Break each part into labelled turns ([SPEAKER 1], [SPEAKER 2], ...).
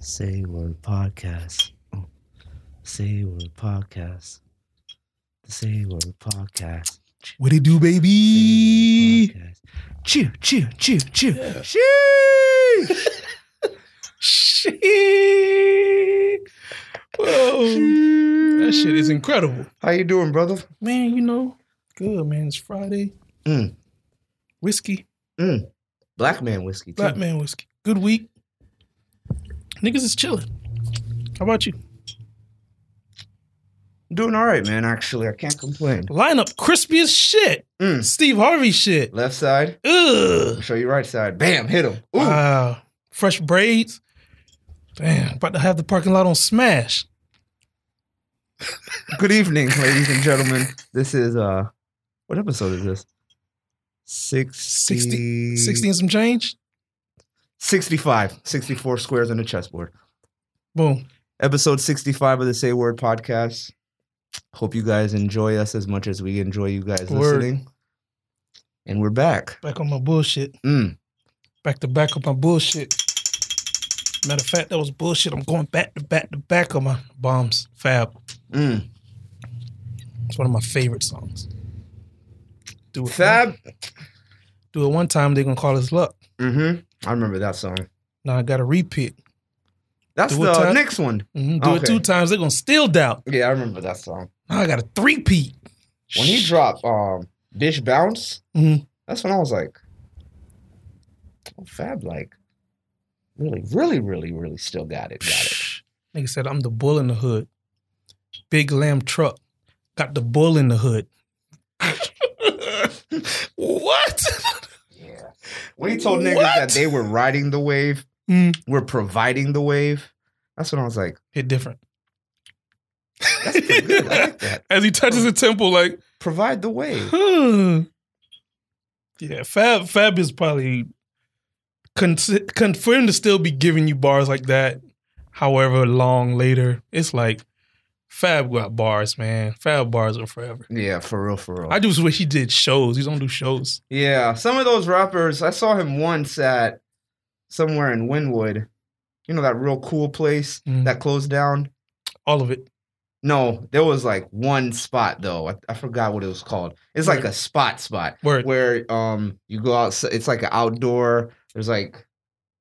[SPEAKER 1] Say Word Podcast. Say Word Podcast. The Say Word Podcast.
[SPEAKER 2] What it do,
[SPEAKER 1] Say
[SPEAKER 2] baby?
[SPEAKER 1] Word Podcast. Cheer, cheer, cheer, cheer.
[SPEAKER 2] Yeah.
[SPEAKER 1] Sheesh. Sheesh.
[SPEAKER 2] Whoa, that shit is incredible,
[SPEAKER 1] How you doing, brother?
[SPEAKER 2] man. You know, good man. It's Friday.
[SPEAKER 1] Mm.
[SPEAKER 2] Whiskey,
[SPEAKER 1] Black man whiskey. Too.
[SPEAKER 2] black man whiskey. Good week. Niggas is chilling. How about you?
[SPEAKER 1] Doing all right, man. Actually, I can't complain.
[SPEAKER 2] Lineup crispy as shit.
[SPEAKER 1] Mm.
[SPEAKER 2] Steve Harvey shit.
[SPEAKER 1] Left side.
[SPEAKER 2] Ugh.
[SPEAKER 1] Show you right side. Bam. Hit him. Ooh.
[SPEAKER 2] Wow. Fresh braids. Damn. About to have the parking lot on smash.
[SPEAKER 1] Good evening, ladies and gentlemen. This is uh what episode is this? 60,
[SPEAKER 2] 16 some change.
[SPEAKER 1] 65, 64 squares on the chessboard.
[SPEAKER 2] Boom.
[SPEAKER 1] Episode 65 of the Say Word podcast. Hope you guys enjoy us as much as we enjoy you guys
[SPEAKER 2] Word.
[SPEAKER 1] listening. And we're back.
[SPEAKER 2] Back on my bullshit.
[SPEAKER 1] Mm.
[SPEAKER 2] back to back on my bullshit. Matter of fact, that was bullshit. I'm going back to back to back on my bombs. Fab.
[SPEAKER 1] Mm.
[SPEAKER 2] It's one of my favorite songs. Do it
[SPEAKER 1] Fab.
[SPEAKER 2] do it one time, they're gonna call us luck.
[SPEAKER 1] Mm-hmm. I remember that song.
[SPEAKER 2] Now I gotta repeat.
[SPEAKER 1] That's
[SPEAKER 2] Do it
[SPEAKER 1] the
[SPEAKER 2] time?
[SPEAKER 1] next one.
[SPEAKER 2] Mhm, Do
[SPEAKER 1] Okay.
[SPEAKER 2] it two times, they're gonna still doubt.
[SPEAKER 1] Yeah, I remember that song.
[SPEAKER 2] Now I gotta three peat.
[SPEAKER 1] When he dropped um Dish Bounce,
[SPEAKER 2] Mhm.
[SPEAKER 1] that's when I was like, oh, Fab, like, really, really, really, really still got it. Got it.
[SPEAKER 2] Nigga said, I'm the bull in the hood. Big lamb truck. Got the bull in the hood. what?
[SPEAKER 1] Yeah. When he told niggas
[SPEAKER 2] What?
[SPEAKER 1] that they were riding the wave,
[SPEAKER 2] Mm,
[SPEAKER 1] were providing the wave, that's when I was like,
[SPEAKER 2] hit different.
[SPEAKER 1] that's pretty good. I like that.
[SPEAKER 2] As he touches the temple, like
[SPEAKER 1] Provide the wave.
[SPEAKER 2] Hmm. Yeah, Fab Fab is probably con- confirmed to still be giving you bars like that. However long later, it's like Fab got bars, man. Fab bars are forever.
[SPEAKER 1] Yeah, for real, for real.
[SPEAKER 2] I just wish he did shows. He don't do shows.
[SPEAKER 1] yeah, some of those rappers, I saw him once at somewhere in Wynwood. You know, that real cool place
[SPEAKER 2] Mm.
[SPEAKER 1] that closed down?
[SPEAKER 2] All of it.
[SPEAKER 1] No, there was like one spot though. I, I forgot what it was called. It's like
[SPEAKER 2] Where-
[SPEAKER 1] a spot spot
[SPEAKER 2] Word.
[SPEAKER 1] where um you go out. It's like an outdoor. There's like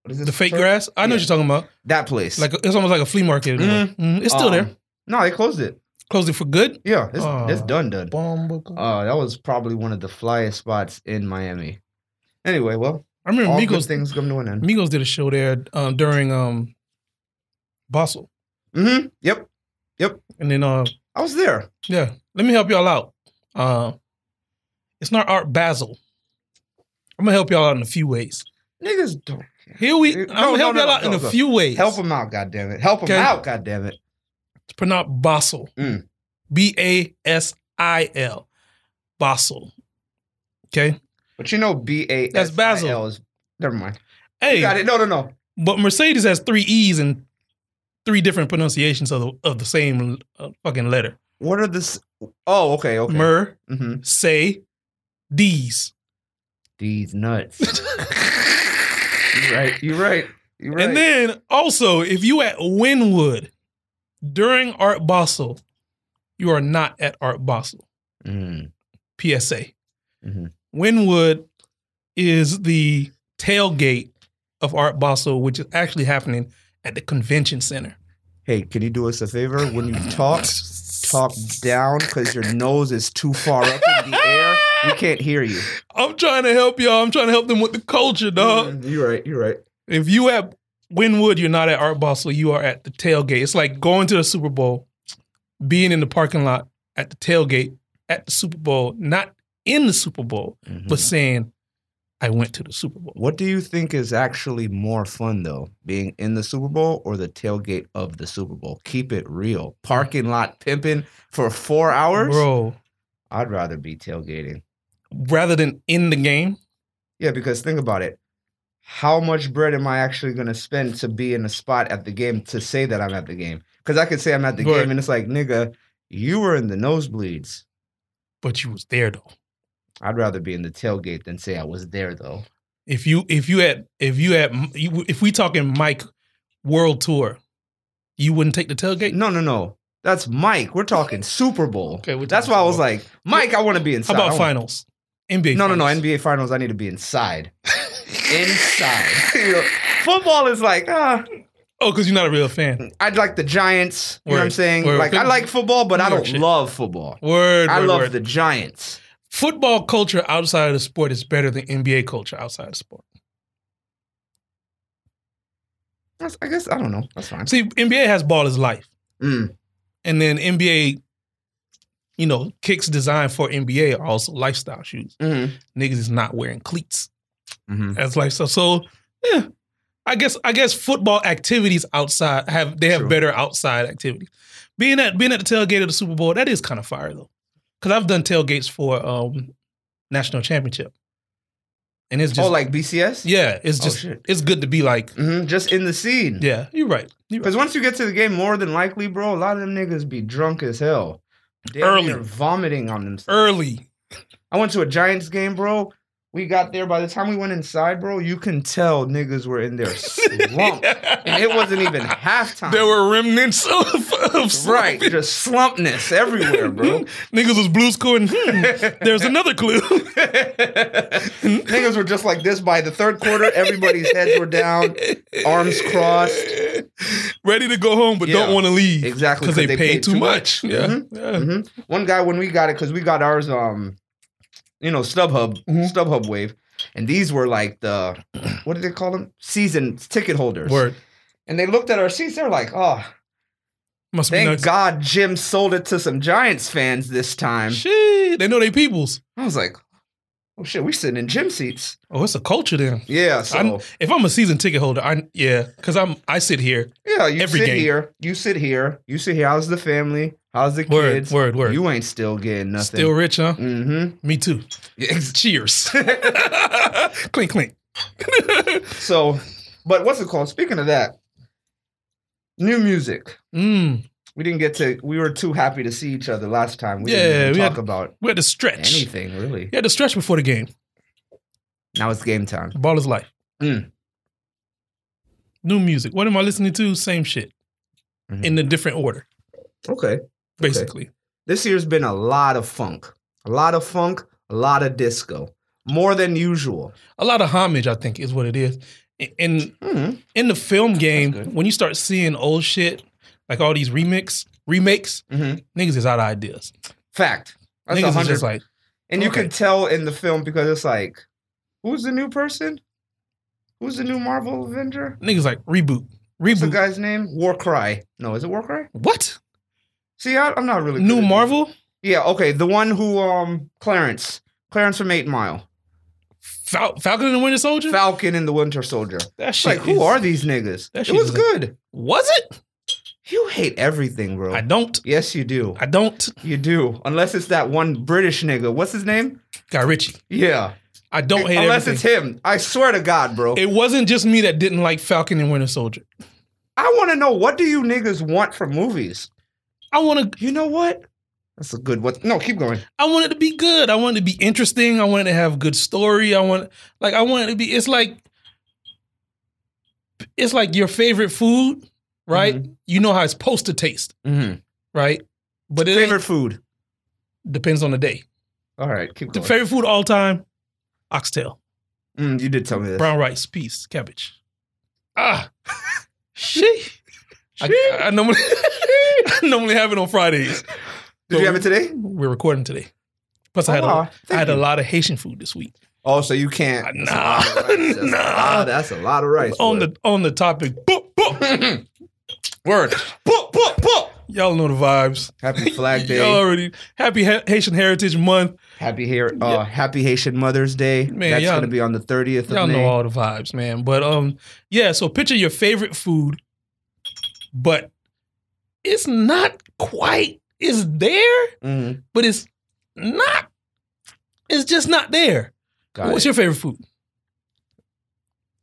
[SPEAKER 1] what is it?
[SPEAKER 2] the fake grass. I
[SPEAKER 1] Yeah.
[SPEAKER 2] know what you're talking about.
[SPEAKER 1] That place.
[SPEAKER 2] Like it's almost like a flea market.
[SPEAKER 1] Mm.
[SPEAKER 2] Mm, it's still
[SPEAKER 1] Um,
[SPEAKER 2] there.
[SPEAKER 1] No, they closed it.
[SPEAKER 2] Closed it for good.
[SPEAKER 1] Yeah, it's, it's
[SPEAKER 2] Aw.
[SPEAKER 1] done done.
[SPEAKER 2] Bomb. buckle.
[SPEAKER 1] Uh, that was probably one of the flyest spots in Miami. Anyway, well,
[SPEAKER 2] I remember
[SPEAKER 1] all good
[SPEAKER 2] Migos.
[SPEAKER 1] things come to an end.
[SPEAKER 2] Migos did a show there um, during um, Basel,
[SPEAKER 1] Mm-hmm. Yep,
[SPEAKER 2] and then uh,
[SPEAKER 1] I was there.
[SPEAKER 2] Yeah, let me help y'all out. Uh, it's not Art Basel. I'm gonna help y'all out in a few ways.
[SPEAKER 1] Niggas don't
[SPEAKER 2] Here we,
[SPEAKER 1] No,
[SPEAKER 2] I'm gonna
[SPEAKER 1] Eh, no,
[SPEAKER 2] help
[SPEAKER 1] no,
[SPEAKER 2] y'all
[SPEAKER 1] no,
[SPEAKER 2] out in
[SPEAKER 1] no,
[SPEAKER 2] a
[SPEAKER 1] no.
[SPEAKER 2] few ways.
[SPEAKER 1] help them out. God damn it, help them
[SPEAKER 2] Okay.
[SPEAKER 1] out. God damn it.
[SPEAKER 2] It's pronounced Basel.
[SPEAKER 1] Mm.
[SPEAKER 2] B A S I L. Basel. Okay.
[SPEAKER 1] But you know, B A
[SPEAKER 2] That's
[SPEAKER 1] S I
[SPEAKER 2] Basil.
[SPEAKER 1] L is. Never mind.
[SPEAKER 2] Hey,
[SPEAKER 1] Got it. No, no, no.
[SPEAKER 2] but Mercedes has three E's and three different pronunciations of the, of the same uh, fucking letter.
[SPEAKER 1] What are the? s- Oh, okay, okay.
[SPEAKER 2] Mer,
[SPEAKER 1] hmm
[SPEAKER 2] say, D's.
[SPEAKER 1] These nuts. You're right. You're right. You're right.
[SPEAKER 2] And then also, if you at Winwood during Art Basel, you are not at Art Basel.
[SPEAKER 1] Mm,
[SPEAKER 2] PSA.
[SPEAKER 1] Mhm.
[SPEAKER 2] Winwood is the tailgate of Art Basel, which is actually happening at the convention center.
[SPEAKER 1] Hey, can you do us a favor when you talk? Talk down because your nose is too far up in the air. We can't hear you.
[SPEAKER 2] I'm trying to help y'all. I'm trying to help them with the culture, dog.
[SPEAKER 1] Mm, you're right. You're right.
[SPEAKER 2] If you at Winwood, you're not at Art Basel. You are at the tailgate. It's like going to the Super Bowl, being in the parking lot at the tailgate at the Super Bowl, not in the Super Bowl,
[SPEAKER 1] Mhm.
[SPEAKER 2] but saying, "I went to the Super Bowl."
[SPEAKER 1] what do you think is actually more fun though, being in the Super Bowl or the tailgate of the Super Bowl? Keep it real. Parking lot pimping for four hours.
[SPEAKER 2] Bro,
[SPEAKER 1] I'd rather be tailgating.
[SPEAKER 2] rather than in the game,
[SPEAKER 1] Yeah, because think about it. How much bread am I actually going to spend to be in a spot at the game to say that I'm at the game? Because I could say I'm at the
[SPEAKER 2] Right.
[SPEAKER 1] game and it's like, nigga, you were in the nosebleeds.
[SPEAKER 2] but you was there though.
[SPEAKER 1] I'd rather be in the tailgate than say I was there, though.
[SPEAKER 2] If you if you at if you at if we talking Mike world tour, you wouldn't take the tailgate?
[SPEAKER 1] No, no, no. That's Mike. We're talking Super Bowl.
[SPEAKER 2] Okay, we're
[SPEAKER 1] That's
[SPEAKER 2] talking
[SPEAKER 1] why I was
[SPEAKER 2] Super
[SPEAKER 1] like, Mike, I want to be
[SPEAKER 2] How
[SPEAKER 1] inside.
[SPEAKER 2] about
[SPEAKER 1] I wanna-
[SPEAKER 2] finals? NBA.
[SPEAKER 1] No, no, no.
[SPEAKER 2] finals.
[SPEAKER 1] NBA Finals. I need to be inside. inside. You know, football is like, ah,
[SPEAKER 2] Oh, because you're not a real fan.
[SPEAKER 1] I'd like the Giants. You know what I'm
[SPEAKER 2] Word,
[SPEAKER 1] saying?
[SPEAKER 2] word.
[SPEAKER 1] Like, I like football, but I
[SPEAKER 2] New York
[SPEAKER 1] don't
[SPEAKER 2] shit.
[SPEAKER 1] love football.
[SPEAKER 2] Word.
[SPEAKER 1] I
[SPEAKER 2] word,
[SPEAKER 1] love
[SPEAKER 2] word.
[SPEAKER 1] the Giants.
[SPEAKER 2] football culture outside of the sport is better than NBA culture outside of sport.
[SPEAKER 1] That's, I guess I don't know. That's fine.
[SPEAKER 2] See, NBA has ball is life,
[SPEAKER 1] Mm.
[SPEAKER 2] and then NBA, you know, kicks designed for NBA are also lifestyle shoes.
[SPEAKER 1] Mm-hmm.
[SPEAKER 2] Niggas is not wearing cleats
[SPEAKER 1] Mm-hmm.
[SPEAKER 2] as lifestyle. So, yeah, I guess I guess football activities outside have they have
[SPEAKER 1] True.
[SPEAKER 2] better outside activities. Being at being at the tailgate of the Super Bowl that is kind of fire though, because I've done tailgates for um national championship, and it's just
[SPEAKER 1] oh, like BCS?
[SPEAKER 2] yeah, it's
[SPEAKER 1] Oh,
[SPEAKER 2] just
[SPEAKER 1] shit.
[SPEAKER 2] it's good to be like
[SPEAKER 1] hmm Just in the scene.
[SPEAKER 2] Yeah, you're right. You're right.
[SPEAKER 1] Because once you get to the game, more than likely, bro, a lot of them niggas be drunk as hell. Damn
[SPEAKER 2] Early.
[SPEAKER 1] near vomiting on themselves.
[SPEAKER 2] Early.
[SPEAKER 1] I went to a Giants game, bro. We got there. By the time we went inside, bro, you can tell niggas were in their slump. and it wasn't even halftime.
[SPEAKER 2] There were remnants of, of
[SPEAKER 1] right,
[SPEAKER 2] something.
[SPEAKER 1] just slumpness everywhere, bro.
[SPEAKER 2] Niggas was blue scoring. Hmm, there's another clue.
[SPEAKER 1] niggas were just like this by the third quarter. Everybody's heads were down. arms crossed.
[SPEAKER 2] Ready to go home, but
[SPEAKER 1] Yeah,
[SPEAKER 2] don't want to leave.
[SPEAKER 1] exactly,
[SPEAKER 2] Because they, paid, too much. Mm-hmm. Yeah.
[SPEAKER 1] Mhm,
[SPEAKER 2] yeah.
[SPEAKER 1] hmm One guy when we got it because we got ours, um, you know, StubHub,
[SPEAKER 2] Mhm.
[SPEAKER 1] StubHub Wave, and these were like the what did they call them? Season ticket holders.
[SPEAKER 2] Word.
[SPEAKER 1] And they looked at our seats. They're like, oh,
[SPEAKER 2] Must be
[SPEAKER 1] thank
[SPEAKER 2] nice.
[SPEAKER 1] God Jim sold it to some Giants fans this time.
[SPEAKER 2] Shit. They know they peoples.
[SPEAKER 1] I was like, oh shit, we sitting in gym seats.
[SPEAKER 2] Oh, it's a culture then.
[SPEAKER 1] Yeah, so
[SPEAKER 2] I'm- If I'm a season ticket holder, I yeah, because I'm I sit here.
[SPEAKER 1] yeah, you
[SPEAKER 2] every
[SPEAKER 1] sit
[SPEAKER 2] game.
[SPEAKER 1] here, you sit here, you sit here. How's the family? How's the
[SPEAKER 2] Word,
[SPEAKER 1] kids?
[SPEAKER 2] word, word.
[SPEAKER 1] You ain't still getting nothing.
[SPEAKER 2] Still rich, huh?
[SPEAKER 1] Mm-hmm.
[SPEAKER 2] Me too. Cheers. clink, clink.
[SPEAKER 1] So, but what's it called? Speaking of that, new music.
[SPEAKER 2] mm,
[SPEAKER 1] We didn't get to. We were too happy to see each other last time. We
[SPEAKER 2] Yeah,
[SPEAKER 1] didn't even
[SPEAKER 2] we
[SPEAKER 1] talk
[SPEAKER 2] had-
[SPEAKER 1] about
[SPEAKER 2] we had to stretch.
[SPEAKER 1] anything really.
[SPEAKER 2] We had to stretch before the game.
[SPEAKER 1] Now it's game time.
[SPEAKER 2] Ball is life.
[SPEAKER 1] Mm.
[SPEAKER 2] New music. What am I listening to? Same shit.
[SPEAKER 1] Mhm.
[SPEAKER 2] In a different order,
[SPEAKER 1] Okay.
[SPEAKER 2] basically.
[SPEAKER 1] This year's been a lot of funk, a lot of funk, a lot of disco, more than usual.
[SPEAKER 2] A lot of homage, I think, is what it is. In- In
[SPEAKER 1] Mm-hmm.
[SPEAKER 2] in the film game,
[SPEAKER 1] good.
[SPEAKER 2] when you start seeing old shit, like all these remix remakes,
[SPEAKER 1] Mm-hmm.
[SPEAKER 2] niggas is out of ideas.
[SPEAKER 1] Fact. That's a
[SPEAKER 2] niggas is
[SPEAKER 1] hundred.
[SPEAKER 2] just like,
[SPEAKER 1] and you can
[SPEAKER 2] okay.
[SPEAKER 1] tell in the film because it's like, who's the new person? Who's the new Marvel Avenger?
[SPEAKER 2] niggas like reboot,
[SPEAKER 1] What's the
[SPEAKER 2] reboot.
[SPEAKER 1] guy's name? Warcry. No, is it Warcry?
[SPEAKER 2] What?
[SPEAKER 1] See, I, I'm not really good
[SPEAKER 2] New
[SPEAKER 1] at these.
[SPEAKER 2] Marvel?
[SPEAKER 1] Yeah, okay, the one who um Clarence, Clarence from Eight Mile,
[SPEAKER 2] Fal- Falcon and the Winter Soldier?
[SPEAKER 1] Falcon and the Winter Soldier.
[SPEAKER 2] that
[SPEAKER 1] It's
[SPEAKER 2] Hmm. shit.
[SPEAKER 1] like, who
[SPEAKER 2] is-
[SPEAKER 1] are these niggas?
[SPEAKER 2] that
[SPEAKER 1] It
[SPEAKER 2] shit
[SPEAKER 1] was
[SPEAKER 2] is a-
[SPEAKER 1] good.
[SPEAKER 2] Was it?
[SPEAKER 1] You hate everything, bro.
[SPEAKER 2] I don't.
[SPEAKER 1] Yes, you do.
[SPEAKER 2] I don't.
[SPEAKER 1] You do, unless it's that one British nigga. What's his name?
[SPEAKER 2] Guy Ritchie.
[SPEAKER 1] Yeah.
[SPEAKER 2] I don't hate
[SPEAKER 1] unless
[SPEAKER 2] everything.
[SPEAKER 1] it's him. I swear to God, bro.
[SPEAKER 2] It wasn't just me that didn't like Falcon and Winter Soldier.
[SPEAKER 1] I want to know what do you niggas want from movies?
[SPEAKER 2] I want to.
[SPEAKER 1] You know what? That's a good one. No, keep going.
[SPEAKER 2] I want it to be good. I want it to be interesting. I want it to have good story. I want like I want it to be. It's like it's like your favorite food, right? You know how it's supposed to taste,
[SPEAKER 1] Mm-hmm.
[SPEAKER 2] right? But it ain't-
[SPEAKER 1] Favorite food.
[SPEAKER 2] depends on the day.
[SPEAKER 1] All right, keep
[SPEAKER 2] The
[SPEAKER 1] going.
[SPEAKER 2] favorite food all time: oxtail,
[SPEAKER 1] Mm, you did tell me this.
[SPEAKER 2] brown rice, peas, cabbage. Ah, she. I, I normally I normally have it on Fridays.
[SPEAKER 1] Did you have it today?
[SPEAKER 2] We're recording today. Plus, I had,
[SPEAKER 1] Aw,
[SPEAKER 2] a, I
[SPEAKER 1] Oh, thank
[SPEAKER 2] had a
[SPEAKER 1] you.
[SPEAKER 2] lot of Haitian food this week.
[SPEAKER 1] Oh, so you can't?
[SPEAKER 2] Nah.
[SPEAKER 1] that's a lot of rice. That's a
[SPEAKER 2] Nah.
[SPEAKER 1] lot- That's a lot of rice.
[SPEAKER 2] on
[SPEAKER 1] boy.
[SPEAKER 2] the on the topic, boop, boop,
[SPEAKER 1] word. Boop, boop, boop.
[SPEAKER 2] y'all know the vibes.
[SPEAKER 1] Happy Flag Day.
[SPEAKER 2] Y'all already happy ha- Haitian Heritage Month.
[SPEAKER 1] Happy hair. Uh, Happy Haitian Mother's Day.
[SPEAKER 2] Man,
[SPEAKER 1] That's
[SPEAKER 2] y'all-
[SPEAKER 1] gonna be on the thirtieth
[SPEAKER 2] Y'all
[SPEAKER 1] of May.
[SPEAKER 2] know all the vibes, man. But um, yeah. So picture your favorite food, but it's not quite. It's there,
[SPEAKER 1] Mhm.
[SPEAKER 2] but it's not. It's just not there.
[SPEAKER 1] Got
[SPEAKER 2] What's
[SPEAKER 1] it.
[SPEAKER 2] your favorite food?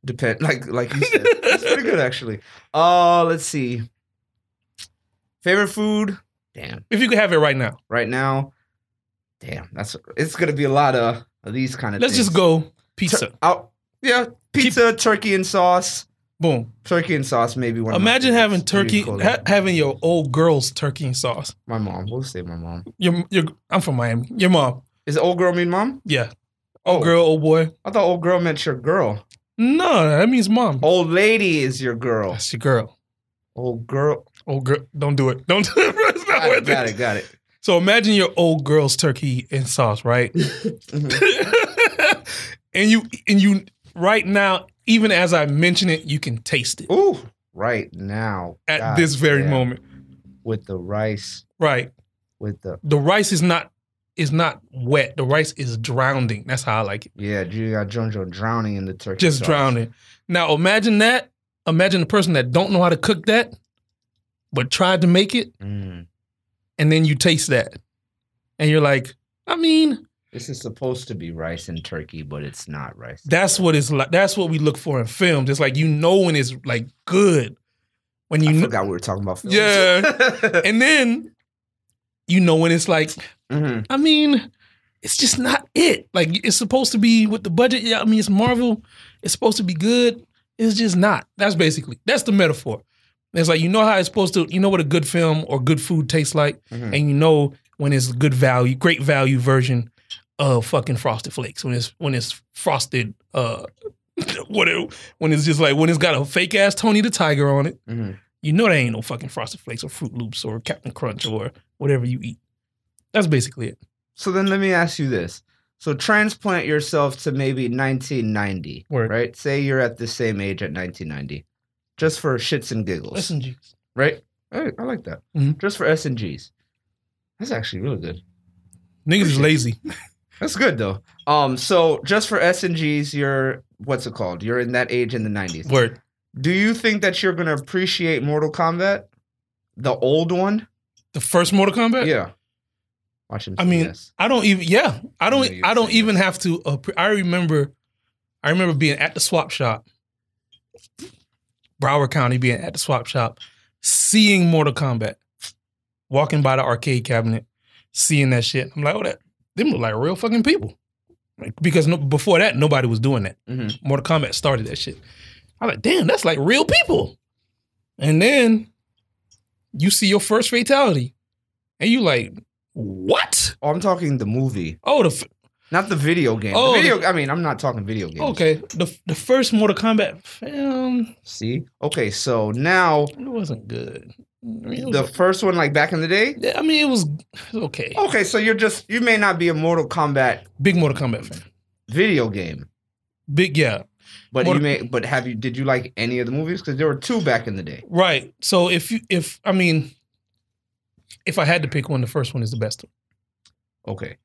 [SPEAKER 1] Depend like like you said. That's pretty good actually. Uh, let's see. Favorite food. Damn.
[SPEAKER 2] If you could have it right now,
[SPEAKER 1] Right now. Damn. That's it's gonna be a lot of, of these kind of.
[SPEAKER 2] let's
[SPEAKER 1] things.
[SPEAKER 2] just go pizza.
[SPEAKER 1] Tur- out. Yeah. Pizza, turkey and sauce.
[SPEAKER 2] Boom.
[SPEAKER 1] Turkey and sauce may be one. of my
[SPEAKER 2] Imagine having
[SPEAKER 1] favorites. Maybe
[SPEAKER 2] turkey,
[SPEAKER 1] cola.
[SPEAKER 2] ha- having your old girl's turkey and sauce.
[SPEAKER 1] my mom. We'll say my mom.
[SPEAKER 2] Your, your, I'm from Miami. Your mom,
[SPEAKER 1] Is old girl mean mom?
[SPEAKER 2] yeah. Old girl, old boy.
[SPEAKER 1] I thought old girl meant your girl.
[SPEAKER 2] No, that means mom.
[SPEAKER 1] Old lady is your girl.
[SPEAKER 2] Oh, That's your girl.
[SPEAKER 1] Old girl.
[SPEAKER 2] Old girl, don't do it. Don't do it. Bro. It's not
[SPEAKER 1] Got it.
[SPEAKER 2] worth
[SPEAKER 1] Got
[SPEAKER 2] it.
[SPEAKER 1] it. Got it.
[SPEAKER 2] So imagine your old girl's turkey and sauce, right?
[SPEAKER 1] Mhm.
[SPEAKER 2] and you and you right now, even as I mention it, you can taste it
[SPEAKER 1] Ooh, right now.
[SPEAKER 2] at
[SPEAKER 1] God
[SPEAKER 2] this very
[SPEAKER 1] damn.
[SPEAKER 2] moment.
[SPEAKER 1] With the rice,
[SPEAKER 2] Right.
[SPEAKER 1] with the
[SPEAKER 2] The rice is not is not wet. The rice is drowning. That's how I like it.
[SPEAKER 1] yeah, you got Jojo drowning in the turkey.
[SPEAKER 2] Just
[SPEAKER 1] sauce.
[SPEAKER 2] drowning. Now imagine that. Imagine the person that don't know how to cook that, but tried to make it,
[SPEAKER 1] Mm.
[SPEAKER 2] and then you taste that. And you're like, I mean,
[SPEAKER 1] This is supposed to be rice and turkey, but it's not rice. and
[SPEAKER 2] that's what it's like. That's what we look for in films. It's like you know when it's like good. When you
[SPEAKER 1] I
[SPEAKER 2] know,
[SPEAKER 1] forgot we were talking about films.
[SPEAKER 2] Yeah. and then you know when it's like
[SPEAKER 1] Mhm.
[SPEAKER 2] I mean, it's just not it. Like it's supposed to be with the budget. Yeah, I mean it's Marvel. It's supposed to be good. It's just not. That's basically that's the metaphor. It's like you know how it's supposed to. You know what a good film or good food tastes like,
[SPEAKER 1] Mhm.
[SPEAKER 2] and you know when it's good value, great value version of fucking Frosted Flakes. When it's when it's frosted. uh what it, when it's just like when it's got a fake ass Tony the Tiger on it,
[SPEAKER 1] Mhm.
[SPEAKER 2] you know that ain't no fucking Frosted Flakes or Fruit Loops or Captain Crunch or whatever you eat. That's basically it.
[SPEAKER 1] So then let me ask you this. So transplant yourself to maybe 1990,
[SPEAKER 2] Word.
[SPEAKER 1] right? Say you're at the same age at 1990, just for shits and giggles.
[SPEAKER 2] Listen, G.
[SPEAKER 1] right? Hey, I like that.
[SPEAKER 2] Mhm.
[SPEAKER 1] Just for S and G's. That's actually really good.
[SPEAKER 2] Niggas is lazy.
[SPEAKER 1] That's good though. Um, so just for S and G's, you're what's it called? You're in that age in the nineties.
[SPEAKER 2] Word.
[SPEAKER 1] Do you think that you're gonna appreciate Mortal Kombat, the old one?
[SPEAKER 2] The first Mortal Kombat?
[SPEAKER 1] Yeah. Watch him.
[SPEAKER 2] Uh, I
[SPEAKER 1] say
[SPEAKER 2] mean-
[SPEAKER 1] yes.
[SPEAKER 2] I don't even yeah. I
[SPEAKER 1] I know
[SPEAKER 2] don't
[SPEAKER 1] you
[SPEAKER 2] I don't
[SPEAKER 1] said
[SPEAKER 2] even have to uh, I remember I remember being at the swap shop. Broward County being at the swap shop, seeing Mortal Kombat, walking by the arcade cabinet, seeing that shit. I'm like, oh that them look like real fucking people. Like, because no, before that, nobody was doing that.
[SPEAKER 1] Mhm.
[SPEAKER 2] Mortal Kombat started that shit. I'm like, damn, that's like real people. And then you see your first fatality, and you like, what?
[SPEAKER 1] Oh, I'm talking the movie,
[SPEAKER 2] Oh, the f-
[SPEAKER 1] not the video game. The
[SPEAKER 2] Oh,
[SPEAKER 1] video. I mean, I'm not talking video games.
[SPEAKER 2] okay, the the first Mortal Kombat film
[SPEAKER 1] See. Okay. So now
[SPEAKER 2] it wasn't good. I mean, it was,
[SPEAKER 1] the first one, like back in the day.
[SPEAKER 2] yeah, I mean, it was okay.
[SPEAKER 1] Okay. So you're just you may not be a Mortal Kombat
[SPEAKER 2] Big Mortal Kombat fan.
[SPEAKER 1] video game.
[SPEAKER 2] Big, yeah,
[SPEAKER 1] But
[SPEAKER 2] What-
[SPEAKER 1] you may, but have you? Did you like any of the movies? Because there were two back in the day.
[SPEAKER 2] right. So if you if I mean, if I had to pick one, the first one is the best one,
[SPEAKER 1] Okay.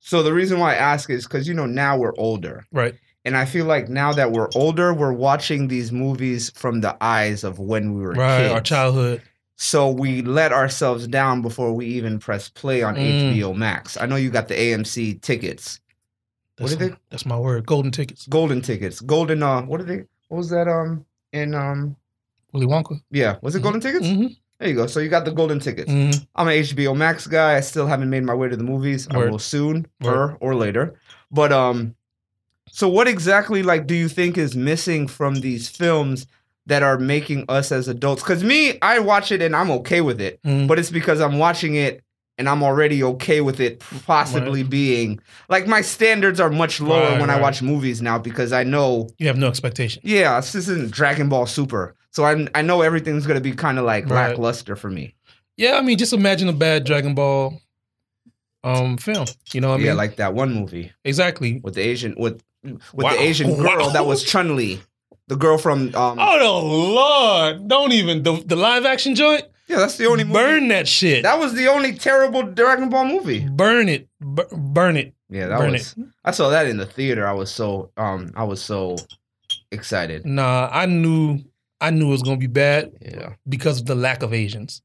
[SPEAKER 1] So the reason why I ask is because you know now we're older,
[SPEAKER 2] right?
[SPEAKER 1] and I feel like now that we're older, we're watching these movies from the eyes of when we were
[SPEAKER 2] Right,
[SPEAKER 1] kids.
[SPEAKER 2] our childhood.
[SPEAKER 1] So we let ourselves down before we even press play on
[SPEAKER 2] Mm.
[SPEAKER 1] HBO Max. I know you got the AMC tickets, What
[SPEAKER 2] That's,
[SPEAKER 1] did they-
[SPEAKER 2] that's my word. Golden tickets.
[SPEAKER 1] golden tickets, golden. Uh, what are they? What was that? Um, in um,
[SPEAKER 2] Willy Wonka.
[SPEAKER 1] yeah, was it golden tickets?
[SPEAKER 2] Mm-hmm.
[SPEAKER 1] There you go. So you got the golden tickets.
[SPEAKER 2] hmm
[SPEAKER 1] I'm an HBO Max guy. I still haven't made my way to the movies. I
[SPEAKER 2] Word.
[SPEAKER 1] will soon,
[SPEAKER 2] Word.
[SPEAKER 1] or or later. But um, so what exactly like do you think is missing from these films that are making us as adults? Because me, I watch it and I'm okay with it,
[SPEAKER 2] Mhm.
[SPEAKER 1] but it's because I'm watching it and I'm already okay with it possibly being like my standards are much lower
[SPEAKER 2] Right,
[SPEAKER 1] when I
[SPEAKER 2] right.
[SPEAKER 1] watch movies now because I know
[SPEAKER 2] you have no expectation.
[SPEAKER 1] yeah this isn't Dragon Ball Super, so I I know everything's gonna be kind of like
[SPEAKER 2] Right.
[SPEAKER 1] lackluster for me.
[SPEAKER 2] Yeah, I mean, just imagine a bad Dragon Ball um film. You know what I mean?
[SPEAKER 1] yeah, like that one movie.
[SPEAKER 2] exactly.
[SPEAKER 1] with the Asian with with
[SPEAKER 2] Wow.
[SPEAKER 1] the Asian girl
[SPEAKER 2] Wow.
[SPEAKER 1] that was Chun Li, the girl from um
[SPEAKER 2] Oh no, Lord! Don't even the, the live action joint.
[SPEAKER 1] yeah, that's the only movie.
[SPEAKER 2] Burn that shit.
[SPEAKER 1] That was the only terrible Dragon Ball movie.
[SPEAKER 2] burn it. Bur- burn it.
[SPEAKER 1] Yeah, that
[SPEAKER 2] burn
[SPEAKER 1] was.
[SPEAKER 2] it.
[SPEAKER 1] I saw that in the theater. I was so um I was so excited.
[SPEAKER 2] Nah, I knew. I knew it was gonna be bad
[SPEAKER 1] Yeah,
[SPEAKER 2] because of the lack of Asians,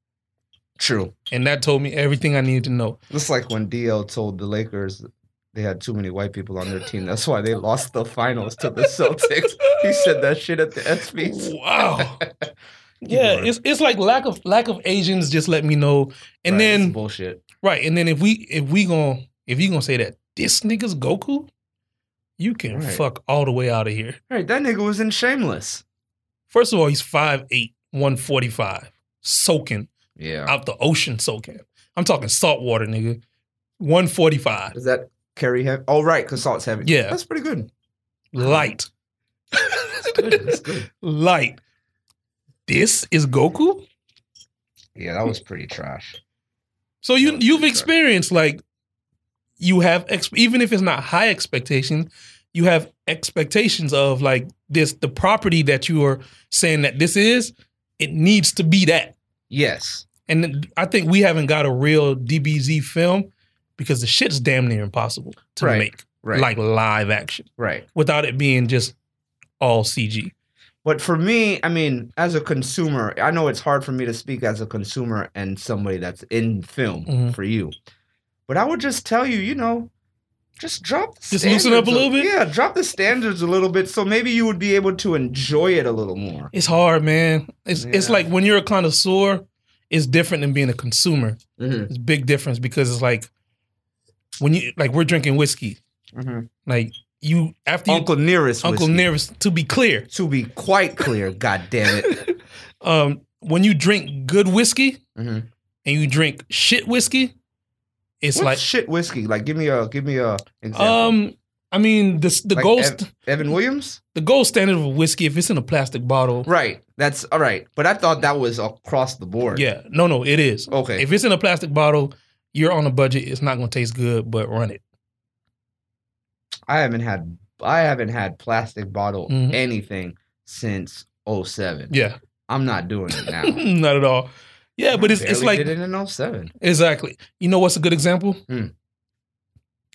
[SPEAKER 1] true.
[SPEAKER 2] and that told me everything I needed to know.
[SPEAKER 1] Just like when DL told the Lakers they had too many white people on their team. That's why they lost the finals to the Celtics. he said that shit at the ESPYS.
[SPEAKER 2] Wow. yeah,
[SPEAKER 1] going.
[SPEAKER 2] it's it's like lack of lack of Asians. Just let me know, and
[SPEAKER 1] Right,
[SPEAKER 2] then
[SPEAKER 1] it's bullshit.
[SPEAKER 2] Right, and then if we if we gon' if you gonna say that this nigga's Goku, you can
[SPEAKER 1] Right.
[SPEAKER 2] fuck all the way out of here.
[SPEAKER 1] All right, that nigga was in Shameless.
[SPEAKER 2] First of all, he's 5'8", 145, soaking
[SPEAKER 1] Yeah.
[SPEAKER 2] out the ocean, soaking. I'm talking salt water, nigga. 145,
[SPEAKER 1] Does that carry heavy? Oh, right, because salt's heavy.
[SPEAKER 2] Yeah.
[SPEAKER 1] That's pretty good.
[SPEAKER 2] light,
[SPEAKER 1] That's good. That's good.
[SPEAKER 2] light. This is Goku.
[SPEAKER 1] Yeah, that was pretty trash.
[SPEAKER 2] So you
[SPEAKER 1] Oh,
[SPEAKER 2] you've
[SPEAKER 1] okay.
[SPEAKER 2] experienced like you have ex- even if it's not high expectations, you have expectations of like this the property that you are saying that this is it needs to be that.
[SPEAKER 1] Yes.
[SPEAKER 2] And I think we haven't got a real DBZ film because the shit's damn near impossible to
[SPEAKER 1] Right,
[SPEAKER 2] make
[SPEAKER 1] Right.
[SPEAKER 2] like live action
[SPEAKER 1] right.
[SPEAKER 2] without it being just all CG.
[SPEAKER 1] But for me, I mean, as a consumer, I know it's hard for me to speak as a consumer and somebody that's in film
[SPEAKER 2] Mhm.
[SPEAKER 1] for you. But I would just tell you, you know, just drop the
[SPEAKER 2] Just loosen up a
[SPEAKER 1] standards
[SPEAKER 2] little bit?
[SPEAKER 1] Yeah, drop the standards a little bit so maybe you would be able to enjoy it a little more.
[SPEAKER 2] It's hard, man. It's it's
[SPEAKER 1] Yeah.
[SPEAKER 2] like when you're a connoisseur, it's different than being a consumer.
[SPEAKER 1] Mm-hmm.
[SPEAKER 2] It's a big difference because it's like when you like we're drinking whiskey.
[SPEAKER 1] Mm-hmm.
[SPEAKER 2] Like you after you
[SPEAKER 1] Uncle Nearest
[SPEAKER 2] Uncle
[SPEAKER 1] whiskey.
[SPEAKER 2] Nearest, to be clear.
[SPEAKER 1] To be quite clear, god damn it.
[SPEAKER 2] um when you drink good whiskey
[SPEAKER 1] Mhm.
[SPEAKER 2] and you drink shit whiskey, it's
[SPEAKER 1] What's
[SPEAKER 2] like
[SPEAKER 1] shit whiskey? Like give me a give me a example.
[SPEAKER 2] um I mean the the
[SPEAKER 1] Like
[SPEAKER 2] gold
[SPEAKER 1] ev-
[SPEAKER 2] st-
[SPEAKER 1] Evan Williams?
[SPEAKER 2] the gold standard of whiskey if it's in a plastic bottle.
[SPEAKER 1] Right. That's all right. But I thought that was across the board.
[SPEAKER 2] Yeah. No, no, it is.
[SPEAKER 1] Okay.
[SPEAKER 2] If it's in a plastic bottle, you're on a budget, it's not going to taste good, but run it.
[SPEAKER 1] I haven't had I haven't had plastic bottle
[SPEAKER 2] Mhm.
[SPEAKER 1] anything since 07.
[SPEAKER 2] Yeah.
[SPEAKER 1] I'm not doing it now.
[SPEAKER 2] not at all. Yeah, but
[SPEAKER 1] I
[SPEAKER 2] it's it's
[SPEAKER 1] barely
[SPEAKER 2] like
[SPEAKER 1] did it in 07.
[SPEAKER 2] Exactly. You know what's a good example?
[SPEAKER 1] Hmm.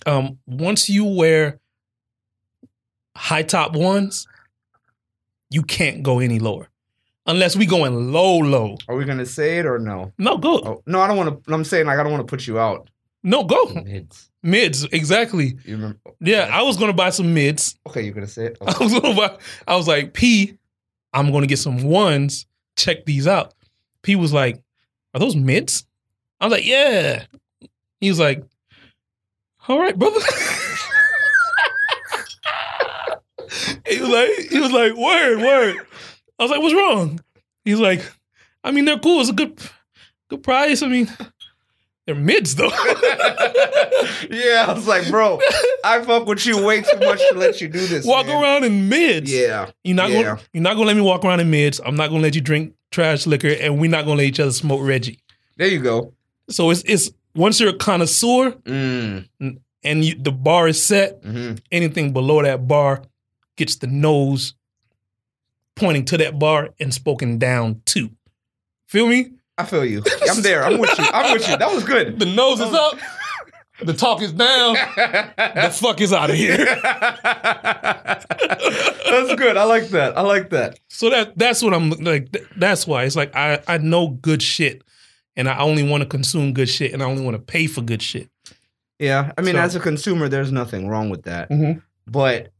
[SPEAKER 2] Um, once you wear high top ones, you can't go any lower. Unless we going low, low.
[SPEAKER 1] Are we gonna say it or no?
[SPEAKER 2] No, go.
[SPEAKER 1] Oh, no, I don't want to. I'm saying like I don't want to put you out.
[SPEAKER 2] No, go.
[SPEAKER 1] Mids.
[SPEAKER 2] Mids, exactly.
[SPEAKER 1] You remember?
[SPEAKER 2] Yeah, I was gonna buy some mids.
[SPEAKER 1] Okay, you're gonna say it.
[SPEAKER 2] I
[SPEAKER 1] Okay.
[SPEAKER 2] was gonna buy I was like, P, I'm gonna get some ones. Check these out. P was like, Are those mids? I was like, Yeah. He was like, All right, brother. he was like, he was like, word, word. I was like, what's wrong? He's like, I mean, they're cool. It's a good good price. I mean, they're mids though.
[SPEAKER 1] yeah, I was like, bro, I fuck with you way too much to let you do this.
[SPEAKER 2] Walk
[SPEAKER 1] man.
[SPEAKER 2] around in mids.
[SPEAKER 1] Yeah,
[SPEAKER 2] You're not
[SPEAKER 1] Yeah.
[SPEAKER 2] gonna you're not gonna let me walk around in mids. I'm not gonna let you drink trash liquor, and we're not gonna let each other smoke Reggie.
[SPEAKER 1] there you go.
[SPEAKER 2] So it's it's once you're a connoisseur
[SPEAKER 1] Mm,
[SPEAKER 2] and you, the bar is set,
[SPEAKER 1] mhm.
[SPEAKER 2] anything below that bar gets the nose pointing to that bar and spoken down to. Feel me?
[SPEAKER 1] I feel you. I'm there. I'm with you. I'm with you. That was good.
[SPEAKER 2] The nose is up, the talk is down. The fuck is out of here.
[SPEAKER 1] That's good. I like that. I like that.
[SPEAKER 2] So that that's what I'm like. th- That's why it's like I I know good shit, and I only want to consume good shit, and I only want to pay for good shit.
[SPEAKER 1] Yeah. I mean,
[SPEAKER 2] So-
[SPEAKER 1] as a consumer, there's nothing wrong with that.
[SPEAKER 2] Mhm.
[SPEAKER 1] But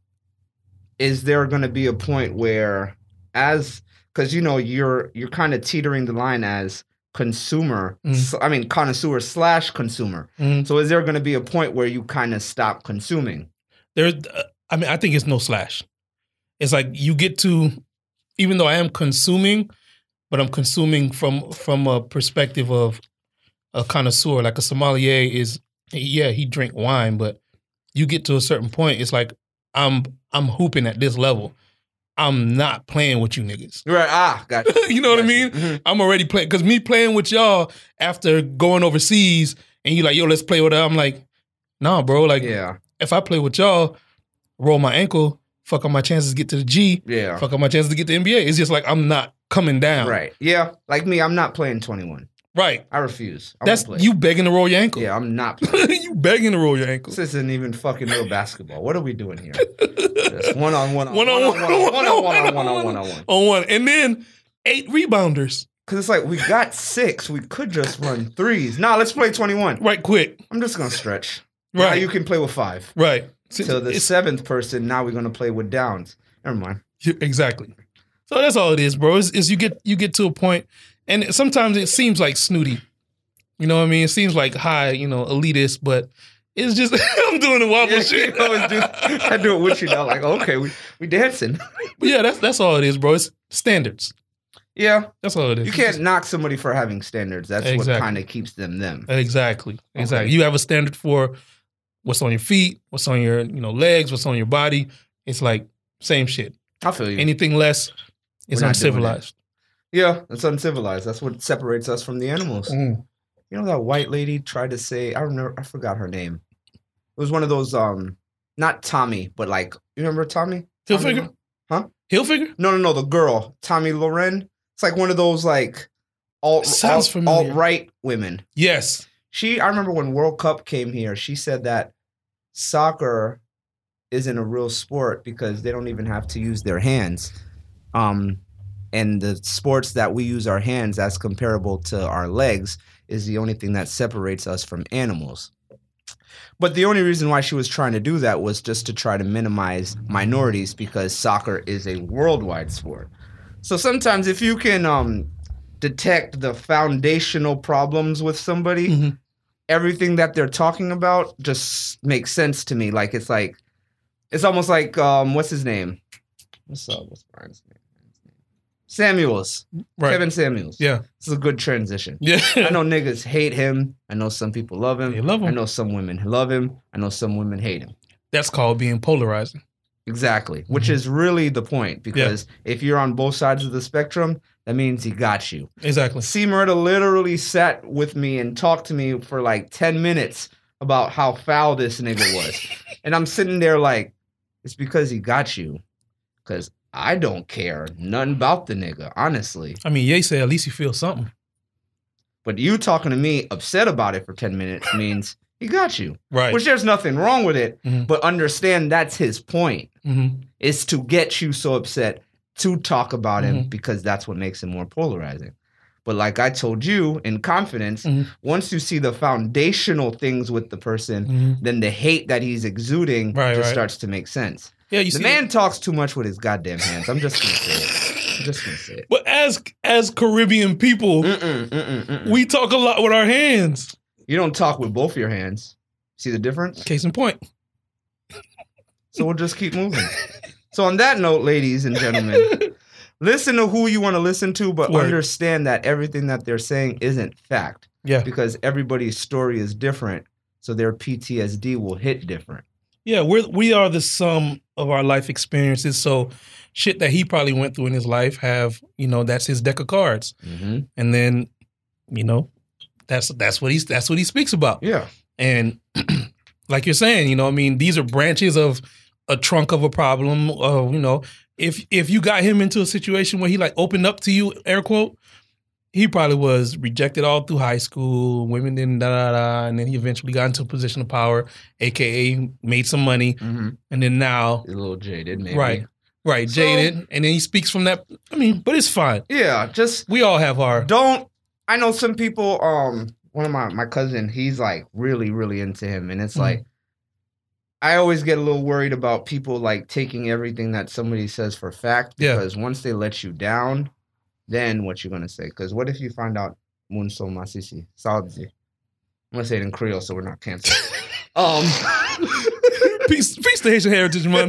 [SPEAKER 1] is there going to be a point where, as because you know you're you're kind of teetering the line as consumer.
[SPEAKER 2] Mm.
[SPEAKER 1] s- I mean, connoisseur slash consumer.
[SPEAKER 2] Mhm.
[SPEAKER 1] So is there going to be a point where you kind of stop consuming?
[SPEAKER 2] There, uh, I mean, I think it's no slash. It's like you get to, even though I am consuming, but I'm consuming from from a perspective of a connoisseur, like a sommelier is. Yeah, he drink wine, but you get to a certain point, it's like I'm I'm hooping at this level. I'm not playing with you niggas.
[SPEAKER 1] Right. Ah, got
[SPEAKER 2] you know what I
[SPEAKER 1] got
[SPEAKER 2] mean?
[SPEAKER 1] Mhm.
[SPEAKER 2] I'm already playing because me playing with y'all after going overseas and you like, yo, let's play with her. I'm like, nah, bro. Like,
[SPEAKER 1] Yeah.
[SPEAKER 2] if I play with y'all, roll my ankle, fuck up my chances to get to the G,
[SPEAKER 1] Yeah.
[SPEAKER 2] fuck up my chances to get to NBA. It's just like I'm not coming down.
[SPEAKER 1] Uh-huh. Right. Yeah. Like me, I'm not playing 21.
[SPEAKER 2] Right.
[SPEAKER 1] I refuse. I won't
[SPEAKER 2] That's
[SPEAKER 1] play.
[SPEAKER 2] you begging to roll your ankle.
[SPEAKER 1] Yeah, I'm not.
[SPEAKER 2] you begging to roll your ankle.
[SPEAKER 1] This isn't even fucking real basketball. What are we doing here? Just one on one on
[SPEAKER 2] One on one,
[SPEAKER 1] one on one on one on one on one on one.
[SPEAKER 2] On one. And then eight rebounders.
[SPEAKER 1] Because it's like we got six. We could just run threes. Nah, let's play twenty one.
[SPEAKER 2] Right quick.
[SPEAKER 1] I'm just gonna stretch. Now
[SPEAKER 2] Right.
[SPEAKER 1] you can play with five.
[SPEAKER 2] right.
[SPEAKER 1] So the
[SPEAKER 2] It's-
[SPEAKER 1] seventh person. Now we're gonna play with downs. Never mind.
[SPEAKER 2] Yeah, Exactly. So that's all it is, bro. Is, is you get you get to a point, and sometimes it seems like snooty. You know what I mean? It seems like high, you know, elitist, but It's just I'm doing the wobble
[SPEAKER 1] Yeah,
[SPEAKER 2] shit.
[SPEAKER 1] you always do- I do it with you now. Like, okay, we we dancing.
[SPEAKER 2] But yeah, that's that's all it is, bro. It's standards.
[SPEAKER 1] Yeah,
[SPEAKER 2] That's all it is.
[SPEAKER 1] you
[SPEAKER 2] It's
[SPEAKER 1] can't
[SPEAKER 2] just-
[SPEAKER 1] knock somebody for having standards. That's what
[SPEAKER 2] Exactly.
[SPEAKER 1] kind of keeps them them.
[SPEAKER 2] Exactly. Exactly. You have a standard for what's on your feet, what's on your you know legs, what's on your body. It's like same shit.
[SPEAKER 1] I feel you.
[SPEAKER 2] Anything less, it's
[SPEAKER 1] We're not doing
[SPEAKER 2] uncivilized.
[SPEAKER 1] yeah, that's uncivilized. That's what separates us from the animals.
[SPEAKER 2] Mm.
[SPEAKER 1] You know that white lady tried to say. I remember. I forgot her name. It was one of those. Um, not Tommy, but like you remember Tommy?
[SPEAKER 2] He'll
[SPEAKER 1] Tommy-
[SPEAKER 2] figure.
[SPEAKER 1] Huh?
[SPEAKER 2] He'll figure.
[SPEAKER 1] No, no, no. The girl, Tommy Loren. It's like one of those like alt
[SPEAKER 2] Sounds familiar.
[SPEAKER 1] right women.
[SPEAKER 2] Yes.
[SPEAKER 1] she I remember when World Cup came here, she said that soccer isn't a real sport because they don't even have to use their hands. Um and the sports that we use our hands as comparable to our legs is the only thing that separates us from animals. But the only reason why she was trying to do that was just to try to minimize minorities because soccer is a worldwide sport. So sometimes if you can um detect the foundational problems with somebody,
[SPEAKER 2] Mhm.
[SPEAKER 1] everything that they're talking about just makes sense to me. Like it's like it's almost like um what's his name? What's up? What's Brian's name? Samuels.
[SPEAKER 2] Right.
[SPEAKER 1] Kevin Samuels.
[SPEAKER 2] Yeah.
[SPEAKER 1] This is a good transition.
[SPEAKER 2] Yeah.
[SPEAKER 1] I know niggas hate him. I know some people love him.
[SPEAKER 2] They love him.
[SPEAKER 1] I know some women love him. I know some women hate him.
[SPEAKER 2] That's called being polarizing.
[SPEAKER 1] Exactly. Which
[SPEAKER 2] Mhm.
[SPEAKER 1] is really the point because if you're on both sides of the spectrum, that means he got you.
[SPEAKER 2] Exactly.
[SPEAKER 1] C. Murda literally sat with me and talked to me for like 10 minutes about how foul this nigga was. and I'm sitting there like, it's because he got you. Because I don't care nothing about the nigga, honestly.
[SPEAKER 2] I mean, Ye said at least you feel something.
[SPEAKER 1] But you talking to me upset about it for 10 minutes means he got you,
[SPEAKER 2] Right.
[SPEAKER 1] which there's nothing wrong with it.
[SPEAKER 2] Mhm.
[SPEAKER 1] But understand that's his point.
[SPEAKER 2] Mhm.
[SPEAKER 1] is to get you so upset to talk about him
[SPEAKER 2] Mhm.
[SPEAKER 1] because that's what makes him more polarizing. But like I told you in confidence,
[SPEAKER 2] Mhm.
[SPEAKER 1] once you see the foundational things with the person,
[SPEAKER 2] Mhm.
[SPEAKER 1] then the hate that he's exuding
[SPEAKER 2] Right,
[SPEAKER 1] just
[SPEAKER 2] right.
[SPEAKER 1] starts to make sense.
[SPEAKER 2] Yeah, you
[SPEAKER 1] the
[SPEAKER 2] see.
[SPEAKER 1] man talks too much with his goddamn hands. I'm just gonna say it. I'm just gonna say it.
[SPEAKER 2] But as as Caribbean people,
[SPEAKER 1] Mm-mm, mm-mm, mm-mm.
[SPEAKER 2] we talk a lot with our hands.
[SPEAKER 1] You don't talk with both your hands. See the difference?
[SPEAKER 2] Case in point.
[SPEAKER 1] So we'll just keep moving. so on that note, ladies and gentlemen, listen to who you want to listen to, but
[SPEAKER 2] Word.
[SPEAKER 1] understand that everything that they're saying isn't fact
[SPEAKER 2] Yeah.
[SPEAKER 1] because everybody's story is different. So their PTSD will hit different.
[SPEAKER 2] Yeah, we're we are the sum of our life experiences. So shit that he probably went through in his life have, you know, that's his deck of cards.
[SPEAKER 1] Mm-hmm.
[SPEAKER 2] And then, you know, that's that's what he's that's what he speaks about.
[SPEAKER 1] Yeah.
[SPEAKER 2] And like you're saying, you know, I mean, these are branches of a trunk of a problem. Of you know, if if you got him into a situation where he like opened up to you, air quote, he probably was rejected all through high school. Women didn't da da da, and then he eventually got into a position of power, aka made some money, and then now
[SPEAKER 1] A little jaded, maybe.
[SPEAKER 2] Mm-hmm. Right. right
[SPEAKER 1] So-
[SPEAKER 2] jaded, and then he speaks from that. I mean, but it's fine.
[SPEAKER 1] Yeah. Just
[SPEAKER 2] We all have our
[SPEAKER 1] don't. I know some people. Um, one of my my cousin, he's like really really into him, and it's
[SPEAKER 2] Mhm.
[SPEAKER 1] like. I always get a little worried about people like taking everything that somebody says for fact
[SPEAKER 2] Yeah.
[SPEAKER 1] because once they let you down, then what you gonna say? Because what if you find out Munso Masisi Saudzi? I'm gonna say it in Creole so we're not canceled. um,
[SPEAKER 2] peace, peace to Haitian heritage, man.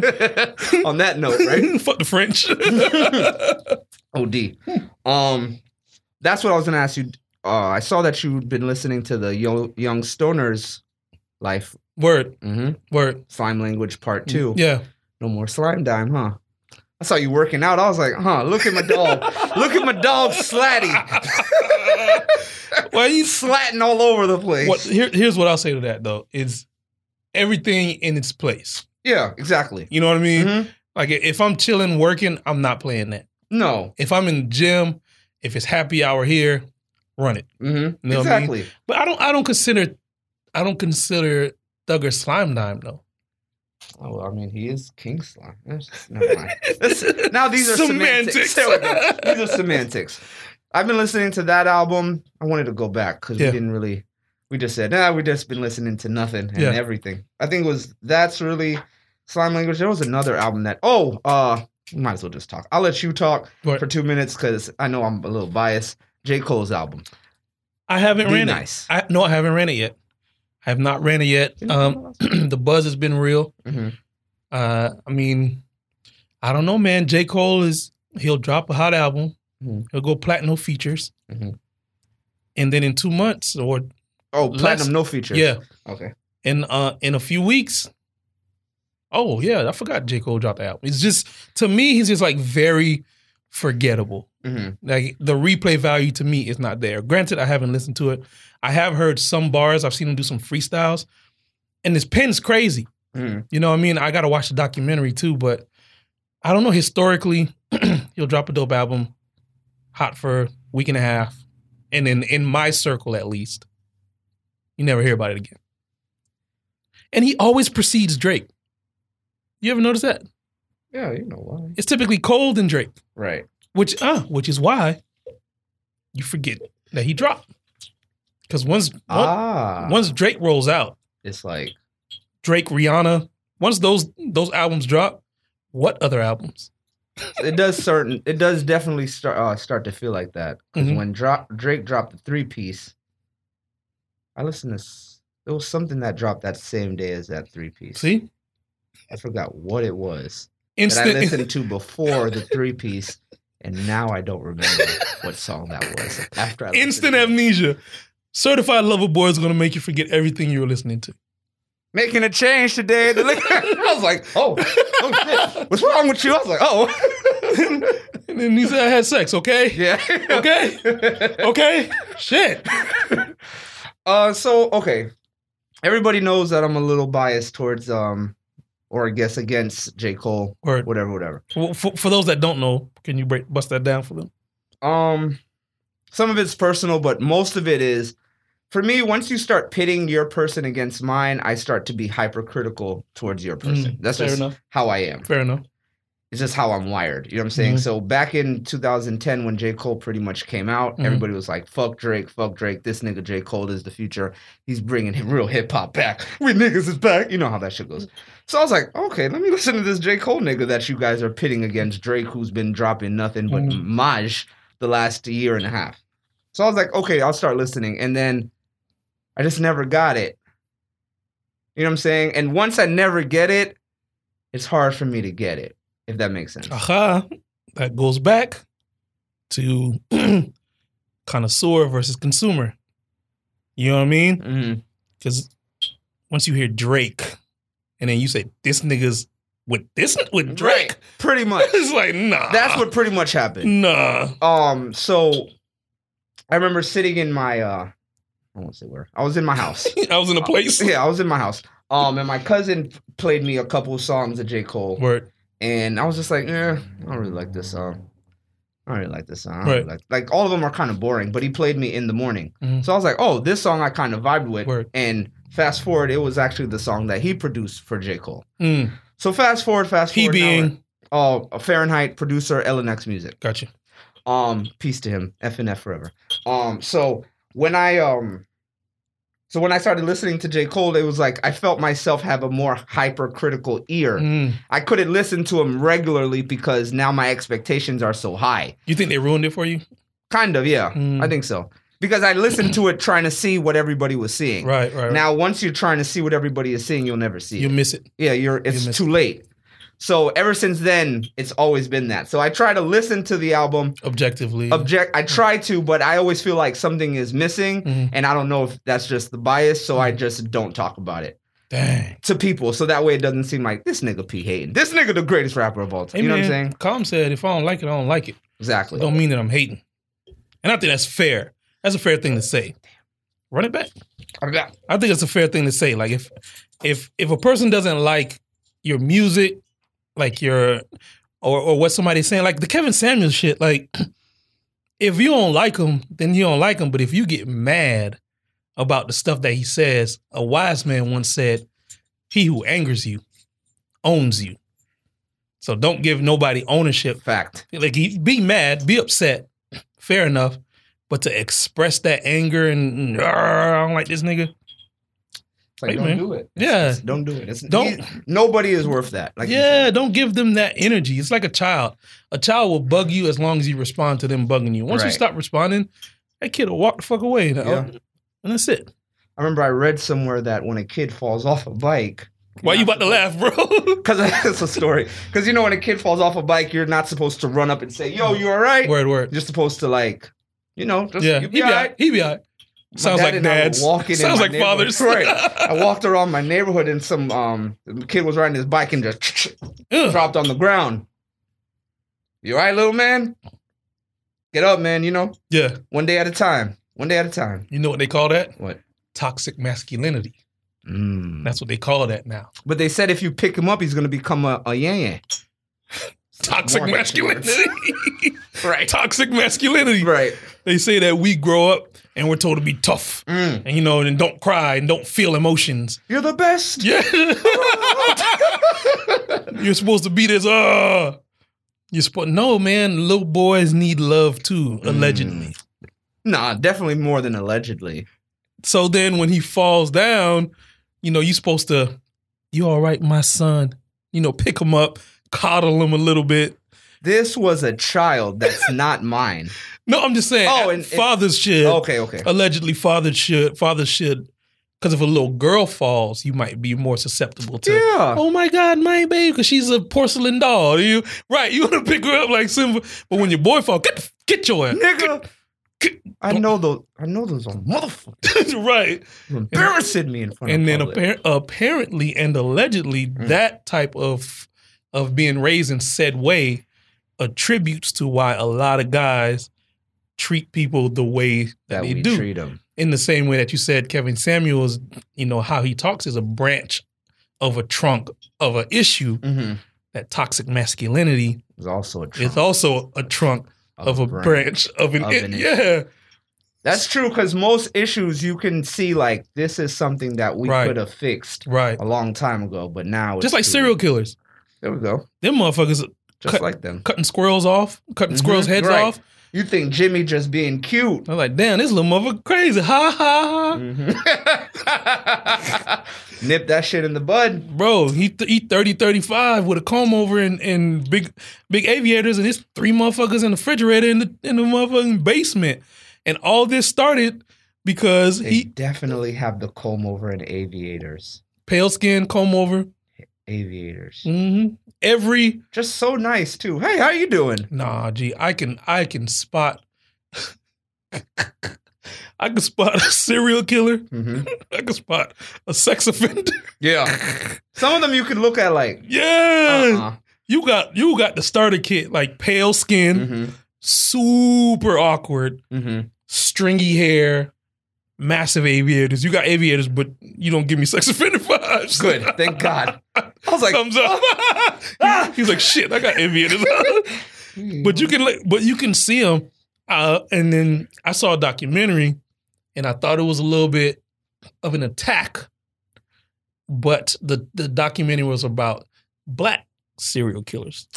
[SPEAKER 1] on that note, right?
[SPEAKER 2] Fuck the French.
[SPEAKER 1] OD.
[SPEAKER 2] Hmm.
[SPEAKER 1] Um, that's what I was gonna ask you. Uh, I saw that you've been listening to the Yo- Young Stoners Life
[SPEAKER 2] word,
[SPEAKER 1] hmm
[SPEAKER 2] word.
[SPEAKER 1] Slime Language Part Two.
[SPEAKER 2] Hmm. Yeah.
[SPEAKER 1] No more slime dime, huh? I saw you working out. I was like, huh? Look at my dog. look at my dog, Slatty,
[SPEAKER 2] Well, you
[SPEAKER 1] slatting all over the place.
[SPEAKER 2] what, here, here's what I'll say to that though is everything in its place.
[SPEAKER 1] Yeah, exactly.
[SPEAKER 2] You know what I mean?
[SPEAKER 1] Mhm.
[SPEAKER 2] Like if I'm chilling, working, I'm not playing that.
[SPEAKER 1] No.
[SPEAKER 2] If I'm in the gym, if it's happy hour here, run it.
[SPEAKER 1] hmm
[SPEAKER 2] Know what I mean?
[SPEAKER 1] exactly.
[SPEAKER 2] But I don't. I don't consider. I don't consider Thugger slime dime though.
[SPEAKER 1] Oh, well, I mean, he is king slime. That's- Never mind. That's- now these are semantics.
[SPEAKER 2] Semantics.
[SPEAKER 1] There we go. These are semantics. I've been listening to that album. I wanted to go back because
[SPEAKER 2] Yeah.
[SPEAKER 1] we didn't really. We just said, nah, we just been listening to nothing and
[SPEAKER 2] Yeah.
[SPEAKER 1] everything. I think it was that's really slime language. There was another album that. Oh, uh, we might as well just talk. I'll let you talk
[SPEAKER 2] Right.
[SPEAKER 1] for two minutes because I know I'm a little biased. J Cole's album.
[SPEAKER 2] I haven't
[SPEAKER 1] Be
[SPEAKER 2] ran
[SPEAKER 1] nice.
[SPEAKER 2] it. I no, I haven't ran it yet. I have not ran it
[SPEAKER 1] Mm-hmm.
[SPEAKER 2] yet. Um, the buzz has been real.
[SPEAKER 1] hmm
[SPEAKER 2] Uh, I mean, I don't know, man. J. Cole is he'll drop a hot album,
[SPEAKER 1] Mhm.
[SPEAKER 2] he'll go platinum features,
[SPEAKER 1] Mhm.
[SPEAKER 2] and then in two months or
[SPEAKER 1] Oh,
[SPEAKER 2] Less-
[SPEAKER 1] platinum, no feature.
[SPEAKER 2] yeah,
[SPEAKER 1] Okay.
[SPEAKER 2] in uh in a few weeks. Oh yeah, I forgot J. Cole dropped the album. It's just to me, he's just like very forgettable.
[SPEAKER 1] hmm
[SPEAKER 2] Like the replay value to me is not there. Granted, I haven't listened to it. I have heard some bars. I've seen him do some freestyles, and his pen's crazy.
[SPEAKER 1] hmm
[SPEAKER 2] You know what I mean? I got to watch the documentary too, but I don't know. Historically, he'll drop a dope album, hot for a week and a half, and in in my circle at least, you never hear about it again. And he always precedes Drake. You ever notice that?
[SPEAKER 1] Yeah, you know why.
[SPEAKER 2] It's typically Cold and Drake,
[SPEAKER 1] Right.
[SPEAKER 2] which uh, which is why you forget that he dropped. Because once on-
[SPEAKER 1] Ah.
[SPEAKER 2] once Drake rolls out,
[SPEAKER 1] it's like,
[SPEAKER 2] Drake, Rihanna. Once those those albums drop, what other albums?
[SPEAKER 1] it does certain, it does definitely start uh, start to feel like that. 'Cause
[SPEAKER 2] Mhm.
[SPEAKER 1] When drop, Drake dropped the three piece, I listened to, s- it was something that dropped that same day as that three piece.
[SPEAKER 2] See,
[SPEAKER 1] I forgot what it was that I
[SPEAKER 2] instant.
[SPEAKER 1] listened to before the three piece, and now I don't remember what song that was. After I listened
[SPEAKER 2] Instant
[SPEAKER 1] to it.
[SPEAKER 2] amnesia. Certified Lover Boy is gonna make you forget everything you were listening to.
[SPEAKER 1] making a change today. at the liquor." I was like, oh, oh shit. what's wrong with you? I was like, oh,
[SPEAKER 2] And then he said, "I had sex." Okay,
[SPEAKER 1] yeah,
[SPEAKER 2] okay,
[SPEAKER 1] okay.
[SPEAKER 2] okay. Shit.
[SPEAKER 1] Uh, so okay, everybody knows that I'm a little biased towards um, or I guess against J Cole,
[SPEAKER 2] Or
[SPEAKER 1] whatever, whatever.
[SPEAKER 2] for, for those that don't know, can you break, bust that down for them?
[SPEAKER 1] Um, some of it's personal, but most of it is. For me, once you start pitting your person against mine, I start to be hypercritical towards your person.
[SPEAKER 2] Mm,
[SPEAKER 1] That's
[SPEAKER 2] fair
[SPEAKER 1] just
[SPEAKER 2] enough.
[SPEAKER 1] how I am.
[SPEAKER 2] Fair enough.
[SPEAKER 1] it's just how I'm wired. You know what I'm saying?
[SPEAKER 2] Mhm.
[SPEAKER 1] So back in 2010, when J. Cole pretty much came out,
[SPEAKER 2] Mhm.
[SPEAKER 1] everybody was like, fuck Drake, fuck Drake. This nigga J. Cole is the future. He's bringing him real hip hop back. We niggas is back. You know how that shit goes. So I was like, okay, let me listen to this J. Cole nigga that you guys are pitting against Drake, who's been dropping nothing but
[SPEAKER 2] Mhm.
[SPEAKER 1] Maj the last year and a half. So I was like, okay, I'll start listening. And then I just never got it. You know what I'm saying? And once I never get it, it's hard for me to get it, if that makes sense.
[SPEAKER 2] Aha. That goes back to connoisseur versus consumer. You know what I mean?
[SPEAKER 1] Mhm.
[SPEAKER 2] Because once you hear Drake, and then you say this nigga's with this with Drake,
[SPEAKER 1] Right. Pretty much.
[SPEAKER 2] it's like nah.
[SPEAKER 1] That's what pretty much happened.
[SPEAKER 2] nah.
[SPEAKER 1] Um, so I remember sitting in my uh I won't say where. I was in my house.
[SPEAKER 2] I was in a place.
[SPEAKER 1] yeah, I was in my house. Um, and my cousin played me a couple of songs of J. Cole.
[SPEAKER 2] Word.
[SPEAKER 1] and I was just like, eh, I don't really like this song. I don't really like this song. I don't
[SPEAKER 2] Right.
[SPEAKER 1] really like, like all of them are kind of boring, but he played me in the morning,
[SPEAKER 2] Mhm.
[SPEAKER 1] so I was like, oh, this song I kind of vibed with.
[SPEAKER 2] Word.
[SPEAKER 1] And fast forward, it was actually the song that he produced for J Cole.
[SPEAKER 2] Mm.
[SPEAKER 1] So fast forward, fast
[SPEAKER 2] He
[SPEAKER 1] forward. now we're-
[SPEAKER 2] being
[SPEAKER 1] oh, a Fahrenheit producer, LNX Music.
[SPEAKER 2] gotcha.
[SPEAKER 1] Um, peace to him, F and F forever. Um, so when I um, so when I started listening to J Cole, it was like I felt myself have a more hypercritical ear.
[SPEAKER 2] Mm.
[SPEAKER 1] I couldn't listen to him regularly because now my expectations are so high.
[SPEAKER 2] You think they ruined it for you?
[SPEAKER 1] Kind of, yeah.
[SPEAKER 2] Mm.
[SPEAKER 1] I think so. Because I listened to it trying to see what everybody was seeing.
[SPEAKER 2] Right. Right. right.
[SPEAKER 1] Now, once you're trying to see what everybody is seeing, you'll never see
[SPEAKER 2] you
[SPEAKER 1] it.
[SPEAKER 2] miss it.
[SPEAKER 1] Yeah, you're it's
[SPEAKER 2] miss
[SPEAKER 1] too late. So ever since then, it's always been that. So I try to listen to the album.
[SPEAKER 2] Objectively.
[SPEAKER 1] Object I try to, but I always feel like something is missing.
[SPEAKER 2] Mhm.
[SPEAKER 1] And I don't know if that's just the bias, so
[SPEAKER 2] Mm.
[SPEAKER 1] I just don't talk about it
[SPEAKER 2] Dang.
[SPEAKER 1] to people. So that way it doesn't seem like this nigga P hating. This nigga the greatest rapper of all time.
[SPEAKER 2] Hey,
[SPEAKER 1] you know what I'm
[SPEAKER 2] man,
[SPEAKER 1] saying?
[SPEAKER 2] Calm said, if I don't like it, I don't like it.
[SPEAKER 1] Exactly.
[SPEAKER 2] don't mean that I'm hating. And I think that's fair. That's a fair thing to say. Run it back. I think it's a fair thing to say. Like if if if a person doesn't like your music, like your or or what somebody's saying, like the Kevin Samuels shit, like if you don't like him, then you don't like him. But if you get mad about the stuff that he says, a wise man once said, "He who angers you owns you." So don't give nobody ownership
[SPEAKER 1] Fact.
[SPEAKER 2] like he be mad, be upset, fair enough, but to express that anger and "Arr, I don't like this nigga.
[SPEAKER 1] It's like,
[SPEAKER 2] Hey,
[SPEAKER 1] don't
[SPEAKER 2] man.
[SPEAKER 1] do it.
[SPEAKER 2] Yeah.
[SPEAKER 1] It's- don't do it. It's,
[SPEAKER 2] Don't-
[SPEAKER 1] he- nobody is worth that. Like,
[SPEAKER 2] yeah, don't give them that energy. It's like a child. A child will bug you as long as you respond to them bugging you. Once you
[SPEAKER 1] Right.
[SPEAKER 2] stop responding, that kid will walk the fuck away. And,
[SPEAKER 1] Yeah.
[SPEAKER 2] and that's it.
[SPEAKER 1] I remember I read somewhere that when a kid falls off a bike,
[SPEAKER 2] Why you about to laugh, bro?
[SPEAKER 1] because that's a story. Because you know, when a kid falls off a bike, you're not supposed to run up and say, "Yo, you all right?"
[SPEAKER 2] word, word.
[SPEAKER 1] You're supposed to like, you know, just
[SPEAKER 2] Yeah,
[SPEAKER 1] you
[SPEAKER 2] he
[SPEAKER 1] be
[SPEAKER 2] be
[SPEAKER 1] all
[SPEAKER 2] out.
[SPEAKER 1] right.
[SPEAKER 2] He be out.
[SPEAKER 1] My
[SPEAKER 2] Sounds
[SPEAKER 1] dad
[SPEAKER 2] like
[SPEAKER 1] and I were
[SPEAKER 2] dads.
[SPEAKER 1] walking in
[SPEAKER 2] Sounds
[SPEAKER 1] my
[SPEAKER 2] like fathers.
[SPEAKER 1] neighborhood. Right. I walked around my neighborhood and some um kid was riding his bike and just
[SPEAKER 2] Ugh.
[SPEAKER 1] dropped on the ground. You all right, little man? Get up, man. You know,
[SPEAKER 2] Yeah,
[SPEAKER 1] one day at a time. One day at a time.
[SPEAKER 2] you know what they call that?
[SPEAKER 1] What?
[SPEAKER 2] Toxic masculinity.
[SPEAKER 1] Mm.
[SPEAKER 2] That's what they call that now.
[SPEAKER 1] But they said if you pick him up, he's gonna become a, a yan
[SPEAKER 2] Toxic
[SPEAKER 1] Warm
[SPEAKER 2] masculinity.
[SPEAKER 1] Right.
[SPEAKER 2] Toxic masculinity.
[SPEAKER 1] Right.
[SPEAKER 2] They say that we grow up and we're told to be tough,
[SPEAKER 1] Mm.
[SPEAKER 2] and you know, and don't cry and don't feel emotions.
[SPEAKER 1] You're the best.
[SPEAKER 2] Yeah. You're supposed to be this. Uh, you're supposed. No, man. Little boys need love too, allegedly.
[SPEAKER 1] Nah, definitely more than allegedly.
[SPEAKER 2] So then, when he falls down, you know, you're supposed to. You all right, my son? You know, pick him up, coddle him a little bit.
[SPEAKER 1] This was a child that's not mine.
[SPEAKER 2] No, I'm just saying.
[SPEAKER 1] Oh,
[SPEAKER 2] Oh,
[SPEAKER 1] and- Oh. and-
[SPEAKER 2] fathers should
[SPEAKER 1] Okay, okay.
[SPEAKER 2] allegedly fathers should fathers should because if a little girl falls, you might be more susceptible to.
[SPEAKER 1] Yeah.
[SPEAKER 2] Oh my God, my baby, because she's a porcelain doll. You right? You want to pick her up like Simba, but when your boy fall, get the- get your ass.
[SPEAKER 1] Nigga.
[SPEAKER 2] Get-
[SPEAKER 1] I know those I know those are motherfuckers
[SPEAKER 2] right?
[SPEAKER 1] You embarrassing me in front
[SPEAKER 2] And
[SPEAKER 1] of
[SPEAKER 2] then
[SPEAKER 1] public.
[SPEAKER 2] appar- apparently and allegedly,
[SPEAKER 1] Mm.
[SPEAKER 2] that type of of being raised in said way attributes to why a lot of guys treat people the way
[SPEAKER 1] that
[SPEAKER 2] they
[SPEAKER 1] we
[SPEAKER 2] do.
[SPEAKER 1] treat them.
[SPEAKER 2] in the same way that you said Kevin Samuels, you know, how he talks is a branch of a trunk of an issue
[SPEAKER 1] Mm-hmm.
[SPEAKER 2] that toxic masculinity
[SPEAKER 1] It's also a
[SPEAKER 2] is
[SPEAKER 1] trunk
[SPEAKER 2] also a trunk of, a branch, of an,
[SPEAKER 1] Of
[SPEAKER 2] i-
[SPEAKER 1] an issue.
[SPEAKER 2] yeah
[SPEAKER 1] That's true because most issues you can see like this is something that we
[SPEAKER 2] Right.
[SPEAKER 1] could have fixed
[SPEAKER 2] right
[SPEAKER 1] a long time ago, but now it's
[SPEAKER 2] just like
[SPEAKER 1] too-
[SPEAKER 2] serial killers
[SPEAKER 1] There we go.
[SPEAKER 2] them motherfuckers
[SPEAKER 1] Just
[SPEAKER 2] Cut-
[SPEAKER 1] like them.
[SPEAKER 2] cutting squirrels off cutting
[SPEAKER 1] Mhm,
[SPEAKER 2] squirrels heads
[SPEAKER 1] right.
[SPEAKER 2] off
[SPEAKER 1] You think Jimmy just being cute?
[SPEAKER 2] I'm like damn this little motherfucker crazy ha ha ha
[SPEAKER 1] Mhm. Nip that shit in the bud.
[SPEAKER 2] bro he th- he 30 35 with a comb over and, and big big aviators and it's three motherfuckers in the refrigerator in the in the motherfucking basement and all this started because
[SPEAKER 1] They
[SPEAKER 2] he
[SPEAKER 1] definitely have the comb over and aviators.
[SPEAKER 2] pale skin comb over
[SPEAKER 1] Aviators.
[SPEAKER 2] hmm every
[SPEAKER 1] Just so nice too. Hey, how you doing?
[SPEAKER 2] nah gee i can i can spot i can spot a serial killer
[SPEAKER 1] hmm
[SPEAKER 2] i can spot a sex offender
[SPEAKER 1] Yeah. Some of them you could look at like.
[SPEAKER 2] yeah
[SPEAKER 1] Uh-uh.
[SPEAKER 2] you got you got the starter kit like pale skin
[SPEAKER 1] Mhm.
[SPEAKER 2] super awkward
[SPEAKER 1] Mhm.
[SPEAKER 2] stringy hair, massive aviators. You got aviators, but you don't give me sex offender vibes.
[SPEAKER 1] Good. Thank God. I was like,
[SPEAKER 2] Thumbs up.
[SPEAKER 1] Ah!
[SPEAKER 2] He's like, shit, I got aviators. but you can, like, but you can see them. Uh, and then I saw a documentary, and I thought it was a little bit of an attack, but the the documentary was about black serial killers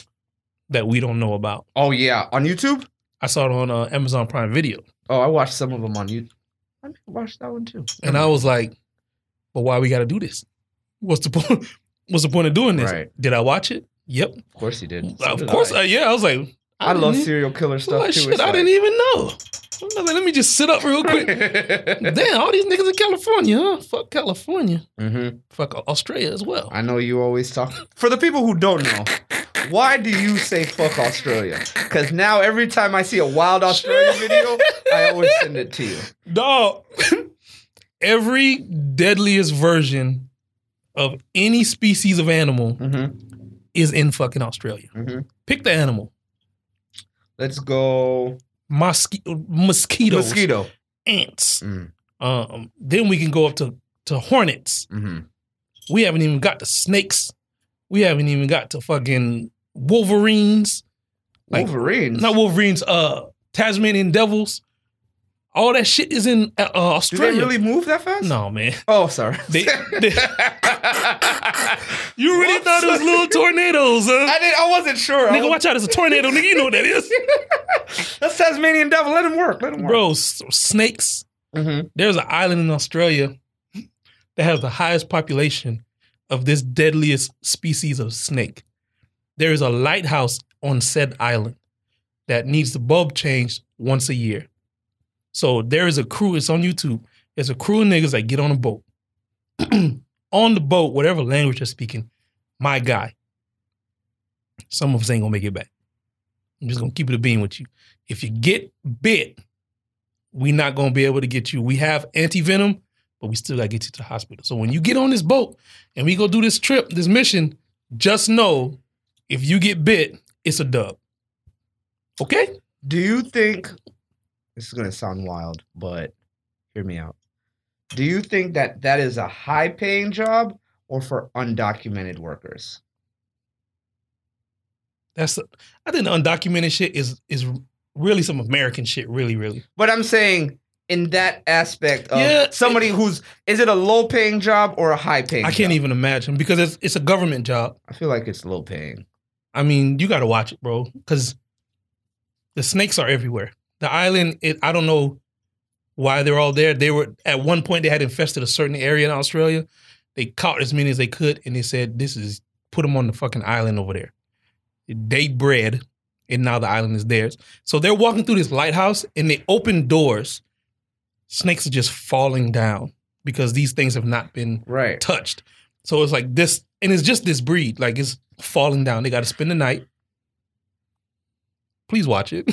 [SPEAKER 2] that we don't know about.
[SPEAKER 1] Oh yeah, on YouTube.
[SPEAKER 2] I saw it on uh, Amazon Prime Video.
[SPEAKER 1] Oh, I watched some of them on YouTube. I may watch that one too.
[SPEAKER 2] And I was like, but why we got to do this? What's the point? What's the point of doing this?
[SPEAKER 1] Right.
[SPEAKER 2] Did I watch it? Yep.
[SPEAKER 1] Of course you did. So
[SPEAKER 2] of
[SPEAKER 1] did
[SPEAKER 2] course.
[SPEAKER 1] I,
[SPEAKER 2] I, yeah. I was like,
[SPEAKER 1] I love
[SPEAKER 2] didn't-
[SPEAKER 1] serial killer stuff
[SPEAKER 2] like,
[SPEAKER 1] too.
[SPEAKER 2] shit,
[SPEAKER 1] It's
[SPEAKER 2] I
[SPEAKER 1] like-
[SPEAKER 2] didn't even know. I was like, let me just sit up real quick. Damn, all these niggas in California, huh? Fuck California.
[SPEAKER 1] Mhm.
[SPEAKER 2] Fuck Australia as well.
[SPEAKER 1] I know you always talk. For the people who don't know, why do you say fuck Australia? Because now every time I see a wild Australia video, I always send it to you.
[SPEAKER 2] Dog, every deadliest version of any species of animal
[SPEAKER 1] Mm-hmm.
[SPEAKER 2] is in fucking Australia.
[SPEAKER 1] Mhm.
[SPEAKER 2] Pick the animal.
[SPEAKER 1] Let's go
[SPEAKER 2] Mosqui- mosquitoes.
[SPEAKER 1] mosquito.
[SPEAKER 2] Ants.
[SPEAKER 1] Mm.
[SPEAKER 2] Um, then we can go up to to hornets.
[SPEAKER 1] Mm-hmm.
[SPEAKER 2] We haven't even got to snakes. We haven't even got to fucking wolverines. Like-
[SPEAKER 1] Wolverines.
[SPEAKER 2] Not wolverines. Uh, Tasmanian devils. All that shit is in uh, uh,
[SPEAKER 1] do they
[SPEAKER 2] Australia.
[SPEAKER 1] really move that fast?
[SPEAKER 2] No man.
[SPEAKER 1] Oh, sorry.
[SPEAKER 2] They- they-
[SPEAKER 1] I
[SPEAKER 2] You really
[SPEAKER 1] What?
[SPEAKER 2] thought it was little tornadoes, huh?
[SPEAKER 1] did. I wasn't sure. I
[SPEAKER 2] Nigga,
[SPEAKER 1] was-
[SPEAKER 2] watch out! It's a tornado. Nigga, you know what that is,
[SPEAKER 1] That's Tasmanian devil. Let him work. Let him work.
[SPEAKER 2] bro. s- snakes.
[SPEAKER 1] hmm
[SPEAKER 2] There's an island in Australia that has the highest population of this deadliest species of snake. There is a lighthouse on said island that needs the bulb changed once a year. So there is a crew, it's on YouTube. is a crew of niggas that get on a boat. on the boat, whatever language they're speaking, my guy. Some of us ain't gonna make it back. I'm just gonna keep it a beam with you. If you get bit, we not gonna be able to get you. We have anti venom, but we still gotta get you to the hospital. So when you get on this boat and we go do this trip, this mission, just know if you get bit, it's a dub. Okay?
[SPEAKER 1] Do you think this is gonna sound wild, but hear me out? Do you think that that is a high paying job or for undocumented workers?
[SPEAKER 2] That's I think the undocumented shit is is really some American shit. Really, really.
[SPEAKER 1] But I'm saying in that aspect of
[SPEAKER 2] Yeah,
[SPEAKER 1] somebody who's is it a low paying job or a high paying?
[SPEAKER 2] I can't
[SPEAKER 1] job?
[SPEAKER 2] even imagine because it's it's a government job.
[SPEAKER 1] I feel like it's low paying.
[SPEAKER 2] I mean, you got to watch it, bro, because the snakes are everywhere. The island, it, I don't know why they're all there. They were at one point they had infested a certain area in Australia. They caught as many as they could, and they said, "This is put them on the fucking island over there." They bred, and now the island is theirs. So they're walking through this lighthouse, and they open doors. Snakes are just falling down because these things have not been
[SPEAKER 1] Right.
[SPEAKER 2] touched. So it's like this, and it's just this breed. Like it's falling down. They got to spend the night. Please watch it,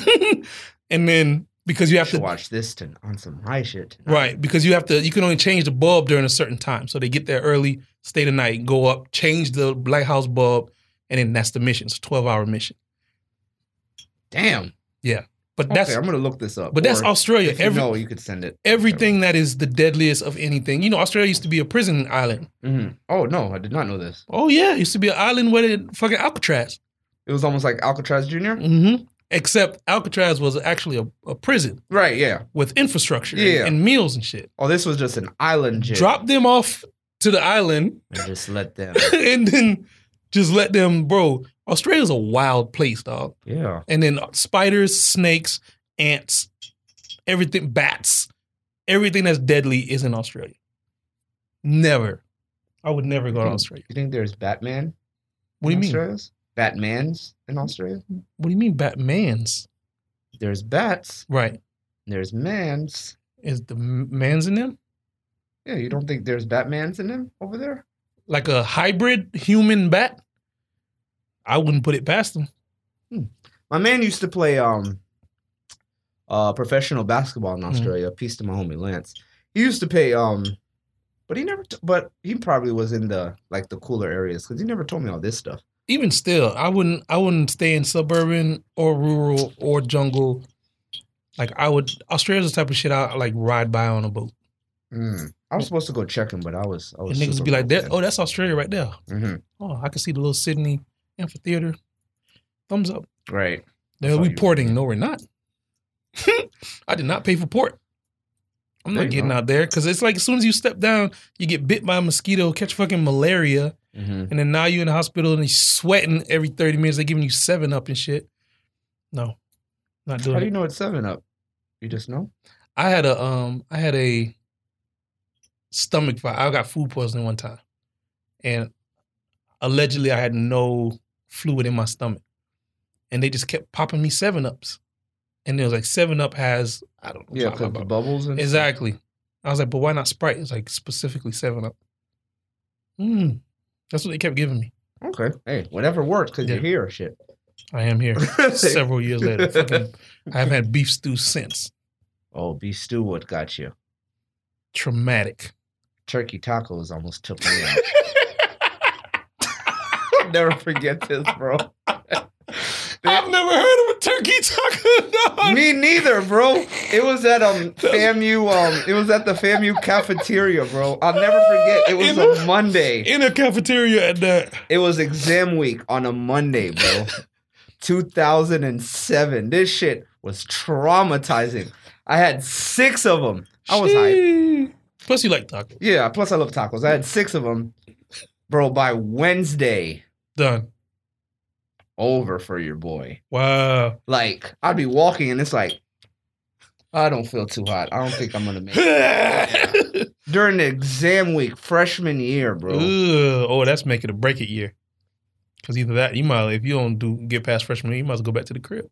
[SPEAKER 2] and then because you
[SPEAKER 1] I
[SPEAKER 2] have
[SPEAKER 1] should
[SPEAKER 2] to
[SPEAKER 1] watch this to, on some high shit. tonight.
[SPEAKER 2] right because you have to you can only change the bulb during a certain time. So they get there early, stay the night, go up, change the lighthouse bulb, and then that's the mission. It's a twelve hour mission.
[SPEAKER 1] Damn.
[SPEAKER 2] But
[SPEAKER 1] That's,
[SPEAKER 2] that's
[SPEAKER 1] I'm gonna look this up.
[SPEAKER 2] but that's
[SPEAKER 1] Or
[SPEAKER 2] Australia.
[SPEAKER 1] If you
[SPEAKER 2] Every
[SPEAKER 1] know, you could send it.
[SPEAKER 2] everything that is the deadliest of anything. You know, Australia used to be a prison island.
[SPEAKER 1] hmm Oh no, I did not know this.
[SPEAKER 2] Oh yeah, it used to be an island where they fucking Alcatraz.
[SPEAKER 1] It was almost like Alcatraz Junior.
[SPEAKER 2] Mm-hmm. Except Alcatraz was actually a, a prison
[SPEAKER 1] Right. Yeah.
[SPEAKER 2] with infrastructure and-
[SPEAKER 1] Yeah.
[SPEAKER 2] and, meals and shit.
[SPEAKER 1] Oh, this was just an island jig.
[SPEAKER 2] Drop them off to the island
[SPEAKER 1] And just let them.
[SPEAKER 2] and then just let them, bro. Australia's a wild place, dog.
[SPEAKER 1] yeah.
[SPEAKER 2] And then spiders, snakes, ants, everything, bats, everything that's deadly is in Australia. Never. I would never go to
[SPEAKER 1] Hmm.
[SPEAKER 2] Australia.
[SPEAKER 1] You think there's Batman?
[SPEAKER 2] What do you
[SPEAKER 1] in
[SPEAKER 2] mean?
[SPEAKER 1] Australia's? Batman's in Australia.
[SPEAKER 2] What do you mean, Batman's?
[SPEAKER 1] There's bats.
[SPEAKER 2] Right.
[SPEAKER 1] and There's mans.
[SPEAKER 2] Is the m- man's in them?
[SPEAKER 1] Yeah, you don't think there's Batmans in them over there?
[SPEAKER 2] like a hybrid human bat, I wouldn't put it past them.
[SPEAKER 1] My man used to play um uh professional basketball in
[SPEAKER 2] Mhm.
[SPEAKER 1] Australia. Peace to my homie Lance. He used to play um but he never t- but he probably was in the like the cooler areas cuz he never told me all this stuff.
[SPEAKER 2] Even still, I wouldn't. I wouldn't stay in suburban or rural or jungle. Like I would, Australia's the type of shit I like ride by on a boat,
[SPEAKER 1] Mm. I was supposed to go check him, but I was I
[SPEAKER 2] Mm. and
[SPEAKER 1] was
[SPEAKER 2] niggas
[SPEAKER 1] super
[SPEAKER 2] be like,
[SPEAKER 1] broke
[SPEAKER 2] "That
[SPEAKER 1] then.
[SPEAKER 2] oh, that's Australia right there.
[SPEAKER 1] Mhm.
[SPEAKER 2] Oh, I can see the little Sydney amphitheater. Thumbs up.
[SPEAKER 1] Right.
[SPEAKER 2] They'll
[SPEAKER 1] all
[SPEAKER 2] be
[SPEAKER 1] you-
[SPEAKER 2] porting. No, we're not. I did not pay for port. I'm
[SPEAKER 1] There
[SPEAKER 2] not
[SPEAKER 1] you
[SPEAKER 2] getting
[SPEAKER 1] go.
[SPEAKER 2] out there because it's like as soon as you step down, you get bit by a mosquito, catch fucking malaria.
[SPEAKER 1] Mhm.
[SPEAKER 2] And then now you're in the hospital and you're sweating every 30 minutes. They're giving you seven up and shit. No, not
[SPEAKER 1] How
[SPEAKER 2] doing
[SPEAKER 1] do
[SPEAKER 2] it.
[SPEAKER 1] you know it's 7 up? You just know?
[SPEAKER 2] I had a um, I had a stomach fire. I got food poisoning one time, and allegedly I had no fluid in my stomach, and they just kept popping me seven ups, and it was like seven up has I don't know
[SPEAKER 1] Yeah,
[SPEAKER 2] blah,
[SPEAKER 1] 'cause
[SPEAKER 2] blah,
[SPEAKER 1] the
[SPEAKER 2] blah.
[SPEAKER 1] bubbles and
[SPEAKER 2] exactly. I was like, but why not Sprite? It's like specifically seven up. Mm, that's what they kept giving me.
[SPEAKER 1] Okay. Hey, whatever works cuz
[SPEAKER 2] Yeah.
[SPEAKER 1] you're here shit.
[SPEAKER 2] I am here. several years later. Fucking, I've had beef stew since.
[SPEAKER 1] oh, B Stew what got you?
[SPEAKER 2] Traumatic.
[SPEAKER 1] turkey tacos almost took me out. I'll never forget this, bro.
[SPEAKER 2] I've never heard of a turkey taco dog.
[SPEAKER 1] Me neither, bro. It was at um FAMU um it was at the FAMU cafeteria, bro. I'll never forget. It was
[SPEAKER 2] In
[SPEAKER 1] a
[SPEAKER 2] a-
[SPEAKER 1] Monday.
[SPEAKER 2] in a cafeteria at that.
[SPEAKER 1] It was exam week on a Monday, bro. 2007. This shit was traumatizing. I had 6 of them. I was hyped.
[SPEAKER 2] hyped. Plus, you like taco.
[SPEAKER 1] Yeah, plus I love tacos. I had 6 of them. Bro, by Wednesday
[SPEAKER 2] Done.
[SPEAKER 1] over for your boy.
[SPEAKER 2] Wow.
[SPEAKER 1] like I'd be walking and it's like I don't feel too hot. I don't think I'm gonna make it.
[SPEAKER 2] Ugh.
[SPEAKER 1] during the exam week, freshman year, bro.
[SPEAKER 2] Oh, that's make it or break it year. Because either that, you might if you don't do get past freshman year, you might as well go back to the crib.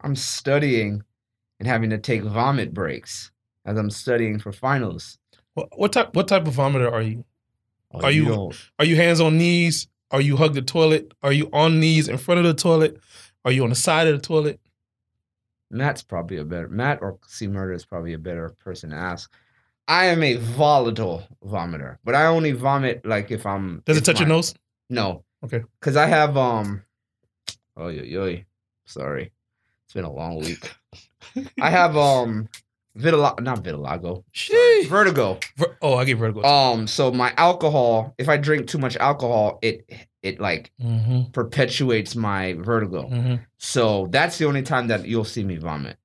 [SPEAKER 1] I'm studying and having to take vomit breaks. as I'm studying for finals.
[SPEAKER 2] What, what type? What type of vomiter are you?
[SPEAKER 1] Oh,
[SPEAKER 2] Are you-
[SPEAKER 1] don't-
[SPEAKER 2] Are you hands on knees? Are you hug the toilet? Are you on knees in front of the toilet? Are you on the side of the toilet?
[SPEAKER 1] Matt's probably a better Matt or C Murder is probably a better person to ask. I am a volatile vomiter, but I only vomit like if I'm.
[SPEAKER 2] Does it
[SPEAKER 1] if
[SPEAKER 2] touch your
[SPEAKER 1] my-
[SPEAKER 2] nose?
[SPEAKER 1] No.
[SPEAKER 2] Okay.
[SPEAKER 1] Because I have um. Oh yo yo, sorry, it's been a long week. I have um, vitiligo, not vitiligo, sorry,
[SPEAKER 2] Sheesh.
[SPEAKER 1] vertigo.
[SPEAKER 2] Ver- Oh, I get vertigo.
[SPEAKER 1] Um, so my alcohol, if I drink too much alcohol, it it like
[SPEAKER 2] hmm
[SPEAKER 1] perpetuates my vertigo.
[SPEAKER 2] hmm
[SPEAKER 1] So that's the only time that you'll see me vomit.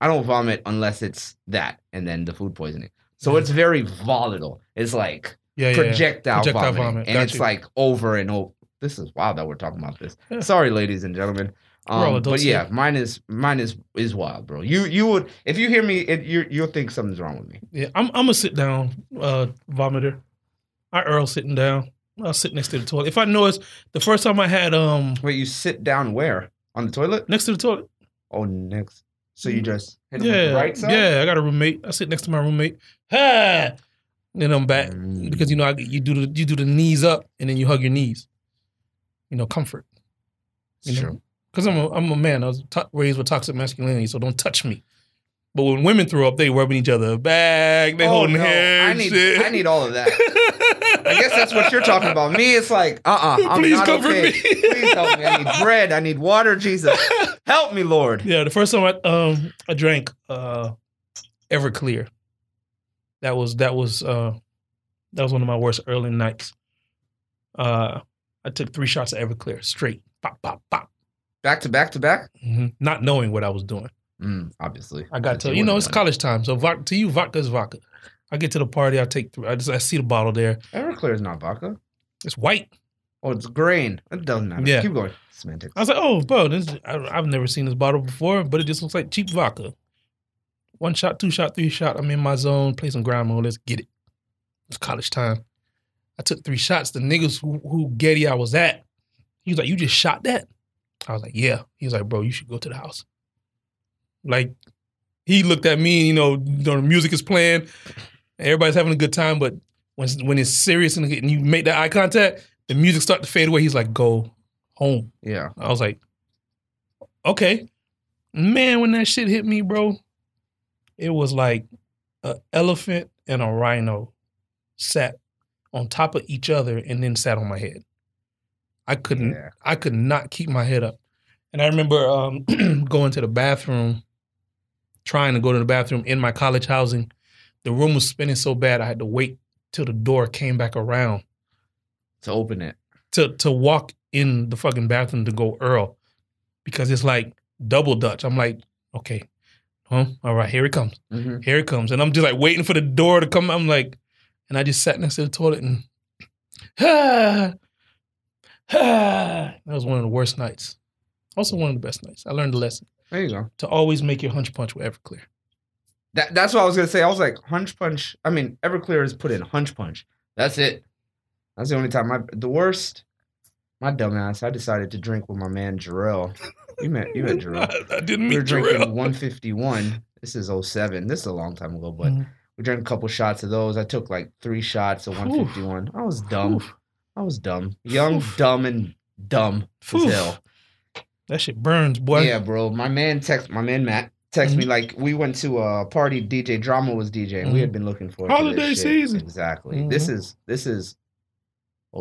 [SPEAKER 1] I don't vomit unless it's that and then the food poisoning. So
[SPEAKER 2] Yeah.
[SPEAKER 1] it's very volatile. It's like
[SPEAKER 2] Mm. Yeah, yeah. yeah.
[SPEAKER 1] projectile,
[SPEAKER 2] Projectile
[SPEAKER 1] vomiting,
[SPEAKER 2] vomit.
[SPEAKER 1] and
[SPEAKER 2] Got
[SPEAKER 1] it's
[SPEAKER 2] you.
[SPEAKER 1] like over and over. This is wild that we're talking about this.
[SPEAKER 2] Yeah.
[SPEAKER 1] Sorry, ladies and gentlemen.
[SPEAKER 2] We're all
[SPEAKER 1] Um, but
[SPEAKER 2] adults
[SPEAKER 1] yeah,
[SPEAKER 2] here.
[SPEAKER 1] mine is mine is is wild, bro. You you would if you hear me, it, you you'll think something's wrong with me.
[SPEAKER 2] Yeah, I'm I'm a sit down uh, vomiter. I Earl sitting down. I'll sit next to the toilet. If I know it's the first time I had um
[SPEAKER 1] Wait, you sit down where on the toilet?
[SPEAKER 2] next to the toilet.
[SPEAKER 1] Oh, next. So you just hit it with
[SPEAKER 2] Mm. Yeah,
[SPEAKER 1] the right side.
[SPEAKER 2] yeah. I got a roommate. I sit next to my roommate. Ha! Then I'm back
[SPEAKER 1] Mm.
[SPEAKER 2] because you know I, you do the you do the knees up and then you hug your knees. You know comfort. You
[SPEAKER 1] Mm, It's
[SPEAKER 2] know?
[SPEAKER 1] true.
[SPEAKER 2] Because I'm a, I'm a man. I was to- raised with toxic masculinity, so don't touch me. But when women throw up, they rubbing each other back. They
[SPEAKER 1] Oh,
[SPEAKER 2] holding
[SPEAKER 1] no.
[SPEAKER 2] hands.
[SPEAKER 1] I need
[SPEAKER 2] shit.
[SPEAKER 1] I need all of that. I guess that's what you're talking about. Me, it's like, uh, uh-uh, uh, i am
[SPEAKER 2] Please
[SPEAKER 1] not
[SPEAKER 2] comfort
[SPEAKER 1] okay.
[SPEAKER 2] me.
[SPEAKER 1] Please help me. I need bread. I need water. Jesus, help me, Lord.
[SPEAKER 2] Yeah, the first time I um I drank uh Everclear. That was that was uh that was one of my worst early nights. Uh I took three shots of Everclear straight. Pop, pop, pop.
[SPEAKER 1] Back to back to back.
[SPEAKER 2] Mhm. Not knowing what I was doing.
[SPEAKER 1] Mm, obviously,
[SPEAKER 2] I got
[SPEAKER 1] Because
[SPEAKER 2] to you know,
[SPEAKER 1] wouldn't
[SPEAKER 2] it's
[SPEAKER 1] want
[SPEAKER 2] college time. So vodka to you, vodka is vodka. I get to the party, I take three I just I see the bottle there.
[SPEAKER 1] it. Everclear is not vodka.
[SPEAKER 2] It's white.
[SPEAKER 1] Oh, it's grain. It doesn't matter.
[SPEAKER 2] Yeah.
[SPEAKER 1] Keep going. Semantics.
[SPEAKER 2] I was like, oh bro, this I, I've never seen this bottle before, but it just looks like cheap vodka. One shot, two shot, three shot. I'm in my zone. Play some grind mode. Let's get it. It's college time. I took three shots. The niggas who, who Getty I was at, he was like, "You just shot that." I was like, "Yeah." He was like, "Bro, you should go to the house." Like, he looked at me. You know, the music is playing. Everybody's having a good time, but when when it's serious and you make that eye contact, the music start to fade away. He's like, "Go home."
[SPEAKER 1] Yeah.
[SPEAKER 2] I was like, okay. Man, when that shit hit me, bro, it was like an elephant and a rhino sat on top of each other and then sat on my head. I couldn't
[SPEAKER 1] Yeah.
[SPEAKER 2] I could not keep my head up. And I remember um, going to the bathroom, trying to go to the bathroom in my college housing. The room was spinning so bad I had to wait till the door came back around
[SPEAKER 1] To open it.
[SPEAKER 2] to to walk in the fucking bathroom to go Earl because it's like double Dutch. I'm like, okay, huh? All right, here it comes,
[SPEAKER 1] Mhm.
[SPEAKER 2] here it comes, and I'm just like waiting for the door to come. I'm like, and I just sat next to the toilet and ah, ah. That was one of the worst nights. Also one of the best nights. I learned a lesson
[SPEAKER 1] There you go.
[SPEAKER 2] to always make your hunch punch with Everclear.
[SPEAKER 1] That, that's what I was gonna say. I was like hunch punch. I mean, Everclear is put in hunch punch. That's it. That's the only time. I the worst. My dumbass. I decided to drink with my man Jarrell. You met you met Jarrell.
[SPEAKER 2] I, I didn't
[SPEAKER 1] we
[SPEAKER 2] mean
[SPEAKER 1] were drinking
[SPEAKER 2] Jarrell.
[SPEAKER 1] 151. This is 07. This is a long time ago, but
[SPEAKER 2] Mhm.
[SPEAKER 1] we drank a couple shots of those. I took like three shots of 151. I was dumb.
[SPEAKER 2] Oof.
[SPEAKER 1] I was dumb. Young,
[SPEAKER 2] Oof.
[SPEAKER 1] dumb, and dumb
[SPEAKER 2] Oof.
[SPEAKER 1] as hell.
[SPEAKER 2] That shit burns, boy. Mm-hmm.
[SPEAKER 1] Yeah, bro. My man text my man Matt text me like we went to a party. DJ Drama was DJing. We had been looking for
[SPEAKER 2] Mm-hmm. Holiday
[SPEAKER 1] for this shit.
[SPEAKER 2] season. Mm-hmm.
[SPEAKER 1] Exactly. This is this is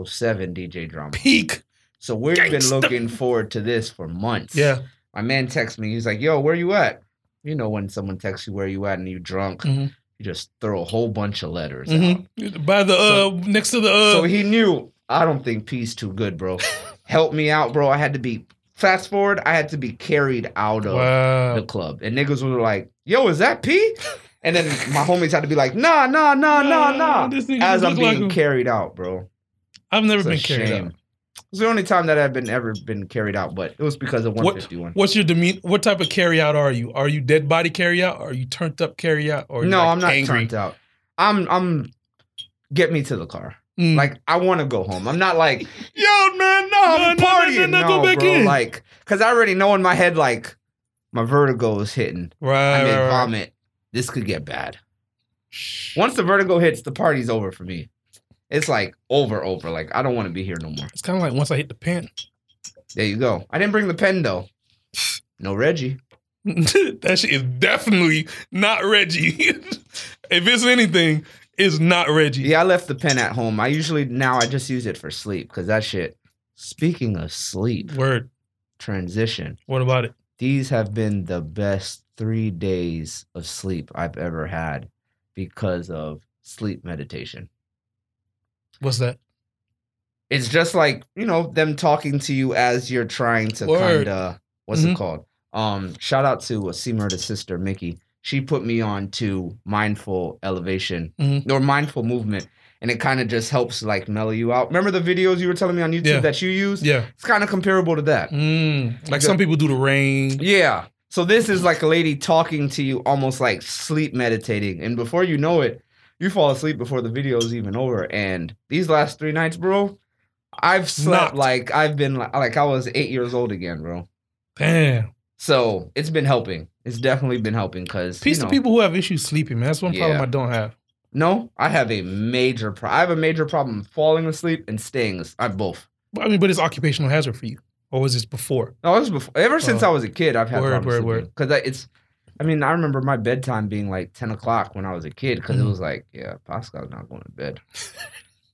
[SPEAKER 1] 07 DJ Drama.
[SPEAKER 2] Peak.
[SPEAKER 1] So we've been
[SPEAKER 2] Gangsta.
[SPEAKER 1] looking forward to this for months.
[SPEAKER 2] Yeah.
[SPEAKER 1] my man texts me. He's like, "Yo, where you at?" You know when someone texts you where you at and you drunk,
[SPEAKER 2] Mhm.
[SPEAKER 1] you just throw a whole bunch of letters out.
[SPEAKER 2] Mhm. By the uh, next to the uh,
[SPEAKER 1] So he knew. I don't think P's too good, bro. Help me out, bro. I had to be fast forward. I had to be carried out of
[SPEAKER 2] wow.
[SPEAKER 1] the club, and niggas were like, "Yo, is that P?" And then my homies had to be like, "Nah, nah, nah, nah, nah."
[SPEAKER 2] This nigga
[SPEAKER 1] As
[SPEAKER 2] look
[SPEAKER 1] I'm
[SPEAKER 2] like
[SPEAKER 1] being
[SPEAKER 2] him.
[SPEAKER 1] carried out, bro.
[SPEAKER 2] I've never
[SPEAKER 1] It's a
[SPEAKER 2] been carried
[SPEAKER 1] shame.
[SPEAKER 2] out.
[SPEAKER 1] It's the only time that I've been ever been carried out, but it was because of
[SPEAKER 2] What-
[SPEAKER 1] 151.
[SPEAKER 2] What's your demean? What type of carry out are you? Are you dead body carry out? Are you turned up carry out? Or are you,
[SPEAKER 1] no,
[SPEAKER 2] like,
[SPEAKER 1] I'm not
[SPEAKER 2] angry?
[SPEAKER 1] turned out. I'm I'm get me to the car.
[SPEAKER 2] Mm.
[SPEAKER 1] Like I want to go home. I'm not like
[SPEAKER 2] yo man, no,
[SPEAKER 1] I'm
[SPEAKER 2] no, no,
[SPEAKER 1] partying. No,
[SPEAKER 2] No, no, no, go back
[SPEAKER 1] bro.
[SPEAKER 2] in.
[SPEAKER 1] Like because I already know in my head like my vertigo is hitting.
[SPEAKER 2] right,
[SPEAKER 1] I'm in
[SPEAKER 2] right, right.
[SPEAKER 1] vomit. This could get bad. Once the vertigo hits, the party's over for me. It's like over, over. Like I don't want to be here no more.
[SPEAKER 2] It's kind of like once I hit the pen,
[SPEAKER 1] There you go. I didn't bring the pen though. No Reggie.
[SPEAKER 2] that shit is definitely not Reggie. if it's anything, it's not Reggie.
[SPEAKER 1] Yeah, I left the pen at home. I usually now I just use it for sleep because that shit. Speaking of sleep,
[SPEAKER 2] Word.
[SPEAKER 1] transition.
[SPEAKER 2] What about it?
[SPEAKER 1] These have been the best three days of sleep I've ever had because of sleep meditation.
[SPEAKER 2] What's that?
[SPEAKER 1] It's just like you know them talking to you as you're trying to
[SPEAKER 2] Word.
[SPEAKER 1] kind of what's
[SPEAKER 2] Mhm.
[SPEAKER 1] it called? Um, shout out to uh, C Murder's sister Mickey. She put me on to mindful elevation
[SPEAKER 2] Mhm.
[SPEAKER 1] or mindful movement, and it kind of just helps like mellow you out. Remember the videos you were telling me on YouTube
[SPEAKER 2] Yeah.
[SPEAKER 1] that you use?
[SPEAKER 2] Yeah.
[SPEAKER 1] It's kind of comparable to that.
[SPEAKER 2] Mm. Like
[SPEAKER 1] Good.
[SPEAKER 2] some people do the rain.
[SPEAKER 1] Yeah. So this is like a lady talking to you, almost like sleep meditating, and before you know it, you fall asleep before the video is even over. And these last three nights, bro, I've slept
[SPEAKER 2] Knocked.
[SPEAKER 1] like I've been like, like I was eight years old again, bro.
[SPEAKER 2] Damn.
[SPEAKER 1] So it's been helping. It's definitely been helping because
[SPEAKER 2] Peace
[SPEAKER 1] you know,
[SPEAKER 2] to people who have issues sleeping, man. That's one problem
[SPEAKER 1] Yeah.
[SPEAKER 2] I don't have.
[SPEAKER 1] No, I have a major. Pro- I have a major problem falling asleep and staying. as- I both.
[SPEAKER 2] But, I mean, but it's occupational hazard for you. Or was this before?
[SPEAKER 1] No, this is before. Ever since
[SPEAKER 2] Oh.
[SPEAKER 1] I was a kid, I've had
[SPEAKER 2] Word,
[SPEAKER 1] problems
[SPEAKER 2] word,
[SPEAKER 1] sleeping because it's. I mean, I remember my bedtime being like ten o'clock when I was a kid because it
[SPEAKER 2] Mhm.
[SPEAKER 1] was like, yeah, Pascal's not going to bed.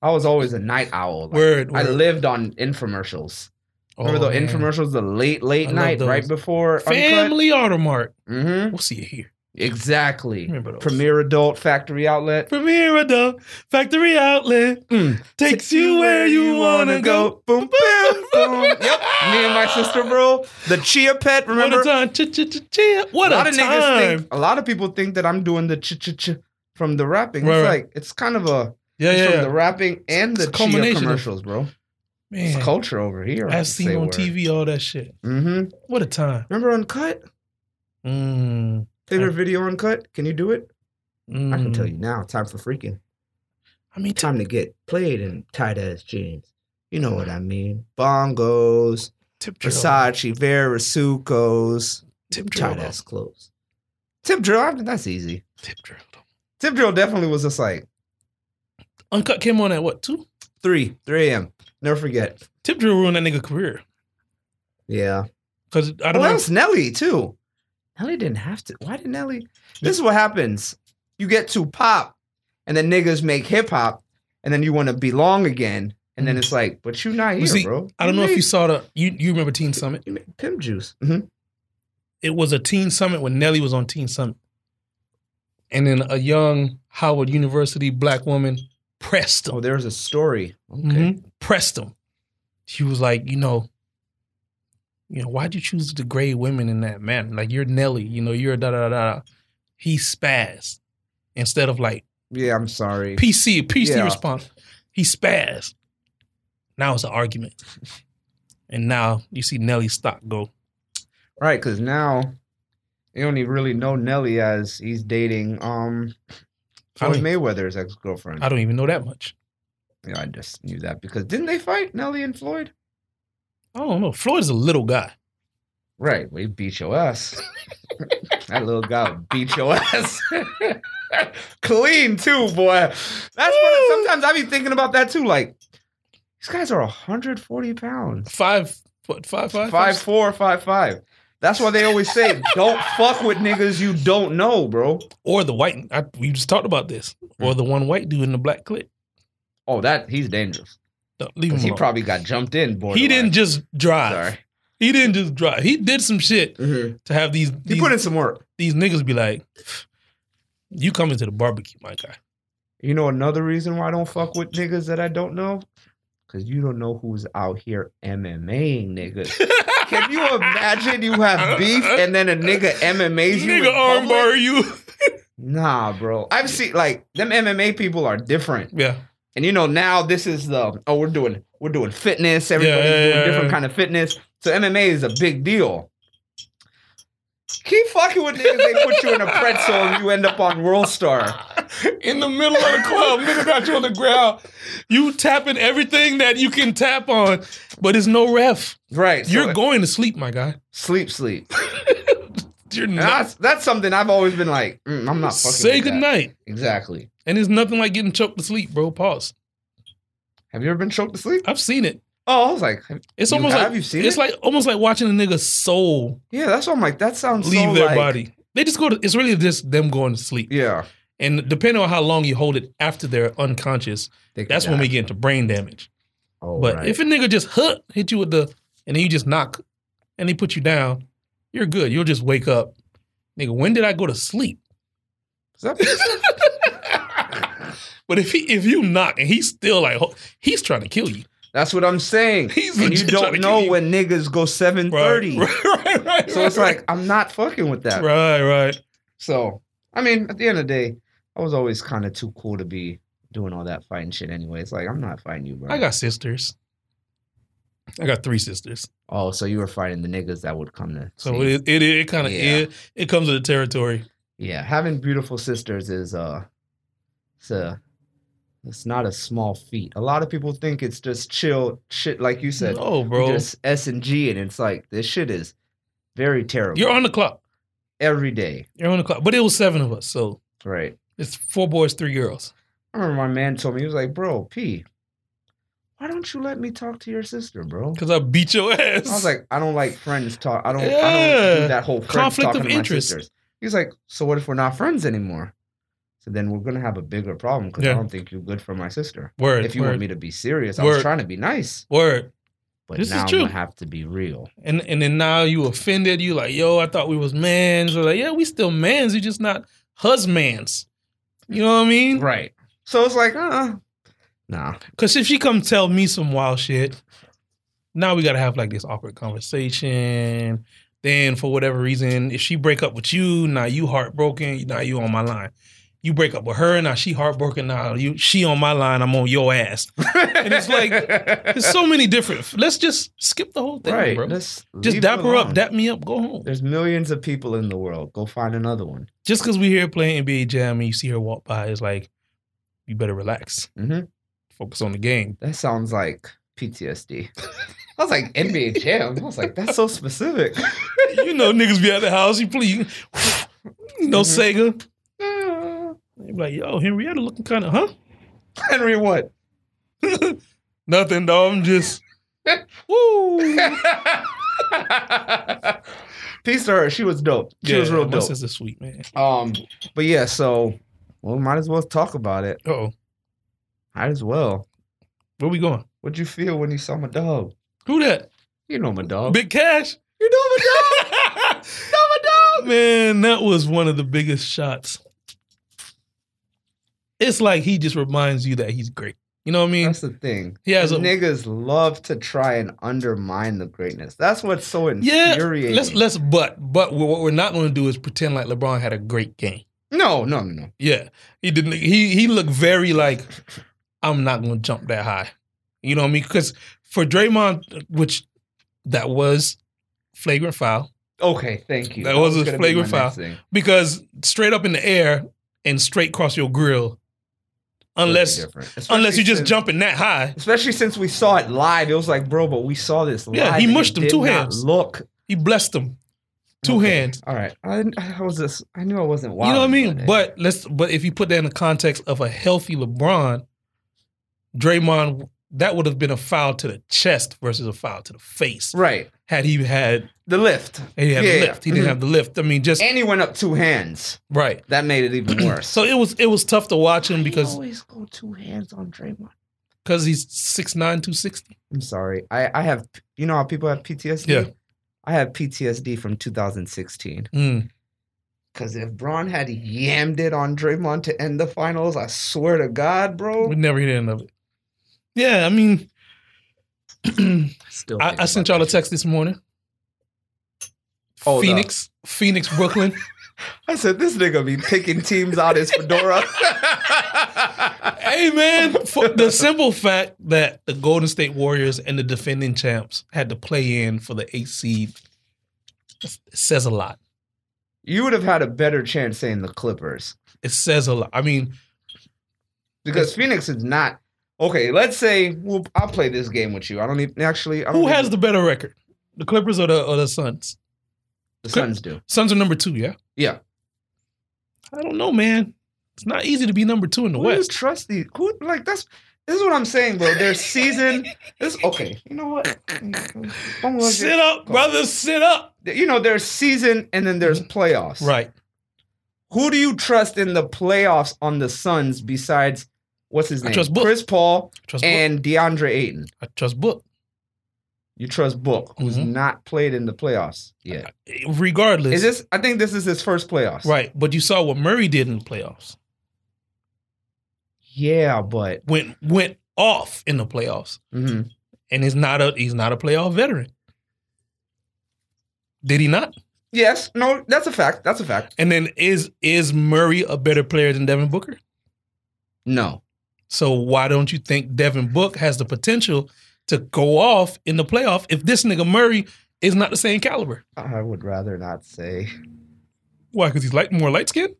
[SPEAKER 1] I was always a night owl. Like,
[SPEAKER 2] Word. word.
[SPEAKER 1] I lived on infomercials. Remember
[SPEAKER 2] Oh,
[SPEAKER 1] the
[SPEAKER 2] man.
[SPEAKER 1] infomercials, the late, late
[SPEAKER 2] I love
[SPEAKER 1] night, right
[SPEAKER 2] those.
[SPEAKER 1] before
[SPEAKER 2] Family Automark.
[SPEAKER 1] Mm-hmm.
[SPEAKER 2] We'll see it here.
[SPEAKER 1] Exactly.
[SPEAKER 2] Remember those.
[SPEAKER 1] Premier Adult Factory Outlet.
[SPEAKER 2] Premier Adult Factory Outlet
[SPEAKER 1] Mm.
[SPEAKER 2] takes you where you wanna go.
[SPEAKER 1] Boom, boom, boom. yep. Me and my sister, bro. The Chia Pet. Remember?
[SPEAKER 2] What a time! Ch- ch- ch- ch- What
[SPEAKER 1] a lot
[SPEAKER 2] a
[SPEAKER 1] of niggas
[SPEAKER 2] time!
[SPEAKER 1] think. A lot of people think that I'm doing the ch ch ch from the rapping.
[SPEAKER 2] Right,
[SPEAKER 1] it's
[SPEAKER 2] right.
[SPEAKER 1] like it's kind of a
[SPEAKER 2] Yeah,
[SPEAKER 1] it's
[SPEAKER 2] yeah,
[SPEAKER 1] from
[SPEAKER 2] yeah.
[SPEAKER 1] the rapping and the
[SPEAKER 2] It's a
[SPEAKER 1] Chia
[SPEAKER 2] combination of-
[SPEAKER 1] commercials, bro. It's
[SPEAKER 2] man.
[SPEAKER 1] culture over here.
[SPEAKER 2] I've seen on TV all that shit.
[SPEAKER 1] Mm-hmm.
[SPEAKER 2] What a time!
[SPEAKER 1] Remember Uncut?
[SPEAKER 2] Mm,
[SPEAKER 1] Favorite video Uncut? Can you do it? I can
[SPEAKER 2] mm.
[SPEAKER 1] tell you now. Time for freaking.
[SPEAKER 2] I mean, t-
[SPEAKER 1] Time to get played in tight ass jeans. You know what I mean? Bongos.
[SPEAKER 2] tip drill,
[SPEAKER 1] Versace, Vera, Sucos,
[SPEAKER 2] tip drill,
[SPEAKER 1] tight ass clothes. Tip drill, I- that's easy.
[SPEAKER 2] tip drill.
[SPEAKER 1] Tip drill definitely was just like
[SPEAKER 2] Uncut came on at what two?
[SPEAKER 1] three, three a.m. Never forget.
[SPEAKER 2] Tip drill ruined that nigga career
[SPEAKER 1] Yeah.
[SPEAKER 2] because I don't
[SPEAKER 1] Well, that
[SPEAKER 2] know.
[SPEAKER 1] was Nelly too. Nelly didn't have to. Why did Nelly? This is what happens. You get to pop, and then niggas make hip hop, and then you want to belong again, and then it's like, but you not
[SPEAKER 2] But
[SPEAKER 1] here,
[SPEAKER 2] see,
[SPEAKER 1] bro.
[SPEAKER 2] I don't know if you saw the you you remember Teen Summit.
[SPEAKER 1] you make pimp juice. Mhm.
[SPEAKER 2] It was a Teen Summit when Nelly was on Teen Summit, and then a young Howard University black woman pressed him.
[SPEAKER 1] Oh, there's a story. Okay.
[SPEAKER 2] Mhm. pressed him. She was like, you know, you know, why'd you choose to degrade women in that manner? Like you're Nelly, you know, you're da da da. da. He spazzed instead of like
[SPEAKER 1] Yeah, I'm sorry.
[SPEAKER 2] PC PC
[SPEAKER 1] Yeah.
[SPEAKER 2] response. He spazzed. Now it's an argument, and now you see Nelly stock go.
[SPEAKER 1] Right, because now you only really know Nelly as he's dating um
[SPEAKER 2] I
[SPEAKER 1] Floyd
[SPEAKER 2] don't,
[SPEAKER 1] Mayweather's ex girlfriend.
[SPEAKER 2] I don't even know that much.
[SPEAKER 1] Yeah, I just knew that because didn't they fight Nelly and Floyd?
[SPEAKER 2] I don't know. Floyd's a little guy.
[SPEAKER 1] Right, we beat your ass. that little guy would beat your ass. Clean too, boy. That's what
[SPEAKER 2] Woo!
[SPEAKER 1] sometimes I be thinking about that too. Like these guys are 140 pounds.
[SPEAKER 2] Five foot five five
[SPEAKER 1] Five four, five five. That's why they always say, don't fuck with niggas you don't know, bro.
[SPEAKER 2] or the white. I, we just talked about this. Or the one white dude in the black clip.
[SPEAKER 1] Oh, that he's dangerous.
[SPEAKER 2] Don't- Leave him
[SPEAKER 1] Because he
[SPEAKER 2] alone.
[SPEAKER 1] probably got jumped in.
[SPEAKER 2] He
[SPEAKER 1] borderline.
[SPEAKER 2] didn't just drive.
[SPEAKER 1] Sorry.
[SPEAKER 2] He didn't just drive. He did some shit to have these
[SPEAKER 1] He
[SPEAKER 2] these,
[SPEAKER 1] put in some work.
[SPEAKER 2] these niggas be like, "You coming to the barbecue, my guy?"
[SPEAKER 1] You know another reason why I don't fuck with niggas that I don't know? Because you don't know who's out here MMAing niggas. Can you imagine you have beef and then a nigga MMAs you? in
[SPEAKER 2] Nigga
[SPEAKER 1] public?
[SPEAKER 2] armbar you.
[SPEAKER 1] Nah, bro. I've seen like them MMA people are different.
[SPEAKER 2] Yeah,
[SPEAKER 1] And you know, now this is the oh, we're doing we're doing fitness. Everybody's
[SPEAKER 2] yeah,
[SPEAKER 1] doing
[SPEAKER 2] yeah,
[SPEAKER 1] different
[SPEAKER 2] yeah.
[SPEAKER 1] kind of fitness. So MMA is a big deal. Keep fucking with niggas. They put you in a pretzel and you end up on World Star.
[SPEAKER 2] in the middle of the club, nigga got you on the ground. You tapping everything that you can tap on, but it's no ref.
[SPEAKER 1] Right. so
[SPEAKER 2] You're going to sleep, my guy.
[SPEAKER 1] sleep, sleep.
[SPEAKER 2] You're
[SPEAKER 1] And
[SPEAKER 2] not.
[SPEAKER 1] that's, that's something I've always been like, mm, I'm not fucking
[SPEAKER 2] Say
[SPEAKER 1] with that.
[SPEAKER 2] goodnight.
[SPEAKER 1] Exactly.
[SPEAKER 2] And it's nothing like getting choked to sleep, bro. Pause.
[SPEAKER 1] Have you ever been choked to sleep?
[SPEAKER 2] I've seen it.
[SPEAKER 1] Oh, I was like,
[SPEAKER 2] It's
[SPEAKER 1] You
[SPEAKER 2] almost
[SPEAKER 1] have?
[SPEAKER 2] like
[SPEAKER 1] You've seen
[SPEAKER 2] it's
[SPEAKER 1] it?
[SPEAKER 2] like almost like watching a nigga's soul
[SPEAKER 1] yeah, that's what I'm like. That sounds
[SPEAKER 2] leave
[SPEAKER 1] so
[SPEAKER 2] their
[SPEAKER 1] like-
[SPEAKER 2] body. They just go to. It's really just them going to sleep.
[SPEAKER 1] Yeah.
[SPEAKER 2] And depending on how long you hold it after they're unconscious,
[SPEAKER 1] They could
[SPEAKER 2] that's when
[SPEAKER 1] die.
[SPEAKER 2] we get into brain damage.
[SPEAKER 1] Oh,
[SPEAKER 2] But
[SPEAKER 1] right.
[SPEAKER 2] if a nigga just huh, hit you with the, and then you just knock, and they put you down, you're good. You'll just wake up. Nigga, when did I go to sleep?
[SPEAKER 1] Is that-
[SPEAKER 2] But if he if you knock and he's still like ho- he's trying to kill you,
[SPEAKER 1] that's what I'm saying.
[SPEAKER 2] He's
[SPEAKER 1] and you
[SPEAKER 2] legit trying
[SPEAKER 1] don't
[SPEAKER 2] to
[SPEAKER 1] know
[SPEAKER 2] kill you.
[SPEAKER 1] when niggas go seven
[SPEAKER 2] right?
[SPEAKER 1] thirty.
[SPEAKER 2] Right, right, right.
[SPEAKER 1] So it's
[SPEAKER 2] right,
[SPEAKER 1] like I'm not fucking with that.
[SPEAKER 2] right, right.
[SPEAKER 1] So I mean, at the end of the day, I was always kind of too cool to be doing all that fighting shit anyway. It's like I'm not fighting you, bro.
[SPEAKER 2] I got sisters. I got three sisters,
[SPEAKER 1] Oh, so you were fighting the niggas that would come to.
[SPEAKER 2] so
[SPEAKER 1] see.
[SPEAKER 2] it it, it kind of
[SPEAKER 1] Yeah.
[SPEAKER 2] it, it comes with the territory. Mm-hmm.
[SPEAKER 1] Yeah, having beautiful sisters is uh, it's a, it's not a small feat. A lot of people think it's just chill shit, like you said,
[SPEAKER 2] No,
[SPEAKER 1] you
[SPEAKER 2] bro,
[SPEAKER 1] just S and G, and it's like this shit is very terrible.
[SPEAKER 2] you're on the clock.
[SPEAKER 1] every day,
[SPEAKER 2] You're on the clock. But it was seven of us, so
[SPEAKER 1] right?
[SPEAKER 2] it's four boys, three girls.
[SPEAKER 1] I remember my man told me he was like, "Bro, P, why don't you let me talk to your sister, bro?"
[SPEAKER 2] Because I beat your ass.
[SPEAKER 1] I was like, I don't like friends talk. I don't. I don't
[SPEAKER 2] Yeah.
[SPEAKER 1] do that whole friends
[SPEAKER 2] Conflict
[SPEAKER 1] talking
[SPEAKER 2] of
[SPEAKER 1] to my
[SPEAKER 2] interest.
[SPEAKER 1] sisters. He's like, so what if we're not friends anymore? So then we're gonna have a bigger problem because I
[SPEAKER 2] Yeah.
[SPEAKER 1] don't think you're good for my sister.
[SPEAKER 2] word,
[SPEAKER 1] if you
[SPEAKER 2] word,
[SPEAKER 1] want me to be serious, I was
[SPEAKER 2] Word.
[SPEAKER 1] trying to be nice,
[SPEAKER 2] word.
[SPEAKER 1] but
[SPEAKER 2] This is
[SPEAKER 1] now I'm
[SPEAKER 2] true.
[SPEAKER 1] gonna have to be real.
[SPEAKER 2] And and then now you offended. You like, yo, I thought we was mans. We're like, yeah, we still mans. You just not husbands. You know what I mean?
[SPEAKER 1] Right. So it's like, uh, nah.
[SPEAKER 2] Cause if she come tell me some wild shit, now we gotta have like this awkward conversation. Then for whatever reason, if she break up with you, now you heartbroken, now you on my line. You break up with her, now she heartbroken, now you she on my line, I'm on your ass.
[SPEAKER 1] and
[SPEAKER 2] it's like, There's so many different. Let's just skip the whole thing,
[SPEAKER 1] right.
[SPEAKER 2] bro.
[SPEAKER 1] Let's
[SPEAKER 2] Just
[SPEAKER 1] leave
[SPEAKER 2] dap
[SPEAKER 1] it
[SPEAKER 2] her up,
[SPEAKER 1] alone.
[SPEAKER 2] dap me up, go home.
[SPEAKER 1] There's millions of people in the world. Go find another one.
[SPEAKER 2] Just cause we here playing NBA Jam and you see her walk by, it's like you better relax,
[SPEAKER 1] Mm-hmm.
[SPEAKER 2] focus on the game.
[SPEAKER 1] That sounds like PTSD. I was like NBA Jam. I was like, that's so specific.
[SPEAKER 2] you know, niggas be at the house. You please, you know,
[SPEAKER 1] Mhm.
[SPEAKER 2] Sega.
[SPEAKER 1] Ah.
[SPEAKER 2] They Mm-hmm. Mm. be like, yo, Henrietta looking kind of, huh?
[SPEAKER 1] Henry, what?
[SPEAKER 2] Nothing, dog. I'm just, woo.
[SPEAKER 1] Peace to her. She was dope. She was real
[SPEAKER 2] my
[SPEAKER 1] dope.
[SPEAKER 2] sister's sweet, man.
[SPEAKER 1] Um, but yeah, so well, might as well talk about it.
[SPEAKER 2] Uh-oh.
[SPEAKER 1] Might as well.
[SPEAKER 2] Where we going?
[SPEAKER 1] What'd you feel when you saw my dog?
[SPEAKER 2] Who that?
[SPEAKER 1] You know my dog.
[SPEAKER 2] Big Cash?
[SPEAKER 1] you know
[SPEAKER 2] my dog. my dog. Man, that was one of the biggest shots. It's like he just reminds you that he's great. You know what I
[SPEAKER 1] my
[SPEAKER 2] mean?
[SPEAKER 1] That's the thing.
[SPEAKER 2] He has a,
[SPEAKER 1] Niggas love to try and undermine the greatness. That's what's so
[SPEAKER 2] Yeah,
[SPEAKER 1] infuriating.
[SPEAKER 2] let's, let's, but, but what we're not going to do is pretend like LeBron had a great game.
[SPEAKER 1] no, no, no, no.
[SPEAKER 2] Yeah, he didn't. He he looked very like I'm not going to jump that high. You know what I mean? Because for Draymond, which that was flagrant foul
[SPEAKER 1] Okay, thank you.
[SPEAKER 2] That was a
[SPEAKER 1] gonna be
[SPEAKER 2] flagrant
[SPEAKER 1] my next
[SPEAKER 2] foul.
[SPEAKER 1] thing.
[SPEAKER 2] because straight up in the air and straight across your grill, unless
[SPEAKER 1] Totally different.
[SPEAKER 2] unless you
[SPEAKER 1] Especially
[SPEAKER 2] just
[SPEAKER 1] since-
[SPEAKER 2] jumping that high,
[SPEAKER 1] Especially since we saw it live, it was like, bro, but we saw this live.
[SPEAKER 2] Yeah, he
[SPEAKER 1] and it
[SPEAKER 2] mushed him,
[SPEAKER 1] did
[SPEAKER 2] two
[SPEAKER 1] not
[SPEAKER 2] hands.
[SPEAKER 1] Look,
[SPEAKER 2] he blessed him two
[SPEAKER 1] Okay,
[SPEAKER 2] hands.
[SPEAKER 1] All right, I, I was just, I knew I wasn't wild.
[SPEAKER 2] you know what I mean? But let's but if you put that in the context of a healthy LeBron, Draymond, that would have been a foul to the chest versus a foul to the face.
[SPEAKER 1] right,
[SPEAKER 2] Had he had
[SPEAKER 1] the lift,
[SPEAKER 2] And he had
[SPEAKER 1] Yeah,
[SPEAKER 2] the lift. He
[SPEAKER 1] mhm.
[SPEAKER 2] didn't have the lift. I mean, just
[SPEAKER 1] and he went up two hands.
[SPEAKER 2] right.
[SPEAKER 1] That made it even worse.
[SPEAKER 2] So it was it was tough to watch him
[SPEAKER 1] Why
[SPEAKER 2] because
[SPEAKER 1] you always go two hands on Draymond.
[SPEAKER 2] because he's 6'9", 260.
[SPEAKER 1] I'm sorry, I I have, you know how people have PTSD.
[SPEAKER 2] Yeah.
[SPEAKER 1] I have PTSD from 2016.
[SPEAKER 2] Mm.
[SPEAKER 1] Because if Braun had yammed it on Draymond to end the finals, I swear to God, bro.
[SPEAKER 2] We never hear the end of it. Yeah, I mean, I,
[SPEAKER 1] Still
[SPEAKER 2] I sent y'all a text this morning.
[SPEAKER 1] Oh, the-
[SPEAKER 2] Phoenix, Phoenix, Brooklyn.
[SPEAKER 1] I said, this nigga be picking teams out his fedora.
[SPEAKER 2] hey man, for the simple fact that the Golden State Warriors and the defending champs had to play in for the eighth seed it says a lot.
[SPEAKER 1] you would have had a better chance saying the Clippers
[SPEAKER 2] It says a lot. I mean,
[SPEAKER 1] because Phoenix is not. Okay, let's say well, I'll play this game with you. I don't even e, actually. I don't
[SPEAKER 2] who
[SPEAKER 1] even-
[SPEAKER 2] has the better record, the Clippers or the or the Suns?
[SPEAKER 1] The Suns do.
[SPEAKER 2] Suns are number two, yeah?
[SPEAKER 1] Yeah.
[SPEAKER 2] I don't know, man. It's not easy to be number two in the
[SPEAKER 1] Who do you
[SPEAKER 2] West.
[SPEAKER 1] trust these? Who like that's this is what I'm saying, bro. Their season is okay. You know what? Don't look at-
[SPEAKER 2] Sit up,
[SPEAKER 1] Go.
[SPEAKER 2] brother, sit up.
[SPEAKER 1] You know, there's season and then there's playoffs.
[SPEAKER 2] Mm-hmm. Right.
[SPEAKER 1] Who do you trust in the playoffs on the Suns besides what's his
[SPEAKER 2] I
[SPEAKER 1] name?
[SPEAKER 2] trust Book.
[SPEAKER 1] Chris Paul
[SPEAKER 2] Trust Book.
[SPEAKER 1] and DeAndre Ayton.
[SPEAKER 2] I trust Book.
[SPEAKER 1] You trust Book, who's
[SPEAKER 2] Mhm.
[SPEAKER 1] not played in the playoffs yet.
[SPEAKER 2] Regardless.
[SPEAKER 1] Is this? I think this is his first playoffs.
[SPEAKER 2] Uh, right. But you saw what Murray did in the playoffs.
[SPEAKER 1] Yeah, but
[SPEAKER 2] Went went off in the playoffs.
[SPEAKER 1] mhm.
[SPEAKER 2] And he's not a he's not a playoff veteran. Did he not?
[SPEAKER 1] yes, no, that's a fact. That's a fact.
[SPEAKER 2] And then is is Murray a better player than Devin Booker?
[SPEAKER 1] No,
[SPEAKER 2] So why don't you think Devin Book has the potential to go off in the playoff if this nigga Murray is not the same caliber?
[SPEAKER 1] I would rather not say.
[SPEAKER 2] Why? Because he's light, more light skinned?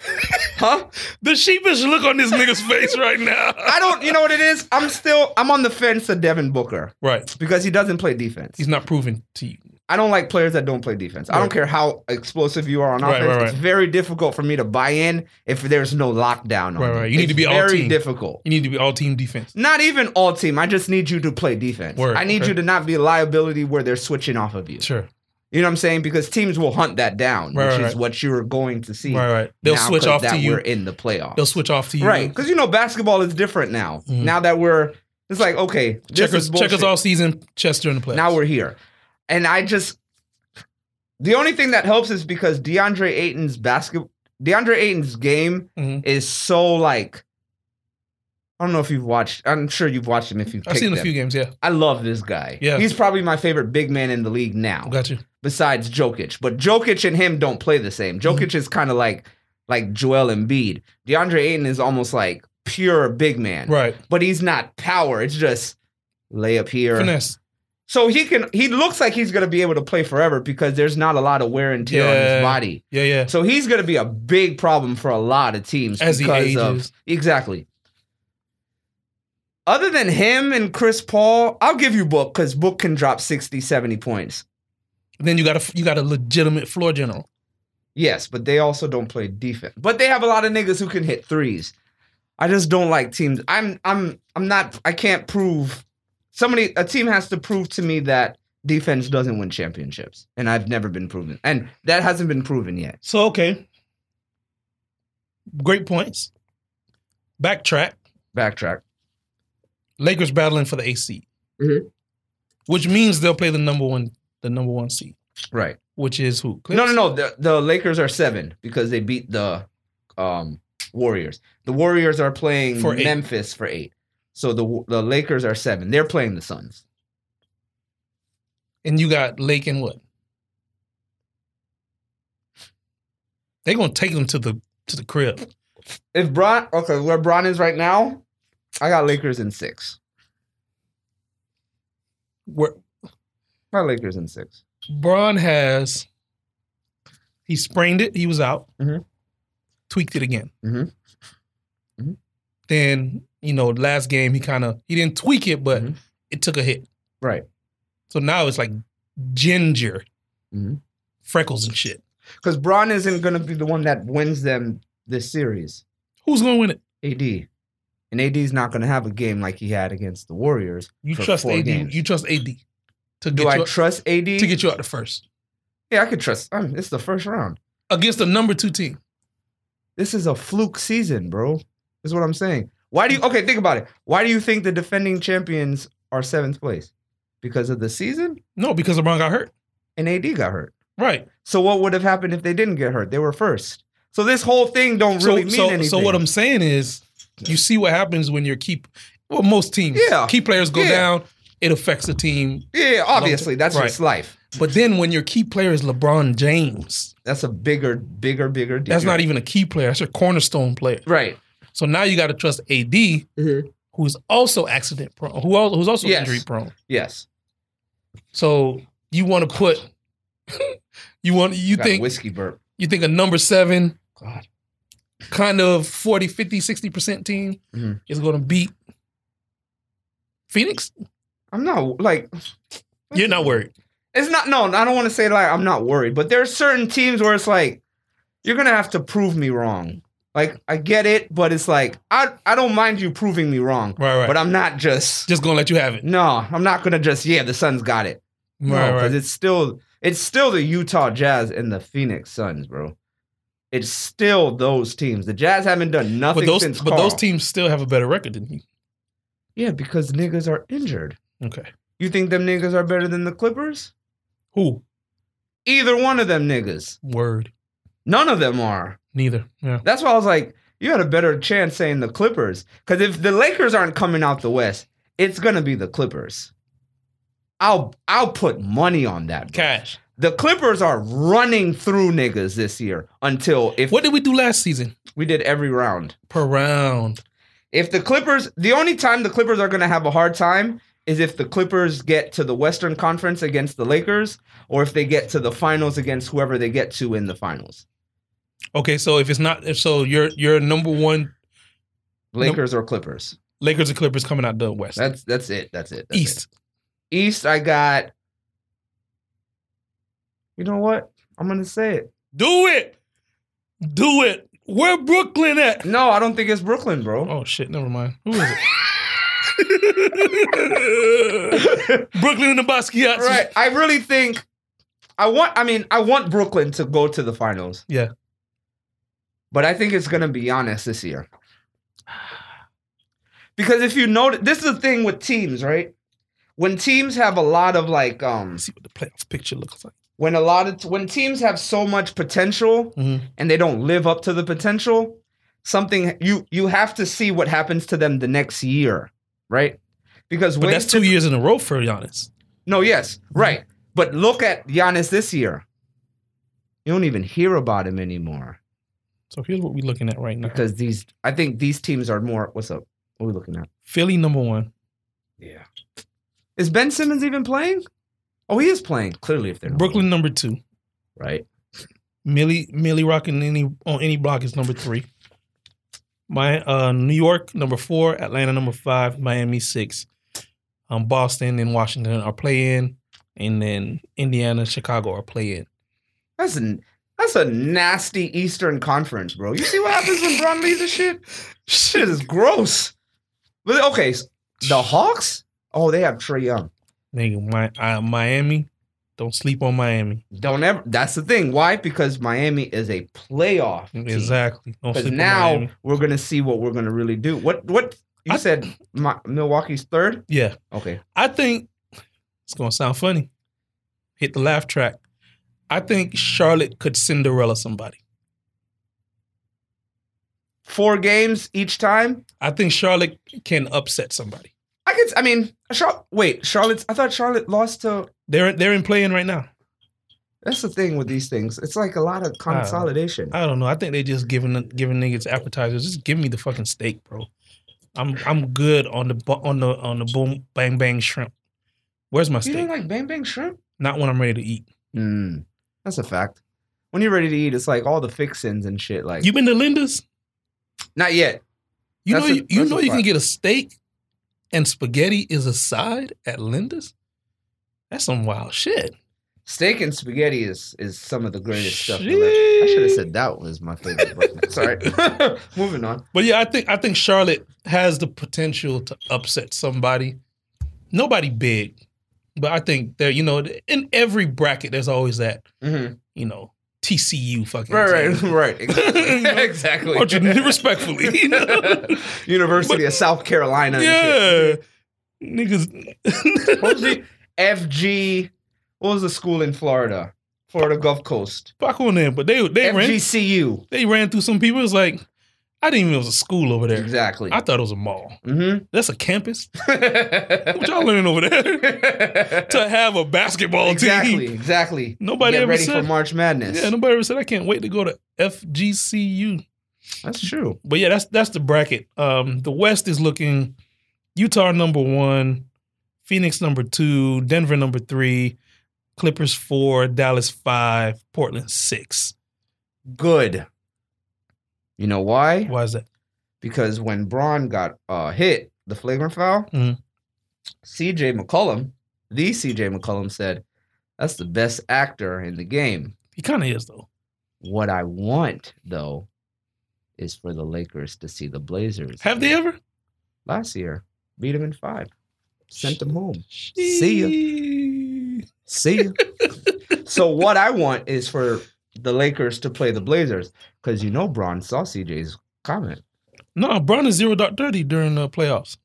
[SPEAKER 1] Huh?
[SPEAKER 2] The sheepish look on this nigga's face right now.
[SPEAKER 1] I don't. You know what it is? I'm still. I'm on the fence of Devin Booker
[SPEAKER 2] Right.
[SPEAKER 1] because he doesn't play defense.
[SPEAKER 2] He's not proven to you.
[SPEAKER 1] I don't like players that don't play defense. I don't
[SPEAKER 2] Right.
[SPEAKER 1] care how explosive you are on
[SPEAKER 2] Right,
[SPEAKER 1] offense.
[SPEAKER 2] right,
[SPEAKER 1] It's
[SPEAKER 2] right.
[SPEAKER 1] very difficult for me to buy in if there's no lockdown. On
[SPEAKER 2] Right,
[SPEAKER 1] you.
[SPEAKER 2] right. You need
[SPEAKER 1] It's
[SPEAKER 2] to be all
[SPEAKER 1] very
[SPEAKER 2] team.
[SPEAKER 1] difficult.
[SPEAKER 2] You need to be all team defense.
[SPEAKER 1] Not even all team. I just need you to play defense.
[SPEAKER 2] Word,
[SPEAKER 1] I need
[SPEAKER 2] okay.
[SPEAKER 1] you to not be a liability where they're switching off of you.
[SPEAKER 2] Sure.
[SPEAKER 1] You know what I'm saying? Because teams will hunt that down,
[SPEAKER 2] Right,
[SPEAKER 1] which
[SPEAKER 2] right,
[SPEAKER 1] is
[SPEAKER 2] right.
[SPEAKER 1] what you're going to see.
[SPEAKER 2] Right, right. They'll
[SPEAKER 1] now
[SPEAKER 2] switch
[SPEAKER 1] 'cause
[SPEAKER 2] off
[SPEAKER 1] that
[SPEAKER 2] to you.
[SPEAKER 1] We're in the playoffs.
[SPEAKER 2] They'll switch off to you.
[SPEAKER 1] Right, because you know basketball is different now.
[SPEAKER 2] Mhm.
[SPEAKER 1] Now that we're, it's like okay, this
[SPEAKER 2] Checkers,
[SPEAKER 1] is bullshit.
[SPEAKER 2] checkers all season, Chester in the playoffs.
[SPEAKER 1] Now we're here, and I just the only thing that helps is because DeAndre Ayton's basket, DeAndre Ayton's game
[SPEAKER 2] Mhm.
[SPEAKER 1] is so like. I don't know if you've watched. I'm sure you've watched him. If you've
[SPEAKER 2] I've
[SPEAKER 1] picked
[SPEAKER 2] seen a
[SPEAKER 1] him.
[SPEAKER 2] few games, yeah.
[SPEAKER 1] I love this guy.
[SPEAKER 2] Yeah.
[SPEAKER 1] he's probably my favorite big man in the league now
[SPEAKER 2] Got you.
[SPEAKER 1] besides Jokic. But Jokic and him don't play the same.
[SPEAKER 2] Mm-hmm.
[SPEAKER 1] Jokic is kind of like like Joel Embiid. DeAndre Ayton is almost like pure big man.
[SPEAKER 2] Right.
[SPEAKER 1] But he's not power. It's just lay up here.
[SPEAKER 2] Finesse.
[SPEAKER 1] So he can he looks like he's gonna be able to play forever because there's not a lot of wear and tear on
[SPEAKER 2] Yeah.
[SPEAKER 1] his body.
[SPEAKER 2] Yeah, yeah.
[SPEAKER 1] So he's gonna be a big problem for a lot of teams
[SPEAKER 2] As he
[SPEAKER 1] because
[SPEAKER 2] ages.
[SPEAKER 1] of exactly. Other than him and Chris Paul, I'll give you Book because Book can drop 60, 70 points.
[SPEAKER 2] Then you got a you got a legitimate floor general.
[SPEAKER 1] Yes, but they also don't play defense. But they have a lot of niggas who can hit threes. I just don't like teams. I'm I'm I'm not I can't prove somebody a team has to prove to me that defense doesn't win championships. And I've never been proven. And that hasn't been proven yet.
[SPEAKER 2] So okay. Great points. Backtrack.
[SPEAKER 1] Backtrack.
[SPEAKER 2] Lakers battling for the eighth seed,
[SPEAKER 1] Mhm.
[SPEAKER 2] which means they'll play the number one, the number one seed,
[SPEAKER 1] Right.
[SPEAKER 2] which is who?
[SPEAKER 1] No, no, no. The the Lakers are 7 because they beat the um Warriors. The Warriors are playing
[SPEAKER 2] For eight.
[SPEAKER 1] Memphis for 8. So the the Lakers are 7. They're playing the Suns.
[SPEAKER 2] And you got Lake and what? They're gonna take them to the to the crib.
[SPEAKER 1] If Bron, okay, where Bron is right now, I got Lakers in six.
[SPEAKER 2] Where
[SPEAKER 1] My Lakers in six.
[SPEAKER 2] Braun has, he sprained it. He was out.
[SPEAKER 1] Mhm.
[SPEAKER 2] Tweaked it again.
[SPEAKER 1] Mhm. Mhm.
[SPEAKER 2] Then you know, last game he kind of he didn't tweak it, but
[SPEAKER 1] Mhm.
[SPEAKER 2] it took a hit.
[SPEAKER 1] Right.
[SPEAKER 2] So now it's like ginger,
[SPEAKER 1] Mhm.
[SPEAKER 2] freckles and shit.
[SPEAKER 1] Because Bron isn't going to be the one that wins them this series.
[SPEAKER 2] Who's gonna win it?
[SPEAKER 1] AD. And AD's not going to have a game like he had against the Warriors.
[SPEAKER 2] You
[SPEAKER 1] for
[SPEAKER 2] trust
[SPEAKER 1] four
[SPEAKER 2] AD.
[SPEAKER 1] games.
[SPEAKER 2] You trust AD to
[SPEAKER 1] Do
[SPEAKER 2] get
[SPEAKER 1] I
[SPEAKER 2] you
[SPEAKER 1] trust AD?
[SPEAKER 2] to get you out the first
[SPEAKER 1] yeah, I could trust. I mean, it's the first round.
[SPEAKER 2] against the number two team.
[SPEAKER 1] This is a fluke season, bro. Is what I'm saying. Why do you, okay, think about it. Why do you think the defending champions are seventh place? Because of the season
[SPEAKER 2] No, because LeBron got hurt.
[SPEAKER 1] and AD got hurt.
[SPEAKER 2] Right.
[SPEAKER 1] So what would have happened if they didn't get hurt? They were first. So this whole thing don't really mean
[SPEAKER 2] so, so,
[SPEAKER 1] anything.
[SPEAKER 2] so what I'm saying is, you see what happens when your key, well, most teams,
[SPEAKER 1] Yeah.
[SPEAKER 2] key players go
[SPEAKER 1] Yeah.
[SPEAKER 2] down. It affects the team,
[SPEAKER 1] yeah, obviously that's
[SPEAKER 2] Right.
[SPEAKER 1] just life.
[SPEAKER 2] but then when your key player is LeBron James,
[SPEAKER 1] That's a bigger, bigger, bigger deal.
[SPEAKER 2] that's not e even a key player. That's your cornerstone player.
[SPEAKER 1] right.
[SPEAKER 2] So now you got to trust AD, who's also accident prone, who al- who's also
[SPEAKER 1] Yes.
[SPEAKER 2] injury prone.
[SPEAKER 1] Yes.
[SPEAKER 2] So you want to put, you want you
[SPEAKER 1] Got a
[SPEAKER 2] think
[SPEAKER 1] whiskey burp?
[SPEAKER 2] you think a number seven
[SPEAKER 1] God.
[SPEAKER 2] kind of 40 50 60% team
[SPEAKER 1] Mhm.
[SPEAKER 2] is going to beat phoenix
[SPEAKER 1] I'm not like
[SPEAKER 2] you're not worried
[SPEAKER 1] It's not. No, I don't want to say like I'm not worried, but there are certain teams where it's like you're gonna have to prove me wrong. Like I get it, but it's like I I don't mind you proving me wrong,
[SPEAKER 2] Right, right.
[SPEAKER 1] but I'm not just.
[SPEAKER 2] just gonna let you have it.
[SPEAKER 1] No, I'm not gonna just. Yeah, the Suns got it. No,
[SPEAKER 2] Right,
[SPEAKER 1] because
[SPEAKER 2] right.
[SPEAKER 1] it's still it's still the Utah Jazz and the Phoenix Suns, bro. It's still those teams. The Jazz haven't done nothing
[SPEAKER 2] But those
[SPEAKER 1] since
[SPEAKER 2] but
[SPEAKER 1] Carl.
[SPEAKER 2] those teams still have a better record than you.
[SPEAKER 1] Yeah, because niggas are injured.
[SPEAKER 2] Okay.
[SPEAKER 1] You think them niggas are better than the Clippers?
[SPEAKER 2] Who?
[SPEAKER 1] Either one of them niggas.
[SPEAKER 2] Word.
[SPEAKER 1] None of them are.
[SPEAKER 2] Neither. Yeah.
[SPEAKER 1] That's why I was like, you had a better chance saying the Clippers. Because if the Lakers aren't coming out the West, it's gonna be the Clippers. I'll I'll put money on that. bro.
[SPEAKER 2] Cash.
[SPEAKER 1] The Clippers are running through niggas this year until if
[SPEAKER 2] What did we do last season?
[SPEAKER 1] we did every round.
[SPEAKER 2] Per round.
[SPEAKER 1] If the Clippers, the only time the Clippers are going to have a hard time is if the Clippers get to the Western Conference against the Lakers, or if they get to the finals against whoever they get to in the finals.
[SPEAKER 2] Okay, so if it's not if so your your number one
[SPEAKER 1] Lakers or Clippers.
[SPEAKER 2] Lakers and Clippers coming out the West.
[SPEAKER 1] That's that's it. That's it. That's
[SPEAKER 2] East.
[SPEAKER 1] it. East. I got. You know what? I'm gonna say it.
[SPEAKER 2] Do it. Do it. Where Brooklyn at?
[SPEAKER 1] No, I don't think it's Brooklyn, bro.
[SPEAKER 2] Oh shit, never mind. Who is it? Brooklyn and the Basquiat.
[SPEAKER 1] right. I really think I want. I mean, I want Brooklyn to go to the finals.
[SPEAKER 2] Yeah.
[SPEAKER 1] But I think it's gonna be Giannis this year. Because if you notice, this is the thing with teams, right? When teams have a lot of like, um,
[SPEAKER 2] Let's see what the playoff picture looks like.
[SPEAKER 1] when a lot of when teams have so much potential
[SPEAKER 2] Mhm.
[SPEAKER 1] and they don't live up to the potential, something you you have to see what happens to them the next year, right? Because
[SPEAKER 2] But
[SPEAKER 1] when
[SPEAKER 2] that's two years in a row for Giannis.
[SPEAKER 1] No, yes, right. But look at Giannis this year. You don't even hear about him anymore
[SPEAKER 2] So here's what we're looking at right now.
[SPEAKER 1] because these. I think these teams are more. What's up? What are we looking at?
[SPEAKER 2] Philly number one.
[SPEAKER 1] Yeah. Is Ben Simmons even playing? Oh, he is playing. Clearly, if they're not
[SPEAKER 2] Brooklyn number two.
[SPEAKER 1] winning, right?
[SPEAKER 2] Millie Millie rocking any on any block is number three. My uh New York number four, Atlanta number five, Miami six. Um Boston and Washington are play in, and then Indiana, Chicago are play in.
[SPEAKER 1] That's an that's a nasty Eastern Conference, bro. You see what happens when Bron leaves the shit? Shit is gross. But okay, s- the Hawks. Oh, they have Trey Young.
[SPEAKER 2] Nigga, my uh, Miami, don't sleep on Miami.
[SPEAKER 1] Don't ever. That's the thing. Why? Because Miami is a playoff. team.
[SPEAKER 2] Exactly. Don't
[SPEAKER 1] Because
[SPEAKER 2] sleep
[SPEAKER 1] now
[SPEAKER 2] on Miami.
[SPEAKER 1] we're gonna see what we're gonna really do. What what you
[SPEAKER 2] I-
[SPEAKER 1] said? Mi Milwaukee's third.
[SPEAKER 2] Yeah.
[SPEAKER 1] Okay.
[SPEAKER 2] I think it's gonna sound funny. Hit the laugh track. I think Charlotte could Cinderella somebody.
[SPEAKER 1] Four games each time.
[SPEAKER 2] I think Charlotte can upset somebody.
[SPEAKER 1] I could. I mean, Char- wait, Charlotte's. I thought Charlotte lost to.
[SPEAKER 2] They're they're in playing right now.
[SPEAKER 1] That's the thing with these things. It's like a lot of consolidation.
[SPEAKER 2] I don't know. I think they just giving giving niggas appetizers. Just give me the fucking steak, bro. I'm I'm good on the bu- on the on the boom bang bang shrimp. Where's my
[SPEAKER 1] you
[SPEAKER 2] steak?
[SPEAKER 1] didn't like Bang Bang Shrimp?
[SPEAKER 2] Not when I'm ready to eat.
[SPEAKER 1] Mm, that's a fact. When you're ready to eat, it's like all the fixins and shit. Like
[SPEAKER 2] You been to Linda's?
[SPEAKER 1] not yet.
[SPEAKER 2] You
[SPEAKER 1] That's
[SPEAKER 2] know
[SPEAKER 1] a-
[SPEAKER 2] you, you
[SPEAKER 1] that's
[SPEAKER 2] know
[SPEAKER 1] a
[SPEAKER 2] you can
[SPEAKER 1] fact.
[SPEAKER 2] get a steak and spaghetti is a side at Linda's. That's some wild shit.
[SPEAKER 1] Steak and spaghetti is is some of the greatest stuff. in life. I should have said that was my favorite. but- Sorry. Moving on.
[SPEAKER 2] But yeah, I think I think Charlotte has the potential to upset somebody. Nobody big, but I think there you know in every bracket there's always that
[SPEAKER 1] hmm
[SPEAKER 2] you know TCU fucking
[SPEAKER 1] Right, right,
[SPEAKER 2] team.
[SPEAKER 1] right.
[SPEAKER 2] You know?
[SPEAKER 1] Exactly.
[SPEAKER 2] Or just
[SPEAKER 1] exactly.
[SPEAKER 2] respectfully, you know?
[SPEAKER 1] University of South Carolina. and shit.
[SPEAKER 2] yeah,
[SPEAKER 1] What was
[SPEAKER 2] niggas.
[SPEAKER 1] the FG? What was the school in Florida? Florida Gulf Coast.
[SPEAKER 2] Fuck on them, but they they ran
[SPEAKER 1] FGCU.
[SPEAKER 2] they ran through some people. It's like I didn't even know it was a school over there.
[SPEAKER 1] Exactly.
[SPEAKER 2] I thought it was a mall.
[SPEAKER 1] Mm-hmm.
[SPEAKER 2] That's a campus. What y'all learning over there? to have a basketball
[SPEAKER 1] exactly.
[SPEAKER 2] team.
[SPEAKER 1] Exactly.
[SPEAKER 2] Nobody
[SPEAKER 1] Get
[SPEAKER 2] ever
[SPEAKER 1] ready
[SPEAKER 2] said-
[SPEAKER 1] for March Madness.
[SPEAKER 2] Yeah, nobody ever said I can't wait to go to FGCU.
[SPEAKER 1] That's true.
[SPEAKER 2] But yeah, that's that's the bracket. Um, the West is looking Utah number one, Phoenix number two, Denver number three, Clippers four, Dallas five, Portland six.
[SPEAKER 1] Good. You know why?
[SPEAKER 2] Why is that?
[SPEAKER 1] because when Braun got uh, hit, the flagrant foul,
[SPEAKER 2] Mhm.
[SPEAKER 1] CJ McCollum, the CJ McCollum said, That's the best actor in the game.
[SPEAKER 2] He kind of is though.
[SPEAKER 1] What I want though is for the Lakers to see the Blazers.
[SPEAKER 2] Have they ever?
[SPEAKER 1] last year? Beat them in five. Sent them home. See
[SPEAKER 2] ya.
[SPEAKER 1] See ya. so what I want is for the Lakers to play the Blazers because you know Braun saw CJ's comment.
[SPEAKER 2] No, Bron is zero dot thirty during the playoffs.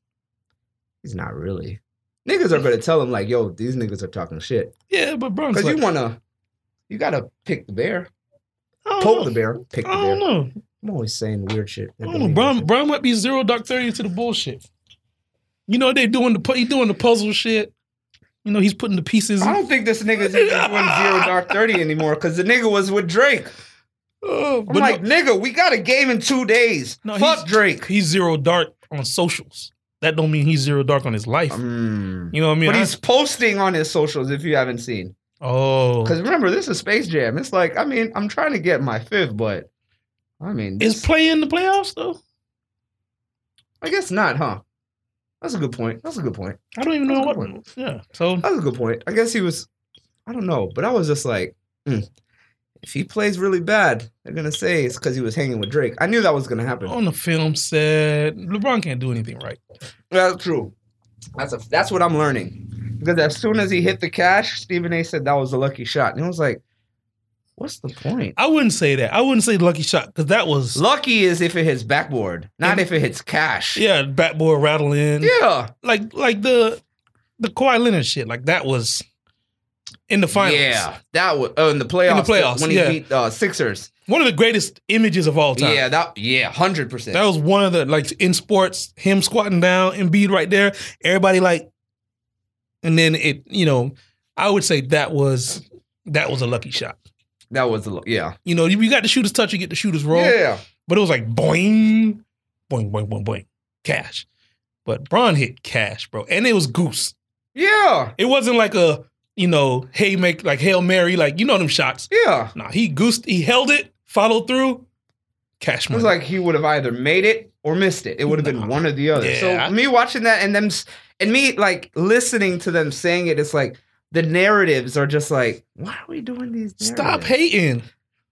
[SPEAKER 1] He's not really. Niggas are gonna tell him like, yo, these niggas are talking shit
[SPEAKER 2] Yeah, but Bron's
[SPEAKER 1] because
[SPEAKER 2] like,
[SPEAKER 1] you wanna, you gotta pick the bear,
[SPEAKER 2] I don't
[SPEAKER 1] poke the
[SPEAKER 2] know.
[SPEAKER 1] bear, pick the
[SPEAKER 2] I don't
[SPEAKER 1] bear.
[SPEAKER 2] know.
[SPEAKER 1] I'm always saying weird shit.
[SPEAKER 2] I don't know. Bron, Bron might be zero dark thirty into the bullshit. You know they doing the pu- he doing the puzzle shit. You know he's putting the pieces.
[SPEAKER 1] I don't think this nigga's even doing zero dark thirty anymore because the nigga was with Drake.
[SPEAKER 2] Oh,
[SPEAKER 1] I'm
[SPEAKER 2] but
[SPEAKER 1] like,
[SPEAKER 2] no,
[SPEAKER 1] nigga, we got a game in two days.
[SPEAKER 2] No,
[SPEAKER 1] Fuck
[SPEAKER 2] he's-
[SPEAKER 1] Drake.
[SPEAKER 2] he's zero dark on socials. That don't mean he's zero dark on his life.
[SPEAKER 1] Mm.
[SPEAKER 2] you know what I mean?
[SPEAKER 1] But
[SPEAKER 2] I-
[SPEAKER 1] he's posting on his socials if you haven't seen. Because
[SPEAKER 2] oh,
[SPEAKER 1] remember, this is Space Jam. It's like, I mean, I'm trying to get my fifth, but I mean,
[SPEAKER 2] is playing the playoffs though?
[SPEAKER 1] I guess not, huh? That's a good point. That's a good point.
[SPEAKER 2] I don't even know
[SPEAKER 1] That's a
[SPEAKER 2] what.
[SPEAKER 1] good
[SPEAKER 2] Yeah, so
[SPEAKER 1] That's a good point. I guess he was, I don't know, but I was just like, mm, if he plays really bad, they're going to say it's because he was hanging with Drake. I knew that was going to happen.
[SPEAKER 2] on the film set, LeBron can't do anything right.
[SPEAKER 1] That's true. That's a, that's what I'm learning. Because as soon as he hit the cash, Stephen A said that was a lucky shot. And I was like, what's the point?
[SPEAKER 2] I wouldn't say that. I wouldn't say lucky shot because that was
[SPEAKER 1] Lucky is if it hits backboard, not
[SPEAKER 2] Yeah.
[SPEAKER 1] if it hits cash.
[SPEAKER 2] yeah backboard rattling.
[SPEAKER 1] Yeah.
[SPEAKER 2] like like the the Kawhi Leonard shit. Like that was in the finals.
[SPEAKER 1] Yeah. That was oh, in the playoffs.
[SPEAKER 2] playoffs,
[SPEAKER 1] when he
[SPEAKER 2] yeah.
[SPEAKER 1] beat uh, Sixers.
[SPEAKER 2] one of the greatest images of all time.
[SPEAKER 1] Yeah, that yeah, hundred percent.
[SPEAKER 2] That was one of the like in sports, him squatting down, Embiid right there, everybody like, and then it, you know, I would say that was that was a lucky shot.
[SPEAKER 1] That was a lo- yeah.
[SPEAKER 2] You know, you, you got the shooter's touch, you get the shooter's roll,
[SPEAKER 1] Yeah.
[SPEAKER 2] but it was like boing, boing, boing, boing, boing, cash. But Braun hit cash, bro, and it was goose.
[SPEAKER 1] Yeah.
[SPEAKER 2] It wasn't like a you know hey make like hail mary like you know them shots.
[SPEAKER 1] Yeah.
[SPEAKER 2] Nah, he goosed, he held it, followed through, cash
[SPEAKER 1] It
[SPEAKER 2] money.
[SPEAKER 1] was like he would have either made it or missed it. It would have
[SPEAKER 2] Nah.
[SPEAKER 1] been one or the other.
[SPEAKER 2] Yeah.
[SPEAKER 1] So me watching that and them s- and me like listening to them saying it, it's like the narratives are just like, why are we doing these?
[SPEAKER 2] Stop
[SPEAKER 1] narratives?
[SPEAKER 2] hating.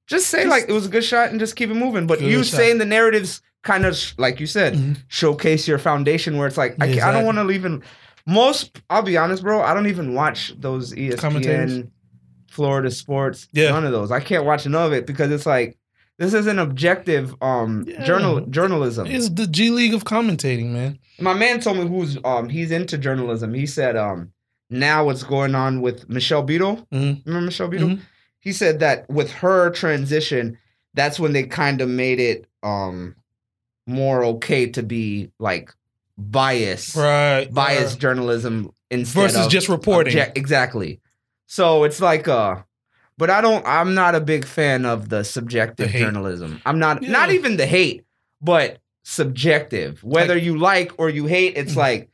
[SPEAKER 1] Just say
[SPEAKER 2] Just-
[SPEAKER 1] like it was a good shot and just keep it moving. But
[SPEAKER 2] Good
[SPEAKER 1] you
[SPEAKER 2] shot.
[SPEAKER 1] saying the narratives kind of sh- like you said
[SPEAKER 2] Mhm.
[SPEAKER 1] showcase your foundation where it's like I, ca- I
[SPEAKER 2] Exactly.
[SPEAKER 1] don't want to even most. I'll be honest, bro. I don't even watch those E ESPN,
[SPEAKER 2] Commentators?
[SPEAKER 1] Florida sports.
[SPEAKER 2] Yeah.
[SPEAKER 1] none of those. I can't watch none of it because it's like this isn't objective um
[SPEAKER 2] Yeah.
[SPEAKER 1] journal journalism.
[SPEAKER 2] It's the G League of commentating, man.
[SPEAKER 1] My man told me who's um he's into journalism. He said um now what's going on with Michelle Beadle?
[SPEAKER 2] Mhm.
[SPEAKER 1] Remember Michelle Beadle?
[SPEAKER 2] Mhm.
[SPEAKER 1] He said that with her transition, that's when they kind of made it um more okay to be like biased
[SPEAKER 2] Right.
[SPEAKER 1] biased
[SPEAKER 2] right.
[SPEAKER 1] journalism instead
[SPEAKER 2] versus
[SPEAKER 1] of
[SPEAKER 2] just reporting.
[SPEAKER 1] object- exactly. So it's like uh but I don't I'm not a big fan of the subjective
[SPEAKER 2] The hate.
[SPEAKER 1] journalism. I'm not
[SPEAKER 2] Yeah.
[SPEAKER 1] not even the hate, but subjective. Whether you like or you hate, it's
[SPEAKER 2] Mm.
[SPEAKER 1] like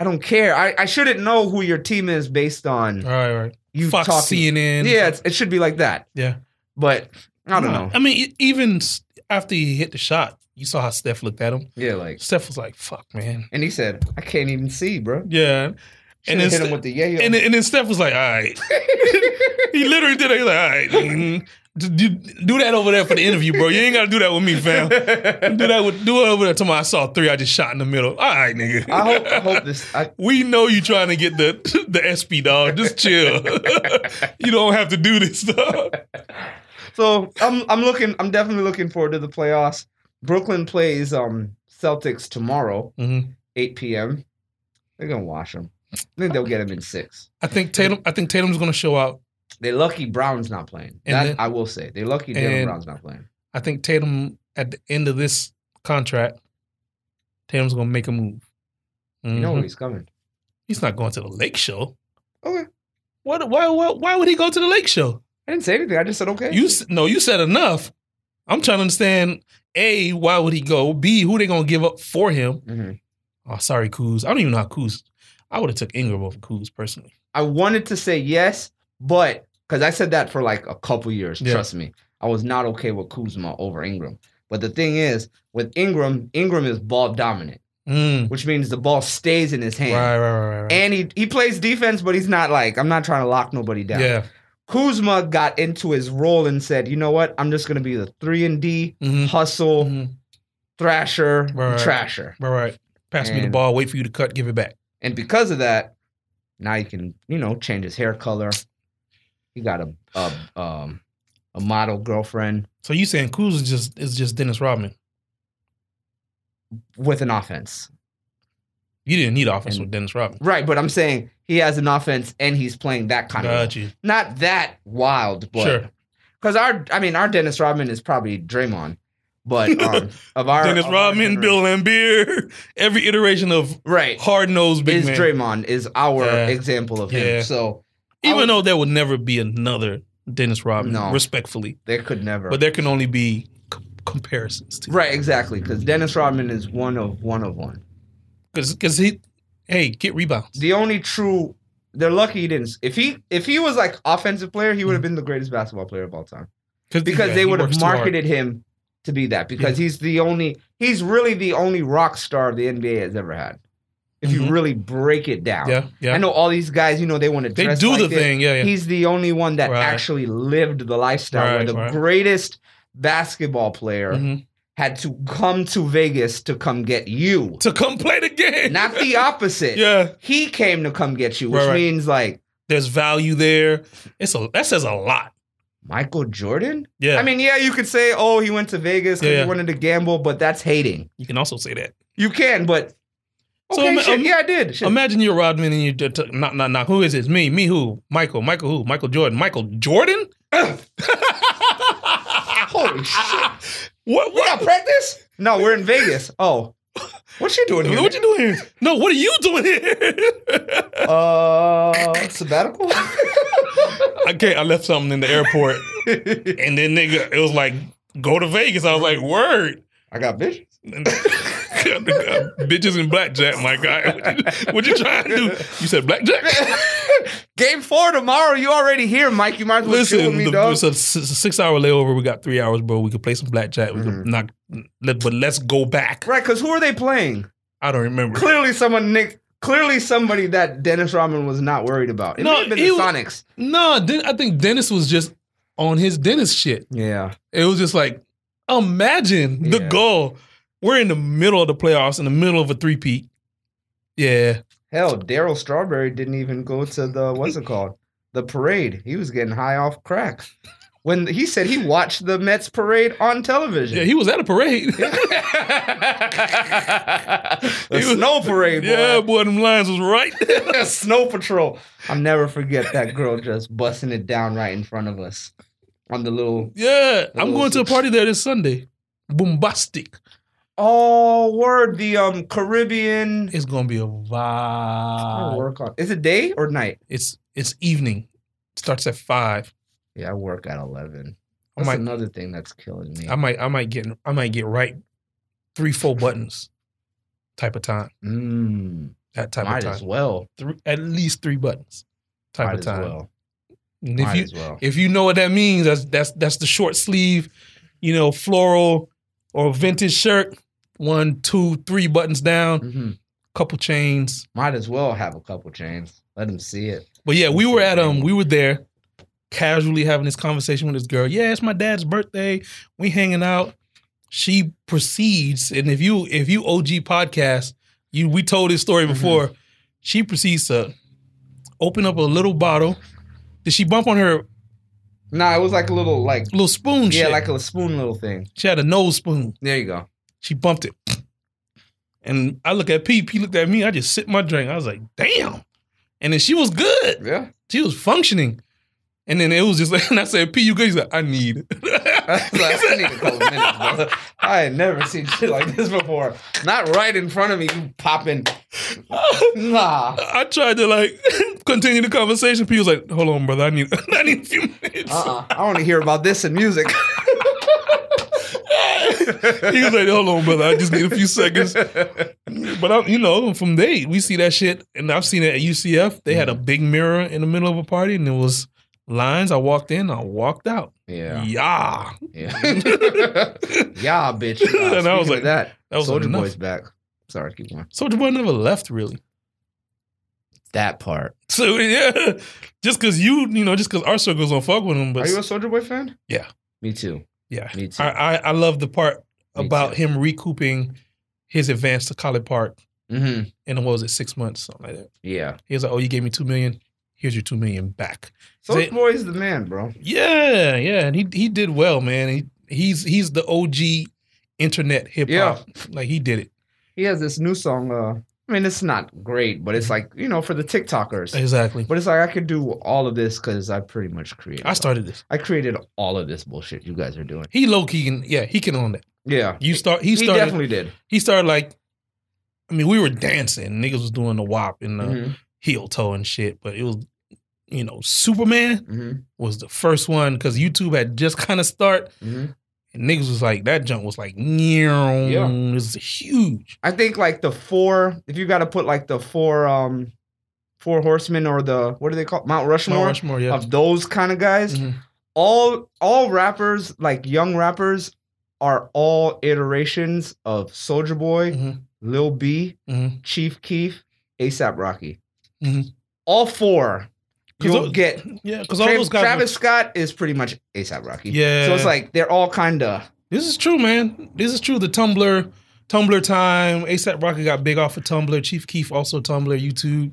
[SPEAKER 1] I don't care. I, I shouldn't know who your team is based on
[SPEAKER 2] Right, right.
[SPEAKER 1] you
[SPEAKER 2] Fox
[SPEAKER 1] talking.
[SPEAKER 2] CNN.
[SPEAKER 1] Yeah, it's, it should be like that.
[SPEAKER 2] Yeah.
[SPEAKER 1] But I don't
[SPEAKER 2] Nah,
[SPEAKER 1] know.
[SPEAKER 2] I mean, e- even s- after he hit the shot, you saw how Steph looked at him.
[SPEAKER 1] Yeah, like
[SPEAKER 2] Steph was like, "Fuck, man."
[SPEAKER 1] and he said, I can't even see, bro.
[SPEAKER 2] Yeah.
[SPEAKER 1] And
[SPEAKER 2] And then,
[SPEAKER 1] hit him
[SPEAKER 2] Ste-
[SPEAKER 1] with the yeah. yo.
[SPEAKER 2] and, then, and then Steph was like, "All right." He literally did it. He was like, "All right, mm, d- d- do, that over there for the interview, bro. You ain't gotta do that with me, fam. Do that with do it over there. Tomorrow, I saw three. I just shot in the middle. All right, nigga.
[SPEAKER 1] I hope I hope this I,
[SPEAKER 2] We know you trying to get the the SP dog. Just chill. you don't have to do this dog.
[SPEAKER 1] So I'm I'm looking I'm definitely looking forward to the playoffs. Brooklyn plays um Celtics tomorrow,
[SPEAKER 2] Mm-hmm.
[SPEAKER 1] 8 p.m. They're gonna wash them. I think they'll get them in six.
[SPEAKER 2] I think Tatum. I think Tatum's going to show out.
[SPEAKER 1] They're lucky Brown's not playing.
[SPEAKER 2] And
[SPEAKER 1] That
[SPEAKER 2] then-
[SPEAKER 1] I will say. They're lucky Jalen
[SPEAKER 2] and-
[SPEAKER 1] Brown's not playing.
[SPEAKER 2] I think Tatum at the end of this contract, Tatum's going to make a move.
[SPEAKER 1] You know
[SPEAKER 2] Mhm.
[SPEAKER 1] where he's coming.
[SPEAKER 2] he's not going to the Lake Show.
[SPEAKER 1] Okay.
[SPEAKER 2] What? Why? Why? Why would he go to the Lake Show?
[SPEAKER 1] I didn't say anything. I just said okay.
[SPEAKER 2] You s- no. You said enough. I'm trying to understand. A. Why would he go? B. Who they going to give up for him?
[SPEAKER 1] Mhm.
[SPEAKER 2] Oh, sorry, Kuz. I don't even know how Kuz. I would have took Ingram over Kuz personally.
[SPEAKER 1] I wanted to say yes, but because I said that for like a couple years,
[SPEAKER 2] Yeah.
[SPEAKER 1] trust me. I was not okay with Kuzma over Ingram. But the thing is, with Ingram, Ingram is ball dominant.
[SPEAKER 2] Mm.
[SPEAKER 1] which means the ball stays in his hand.
[SPEAKER 2] Right, right, right, right, right.
[SPEAKER 1] And he, he plays defense, but he's not like, I'm not trying to lock nobody down.
[SPEAKER 2] yeah.
[SPEAKER 1] Kuzma got into his role and said, you know what? I'm just going to be the 3 and D,
[SPEAKER 2] Mhm.
[SPEAKER 1] hustle,
[SPEAKER 2] Mhm.
[SPEAKER 1] thrasher, and
[SPEAKER 2] Right.
[SPEAKER 1] trasher.
[SPEAKER 2] Right, right. Pass me the
[SPEAKER 1] And-
[SPEAKER 2] ball. Wait for you to cut. Give it back.
[SPEAKER 1] And because of that, now he can, you know, change his hair color. He got a, a, um, a model girlfriend
[SPEAKER 2] So you saying Kuz is just is just Dennis Rodman?
[SPEAKER 1] with an offense.
[SPEAKER 2] You didn't need offense
[SPEAKER 1] And-
[SPEAKER 2] with Dennis Rodman.
[SPEAKER 1] Right, but I'm saying he has an offense and he's playing that kind of
[SPEAKER 2] Got you.
[SPEAKER 1] not that wild, but
[SPEAKER 2] Sure.
[SPEAKER 1] Because our, I mean, our Dennis Rodman is probably Draymond, but um, of our
[SPEAKER 2] Dennis
[SPEAKER 1] of our
[SPEAKER 2] Rodman,
[SPEAKER 1] generation-
[SPEAKER 2] Bill Lambier, every iteration of
[SPEAKER 1] right
[SPEAKER 2] hard nosed big
[SPEAKER 1] is
[SPEAKER 2] man.
[SPEAKER 1] Draymond is our
[SPEAKER 2] Yeah.
[SPEAKER 1] example of
[SPEAKER 2] Yeah.
[SPEAKER 1] him. So I
[SPEAKER 2] Even
[SPEAKER 1] would-
[SPEAKER 2] though there would never be another Dennis Rodman,
[SPEAKER 1] No.
[SPEAKER 2] respectfully,
[SPEAKER 1] they could never,
[SPEAKER 2] but there can only be c- comparisons to
[SPEAKER 1] right? Exactly, because Dennis Rodman is one of one of one.
[SPEAKER 2] because because he, hey, get rebounds.
[SPEAKER 1] The only true, they're lucky he didn't. If he if he was like offensive player, he would have been the greatest basketball player of all time because
[SPEAKER 2] Hmm. yeah,
[SPEAKER 1] they
[SPEAKER 2] he
[SPEAKER 1] would
[SPEAKER 2] works
[SPEAKER 1] have
[SPEAKER 2] too hard.
[SPEAKER 1] marketed him to be that because he's the only, he's really the only rock star the NBA has ever had. If
[SPEAKER 2] Mhm.
[SPEAKER 1] you really break it down,
[SPEAKER 2] Yeah, yeah.
[SPEAKER 1] I know all these guys, you know, they want to
[SPEAKER 2] they
[SPEAKER 1] dress
[SPEAKER 2] do
[SPEAKER 1] like
[SPEAKER 2] the
[SPEAKER 1] this.
[SPEAKER 2] thing. Yeah, yeah.
[SPEAKER 1] He's the only one that
[SPEAKER 2] Right.
[SPEAKER 1] actually lived the lifestyle where
[SPEAKER 2] Right,
[SPEAKER 1] the
[SPEAKER 2] right.
[SPEAKER 1] greatest basketball player
[SPEAKER 2] Mhm.
[SPEAKER 1] had to come to Vegas to come get you.
[SPEAKER 2] To come play the game.
[SPEAKER 1] Not the opposite.
[SPEAKER 2] yeah.
[SPEAKER 1] He came to come get you, which
[SPEAKER 2] Right, right.
[SPEAKER 1] means like
[SPEAKER 2] There's value there. It's a that says a lot.
[SPEAKER 1] Michael Jordan?
[SPEAKER 2] Yeah.
[SPEAKER 1] I mean, yeah, you could say, oh, he went to Vegas because
[SPEAKER 2] Yeah, yeah.
[SPEAKER 1] he wanted to gamble, but that's hating.
[SPEAKER 2] you can also say that.
[SPEAKER 1] You can, but
[SPEAKER 2] So,
[SPEAKER 1] okay,
[SPEAKER 2] ima-
[SPEAKER 1] shit,
[SPEAKER 2] im-
[SPEAKER 1] yeah, I did. Shit.
[SPEAKER 2] Imagine you're Rodman and you t- t- knock knock knock. Who is this? Me, me who? Michael, Michael who? Michael Jordan, Michael Jordan. Holy
[SPEAKER 1] shit.
[SPEAKER 2] What
[SPEAKER 1] we got
[SPEAKER 2] what?
[SPEAKER 1] practice? No, we're in Vegas. Oh, what you doing here?
[SPEAKER 2] What you doing here? No, what are you doing here?
[SPEAKER 1] Uh, sabbatical.
[SPEAKER 2] I can't. I left something in the airport, and then nigga, it was like go to Vegas. I was like, word.
[SPEAKER 1] I got bitches.
[SPEAKER 2] And- Bitches and blackjack, my guy. What you, what you trying to do? You said blackjack.
[SPEAKER 1] Game four tomorrow. You already here, Mike. You might as well chill
[SPEAKER 2] Listen,
[SPEAKER 1] with me,
[SPEAKER 2] the,
[SPEAKER 1] dog.
[SPEAKER 2] it's a, s- it's a six-hour layover. We got three hours, bro. We could play some blackjack. We
[SPEAKER 1] Mm-hmm.
[SPEAKER 2] could knock, let, but let's go back.
[SPEAKER 1] right? Because who are they playing?
[SPEAKER 2] I don't remember.
[SPEAKER 1] Clearly, someone Nick. Clearly, somebody that Dennis Rodman was not worried about. It
[SPEAKER 2] No,
[SPEAKER 1] may have been
[SPEAKER 2] he
[SPEAKER 1] the
[SPEAKER 2] was-
[SPEAKER 1] Sonics.
[SPEAKER 2] No, Den- I think Dennis was just on his Dennis shit.
[SPEAKER 1] Yeah,
[SPEAKER 2] It was just like, imagine the
[SPEAKER 1] Yeah.
[SPEAKER 2] goal. We're in the middle of the playoffs, in the middle of a three-peat. Yeah,
[SPEAKER 1] hell, Daryl Strawberry didn't even go to the what's it called? The parade. He was getting high off crack. When he said he watched the Mets parade on television.
[SPEAKER 2] yeah, he was at a parade.
[SPEAKER 1] the
[SPEAKER 2] He was-
[SPEAKER 1] snow parade. Boy.
[SPEAKER 2] yeah, boy, them lines was right there.
[SPEAKER 1] Snow Patrol. I'll never forget that girl just busting it down right in front of us on the little.
[SPEAKER 2] Yeah, I'm
[SPEAKER 1] Those-
[SPEAKER 2] going to a party there this Sunday. Bombastic.
[SPEAKER 1] Oh, word the um Caribbean.
[SPEAKER 2] It's gonna be a
[SPEAKER 1] Oh.
[SPEAKER 2] vibe.
[SPEAKER 1] I work on. Is it day or night?
[SPEAKER 2] It's it's evening. Starts at five.
[SPEAKER 1] Yeah, I work at eleven.
[SPEAKER 2] I
[SPEAKER 1] That's
[SPEAKER 2] might
[SPEAKER 1] another thing that's killing me.
[SPEAKER 2] I might I might get I might get right three four buttons type of time.
[SPEAKER 1] Mm,
[SPEAKER 2] That type
[SPEAKER 1] might
[SPEAKER 2] of
[SPEAKER 1] as
[SPEAKER 2] time.
[SPEAKER 1] well.
[SPEAKER 2] Three, at least three buttons type
[SPEAKER 1] Might
[SPEAKER 2] of
[SPEAKER 1] as
[SPEAKER 2] time.
[SPEAKER 1] well.
[SPEAKER 2] And if
[SPEAKER 1] Might
[SPEAKER 2] you
[SPEAKER 1] as well.
[SPEAKER 2] if you know what that means, that's that's that's the short sleeve, you know, floral or vintage shirt. One, two, three buttons down,
[SPEAKER 1] hmm
[SPEAKER 2] couple chains.
[SPEAKER 1] Might as well have a couple chains. Let them see it.
[SPEAKER 2] But yeah, we were at um, we were there, casually having this conversation with this girl. Yeah, it's my dad's birthday. We hanging out. She proceeds, and if you if you OG podcast, you we told this
[SPEAKER 1] Mm-hmm.
[SPEAKER 2] story before. She proceeds to open up a little bottle. Did she bump on her
[SPEAKER 1] Nah, it was like a little like
[SPEAKER 2] little spoon?
[SPEAKER 1] yeah,
[SPEAKER 2] shit?
[SPEAKER 1] like a spoon little thing.
[SPEAKER 2] she had a nose spoon.
[SPEAKER 1] There you go.
[SPEAKER 2] She bumped it. And I look at P. P looked at me. I just sipped my drink. I was like, damn. And then she was good.
[SPEAKER 1] Yeah.
[SPEAKER 2] she was functioning. And then it was just like, and I said, P, you good? He's like, I need.
[SPEAKER 1] I was like, I need a couple minutes, brother. I had never seen shit like this before. Not right in front of me, you popping. Nah.
[SPEAKER 2] I tried to like continue the conversation. P was like, hold on, brother. I need, I need a few minutes.
[SPEAKER 1] Uh-uh. I want to hear about this in music.
[SPEAKER 2] He was like, hold on, brother. I just need a few seconds. But I'm, you know, from there, we see that shit. And I've seen it at UCF. They
[SPEAKER 1] Mm-hmm.
[SPEAKER 2] had a big mirror in the middle of a party and it was lines. I walked in, I walked out. Yeah.
[SPEAKER 1] Yeah. Yeah. yeah, bitch.
[SPEAKER 2] And I was
[SPEAKER 1] Speaking of
[SPEAKER 2] like,
[SPEAKER 1] that,
[SPEAKER 2] that was
[SPEAKER 1] Soldier
[SPEAKER 2] enough.
[SPEAKER 1] Boy's back. Sorry, keep going.
[SPEAKER 2] Soldier Boy never left really.
[SPEAKER 1] That part.
[SPEAKER 2] So yeah, just because you you know just because our circles don't fuck with him, but
[SPEAKER 1] Are you a Soldier Boy fan?
[SPEAKER 2] Yeah.
[SPEAKER 1] Me too.
[SPEAKER 2] yeah,
[SPEAKER 1] Me too.
[SPEAKER 2] I, I I love the part
[SPEAKER 1] Me
[SPEAKER 2] about
[SPEAKER 1] too.
[SPEAKER 2] him recouping his advance to College Park
[SPEAKER 1] hmm
[SPEAKER 2] in what was it six months something like that.
[SPEAKER 1] Yeah.
[SPEAKER 2] He was like, oh, you gave me two million. Here's your two million back.
[SPEAKER 1] Soldier
[SPEAKER 2] They-
[SPEAKER 1] Boy is the man, bro.
[SPEAKER 2] Yeah, yeah, and he he did well, man. He he's he's the OG internet hip hop. Like he did it
[SPEAKER 1] He has this new song. Uh, I mean, it's not great, but it's like you know for the TikTokers.
[SPEAKER 2] exactly.
[SPEAKER 1] But it's like I could do all of this because I pretty much created.
[SPEAKER 2] I started this.
[SPEAKER 1] I created all of this bullshit you guys are doing.
[SPEAKER 2] He low key can yeah he can own that.
[SPEAKER 1] Yeah.
[SPEAKER 2] You start he
[SPEAKER 1] He,
[SPEAKER 2] started
[SPEAKER 1] definitely did.
[SPEAKER 2] he started like I mean, we were dancing. Niggas was doing the wop and the
[SPEAKER 1] Mhm,
[SPEAKER 2] heel toe and shit, but it was you know, Superman
[SPEAKER 1] mhm,
[SPEAKER 2] was the first one because YouTube had just kind of start
[SPEAKER 1] mhm.
[SPEAKER 2] and niggas was like that jump was like yeah. it was huge.
[SPEAKER 1] I think like the four. If you got to put like the four, um, four horsemen or the what do they call Mount Rushmore,
[SPEAKER 2] Mount Rushmore, yeah.
[SPEAKER 1] of those kind of guys.
[SPEAKER 2] Mhm.
[SPEAKER 1] All all rappers like young rappers are all iterations of Soldier Boy,
[SPEAKER 2] Mhm.
[SPEAKER 1] Lil B,
[SPEAKER 2] Mhm.
[SPEAKER 1] Chief Keef, ASAP Rocky.
[SPEAKER 2] Mhm.
[SPEAKER 1] All four.
[SPEAKER 2] 'Cause
[SPEAKER 1] You'll
[SPEAKER 2] tho-
[SPEAKER 1] get
[SPEAKER 2] Yeah, because all
[SPEAKER 1] Tra-
[SPEAKER 2] those guys were-
[SPEAKER 1] Travis Scott is pretty much ASAP Rocky.
[SPEAKER 2] Yeah.
[SPEAKER 1] So it's like they're all kind of
[SPEAKER 2] This is true, man. This is true. The Tumblr, Tumblr time. ASAP Rocky got big off of Tumblr. Chief Keef also Tumblr, YouTube.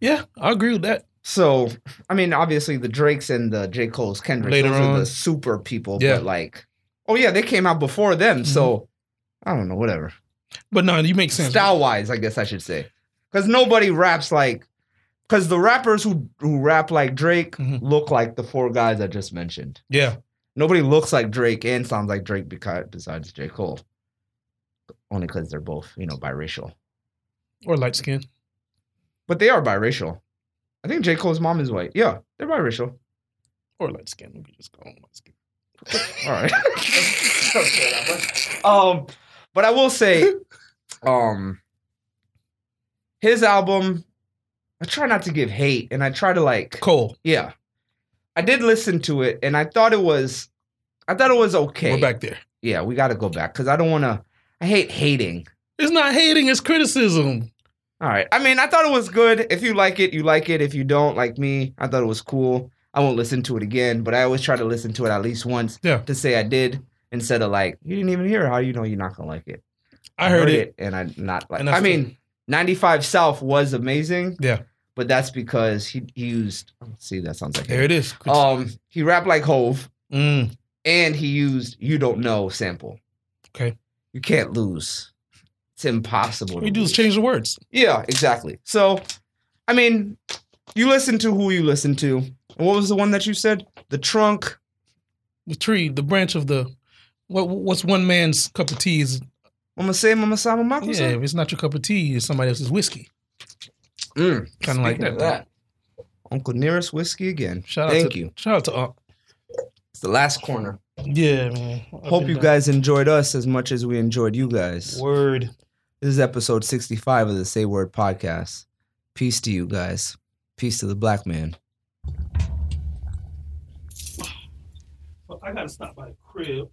[SPEAKER 2] Yeah, I agree with that.
[SPEAKER 1] so. I mean, obviously the Drakes and the J Cole's, Kendrick,
[SPEAKER 2] Later
[SPEAKER 1] those are
[SPEAKER 2] on.
[SPEAKER 1] the super people.
[SPEAKER 2] Yeah. Mm-hmm.
[SPEAKER 1] But like, oh yeah, they came out before them. So I don't know, whatever.
[SPEAKER 2] But no, you make sense.
[SPEAKER 1] Style wise, I guess I should say, because nobody raps like, because the rappers who who rap like Drake
[SPEAKER 2] Mhm.
[SPEAKER 1] look like the four guys I just mentioned.
[SPEAKER 2] Yeah.
[SPEAKER 1] Nobody looks like Drake and sounds like Drake because besides J Cole, only because they're both you know biracial.
[SPEAKER 2] Or light skin.
[SPEAKER 1] But they are biracial. I think J. Cole's mom is white. Yeah, they're biracial.
[SPEAKER 2] Or light skin. We can just go on light skin.
[SPEAKER 1] All right. um, but I will say, um, his album, I try not to give hate, and I try to like,
[SPEAKER 2] Cole.
[SPEAKER 1] yeah, I did listen to it, and I thought it was, I thought it was okay.
[SPEAKER 2] We're back there.
[SPEAKER 1] Yeah, we got to go back because I don't want to. I hate hating.
[SPEAKER 2] It's not hating, it's criticism.
[SPEAKER 1] All right. I mean, I thought it was good. If you like it, you like it. If you don't, like me, I thought it was cool. I won't listen to it again, but I always try to listen to it at least once
[SPEAKER 2] Yeah.
[SPEAKER 1] to say I did instead of like, you didn't even hear it. How do you know you're not going to like it?
[SPEAKER 2] I heard it.
[SPEAKER 1] and I'm not like
[SPEAKER 2] And
[SPEAKER 1] I
[SPEAKER 2] that's
[SPEAKER 1] mean, 95 South was amazing.
[SPEAKER 2] Yeah.
[SPEAKER 1] But that's because he, he used, see, that sounds like
[SPEAKER 2] There it is.
[SPEAKER 1] it. Um, he rapped like Hove
[SPEAKER 2] Mm.
[SPEAKER 1] and he used You Don't Know sample.
[SPEAKER 2] Okay.
[SPEAKER 1] You can't lose. It's impossible.
[SPEAKER 2] What
[SPEAKER 1] to
[SPEAKER 2] we do is
[SPEAKER 1] lose.
[SPEAKER 2] change the words.
[SPEAKER 1] Yeah, exactly. So, I mean, you listen to who you listen to. And what was the one that you said? The trunk.
[SPEAKER 2] The tree, the branch of the. What, what's one man's cup of tea is.
[SPEAKER 1] Mama say, Mama say, Mama
[SPEAKER 2] Yeah, if it's not your cup of tea, it's somebody else's whiskey.
[SPEAKER 1] Mm,
[SPEAKER 2] Kind of like
[SPEAKER 1] speaking
[SPEAKER 2] that.
[SPEAKER 1] of Uncle Nearest Whiskey again.
[SPEAKER 2] Shout
[SPEAKER 1] Thank
[SPEAKER 2] out to,
[SPEAKER 1] you.
[SPEAKER 2] Shout out to Unc.
[SPEAKER 1] It's the last corner.
[SPEAKER 2] Yeah, man.
[SPEAKER 1] Hope you guys enjoyed us as much as we enjoyed you guys.
[SPEAKER 2] word.
[SPEAKER 1] This is episode 65 of the Say Word podcast. Peace to you guys. Peace to the black man.
[SPEAKER 2] I gotta stop by the crib.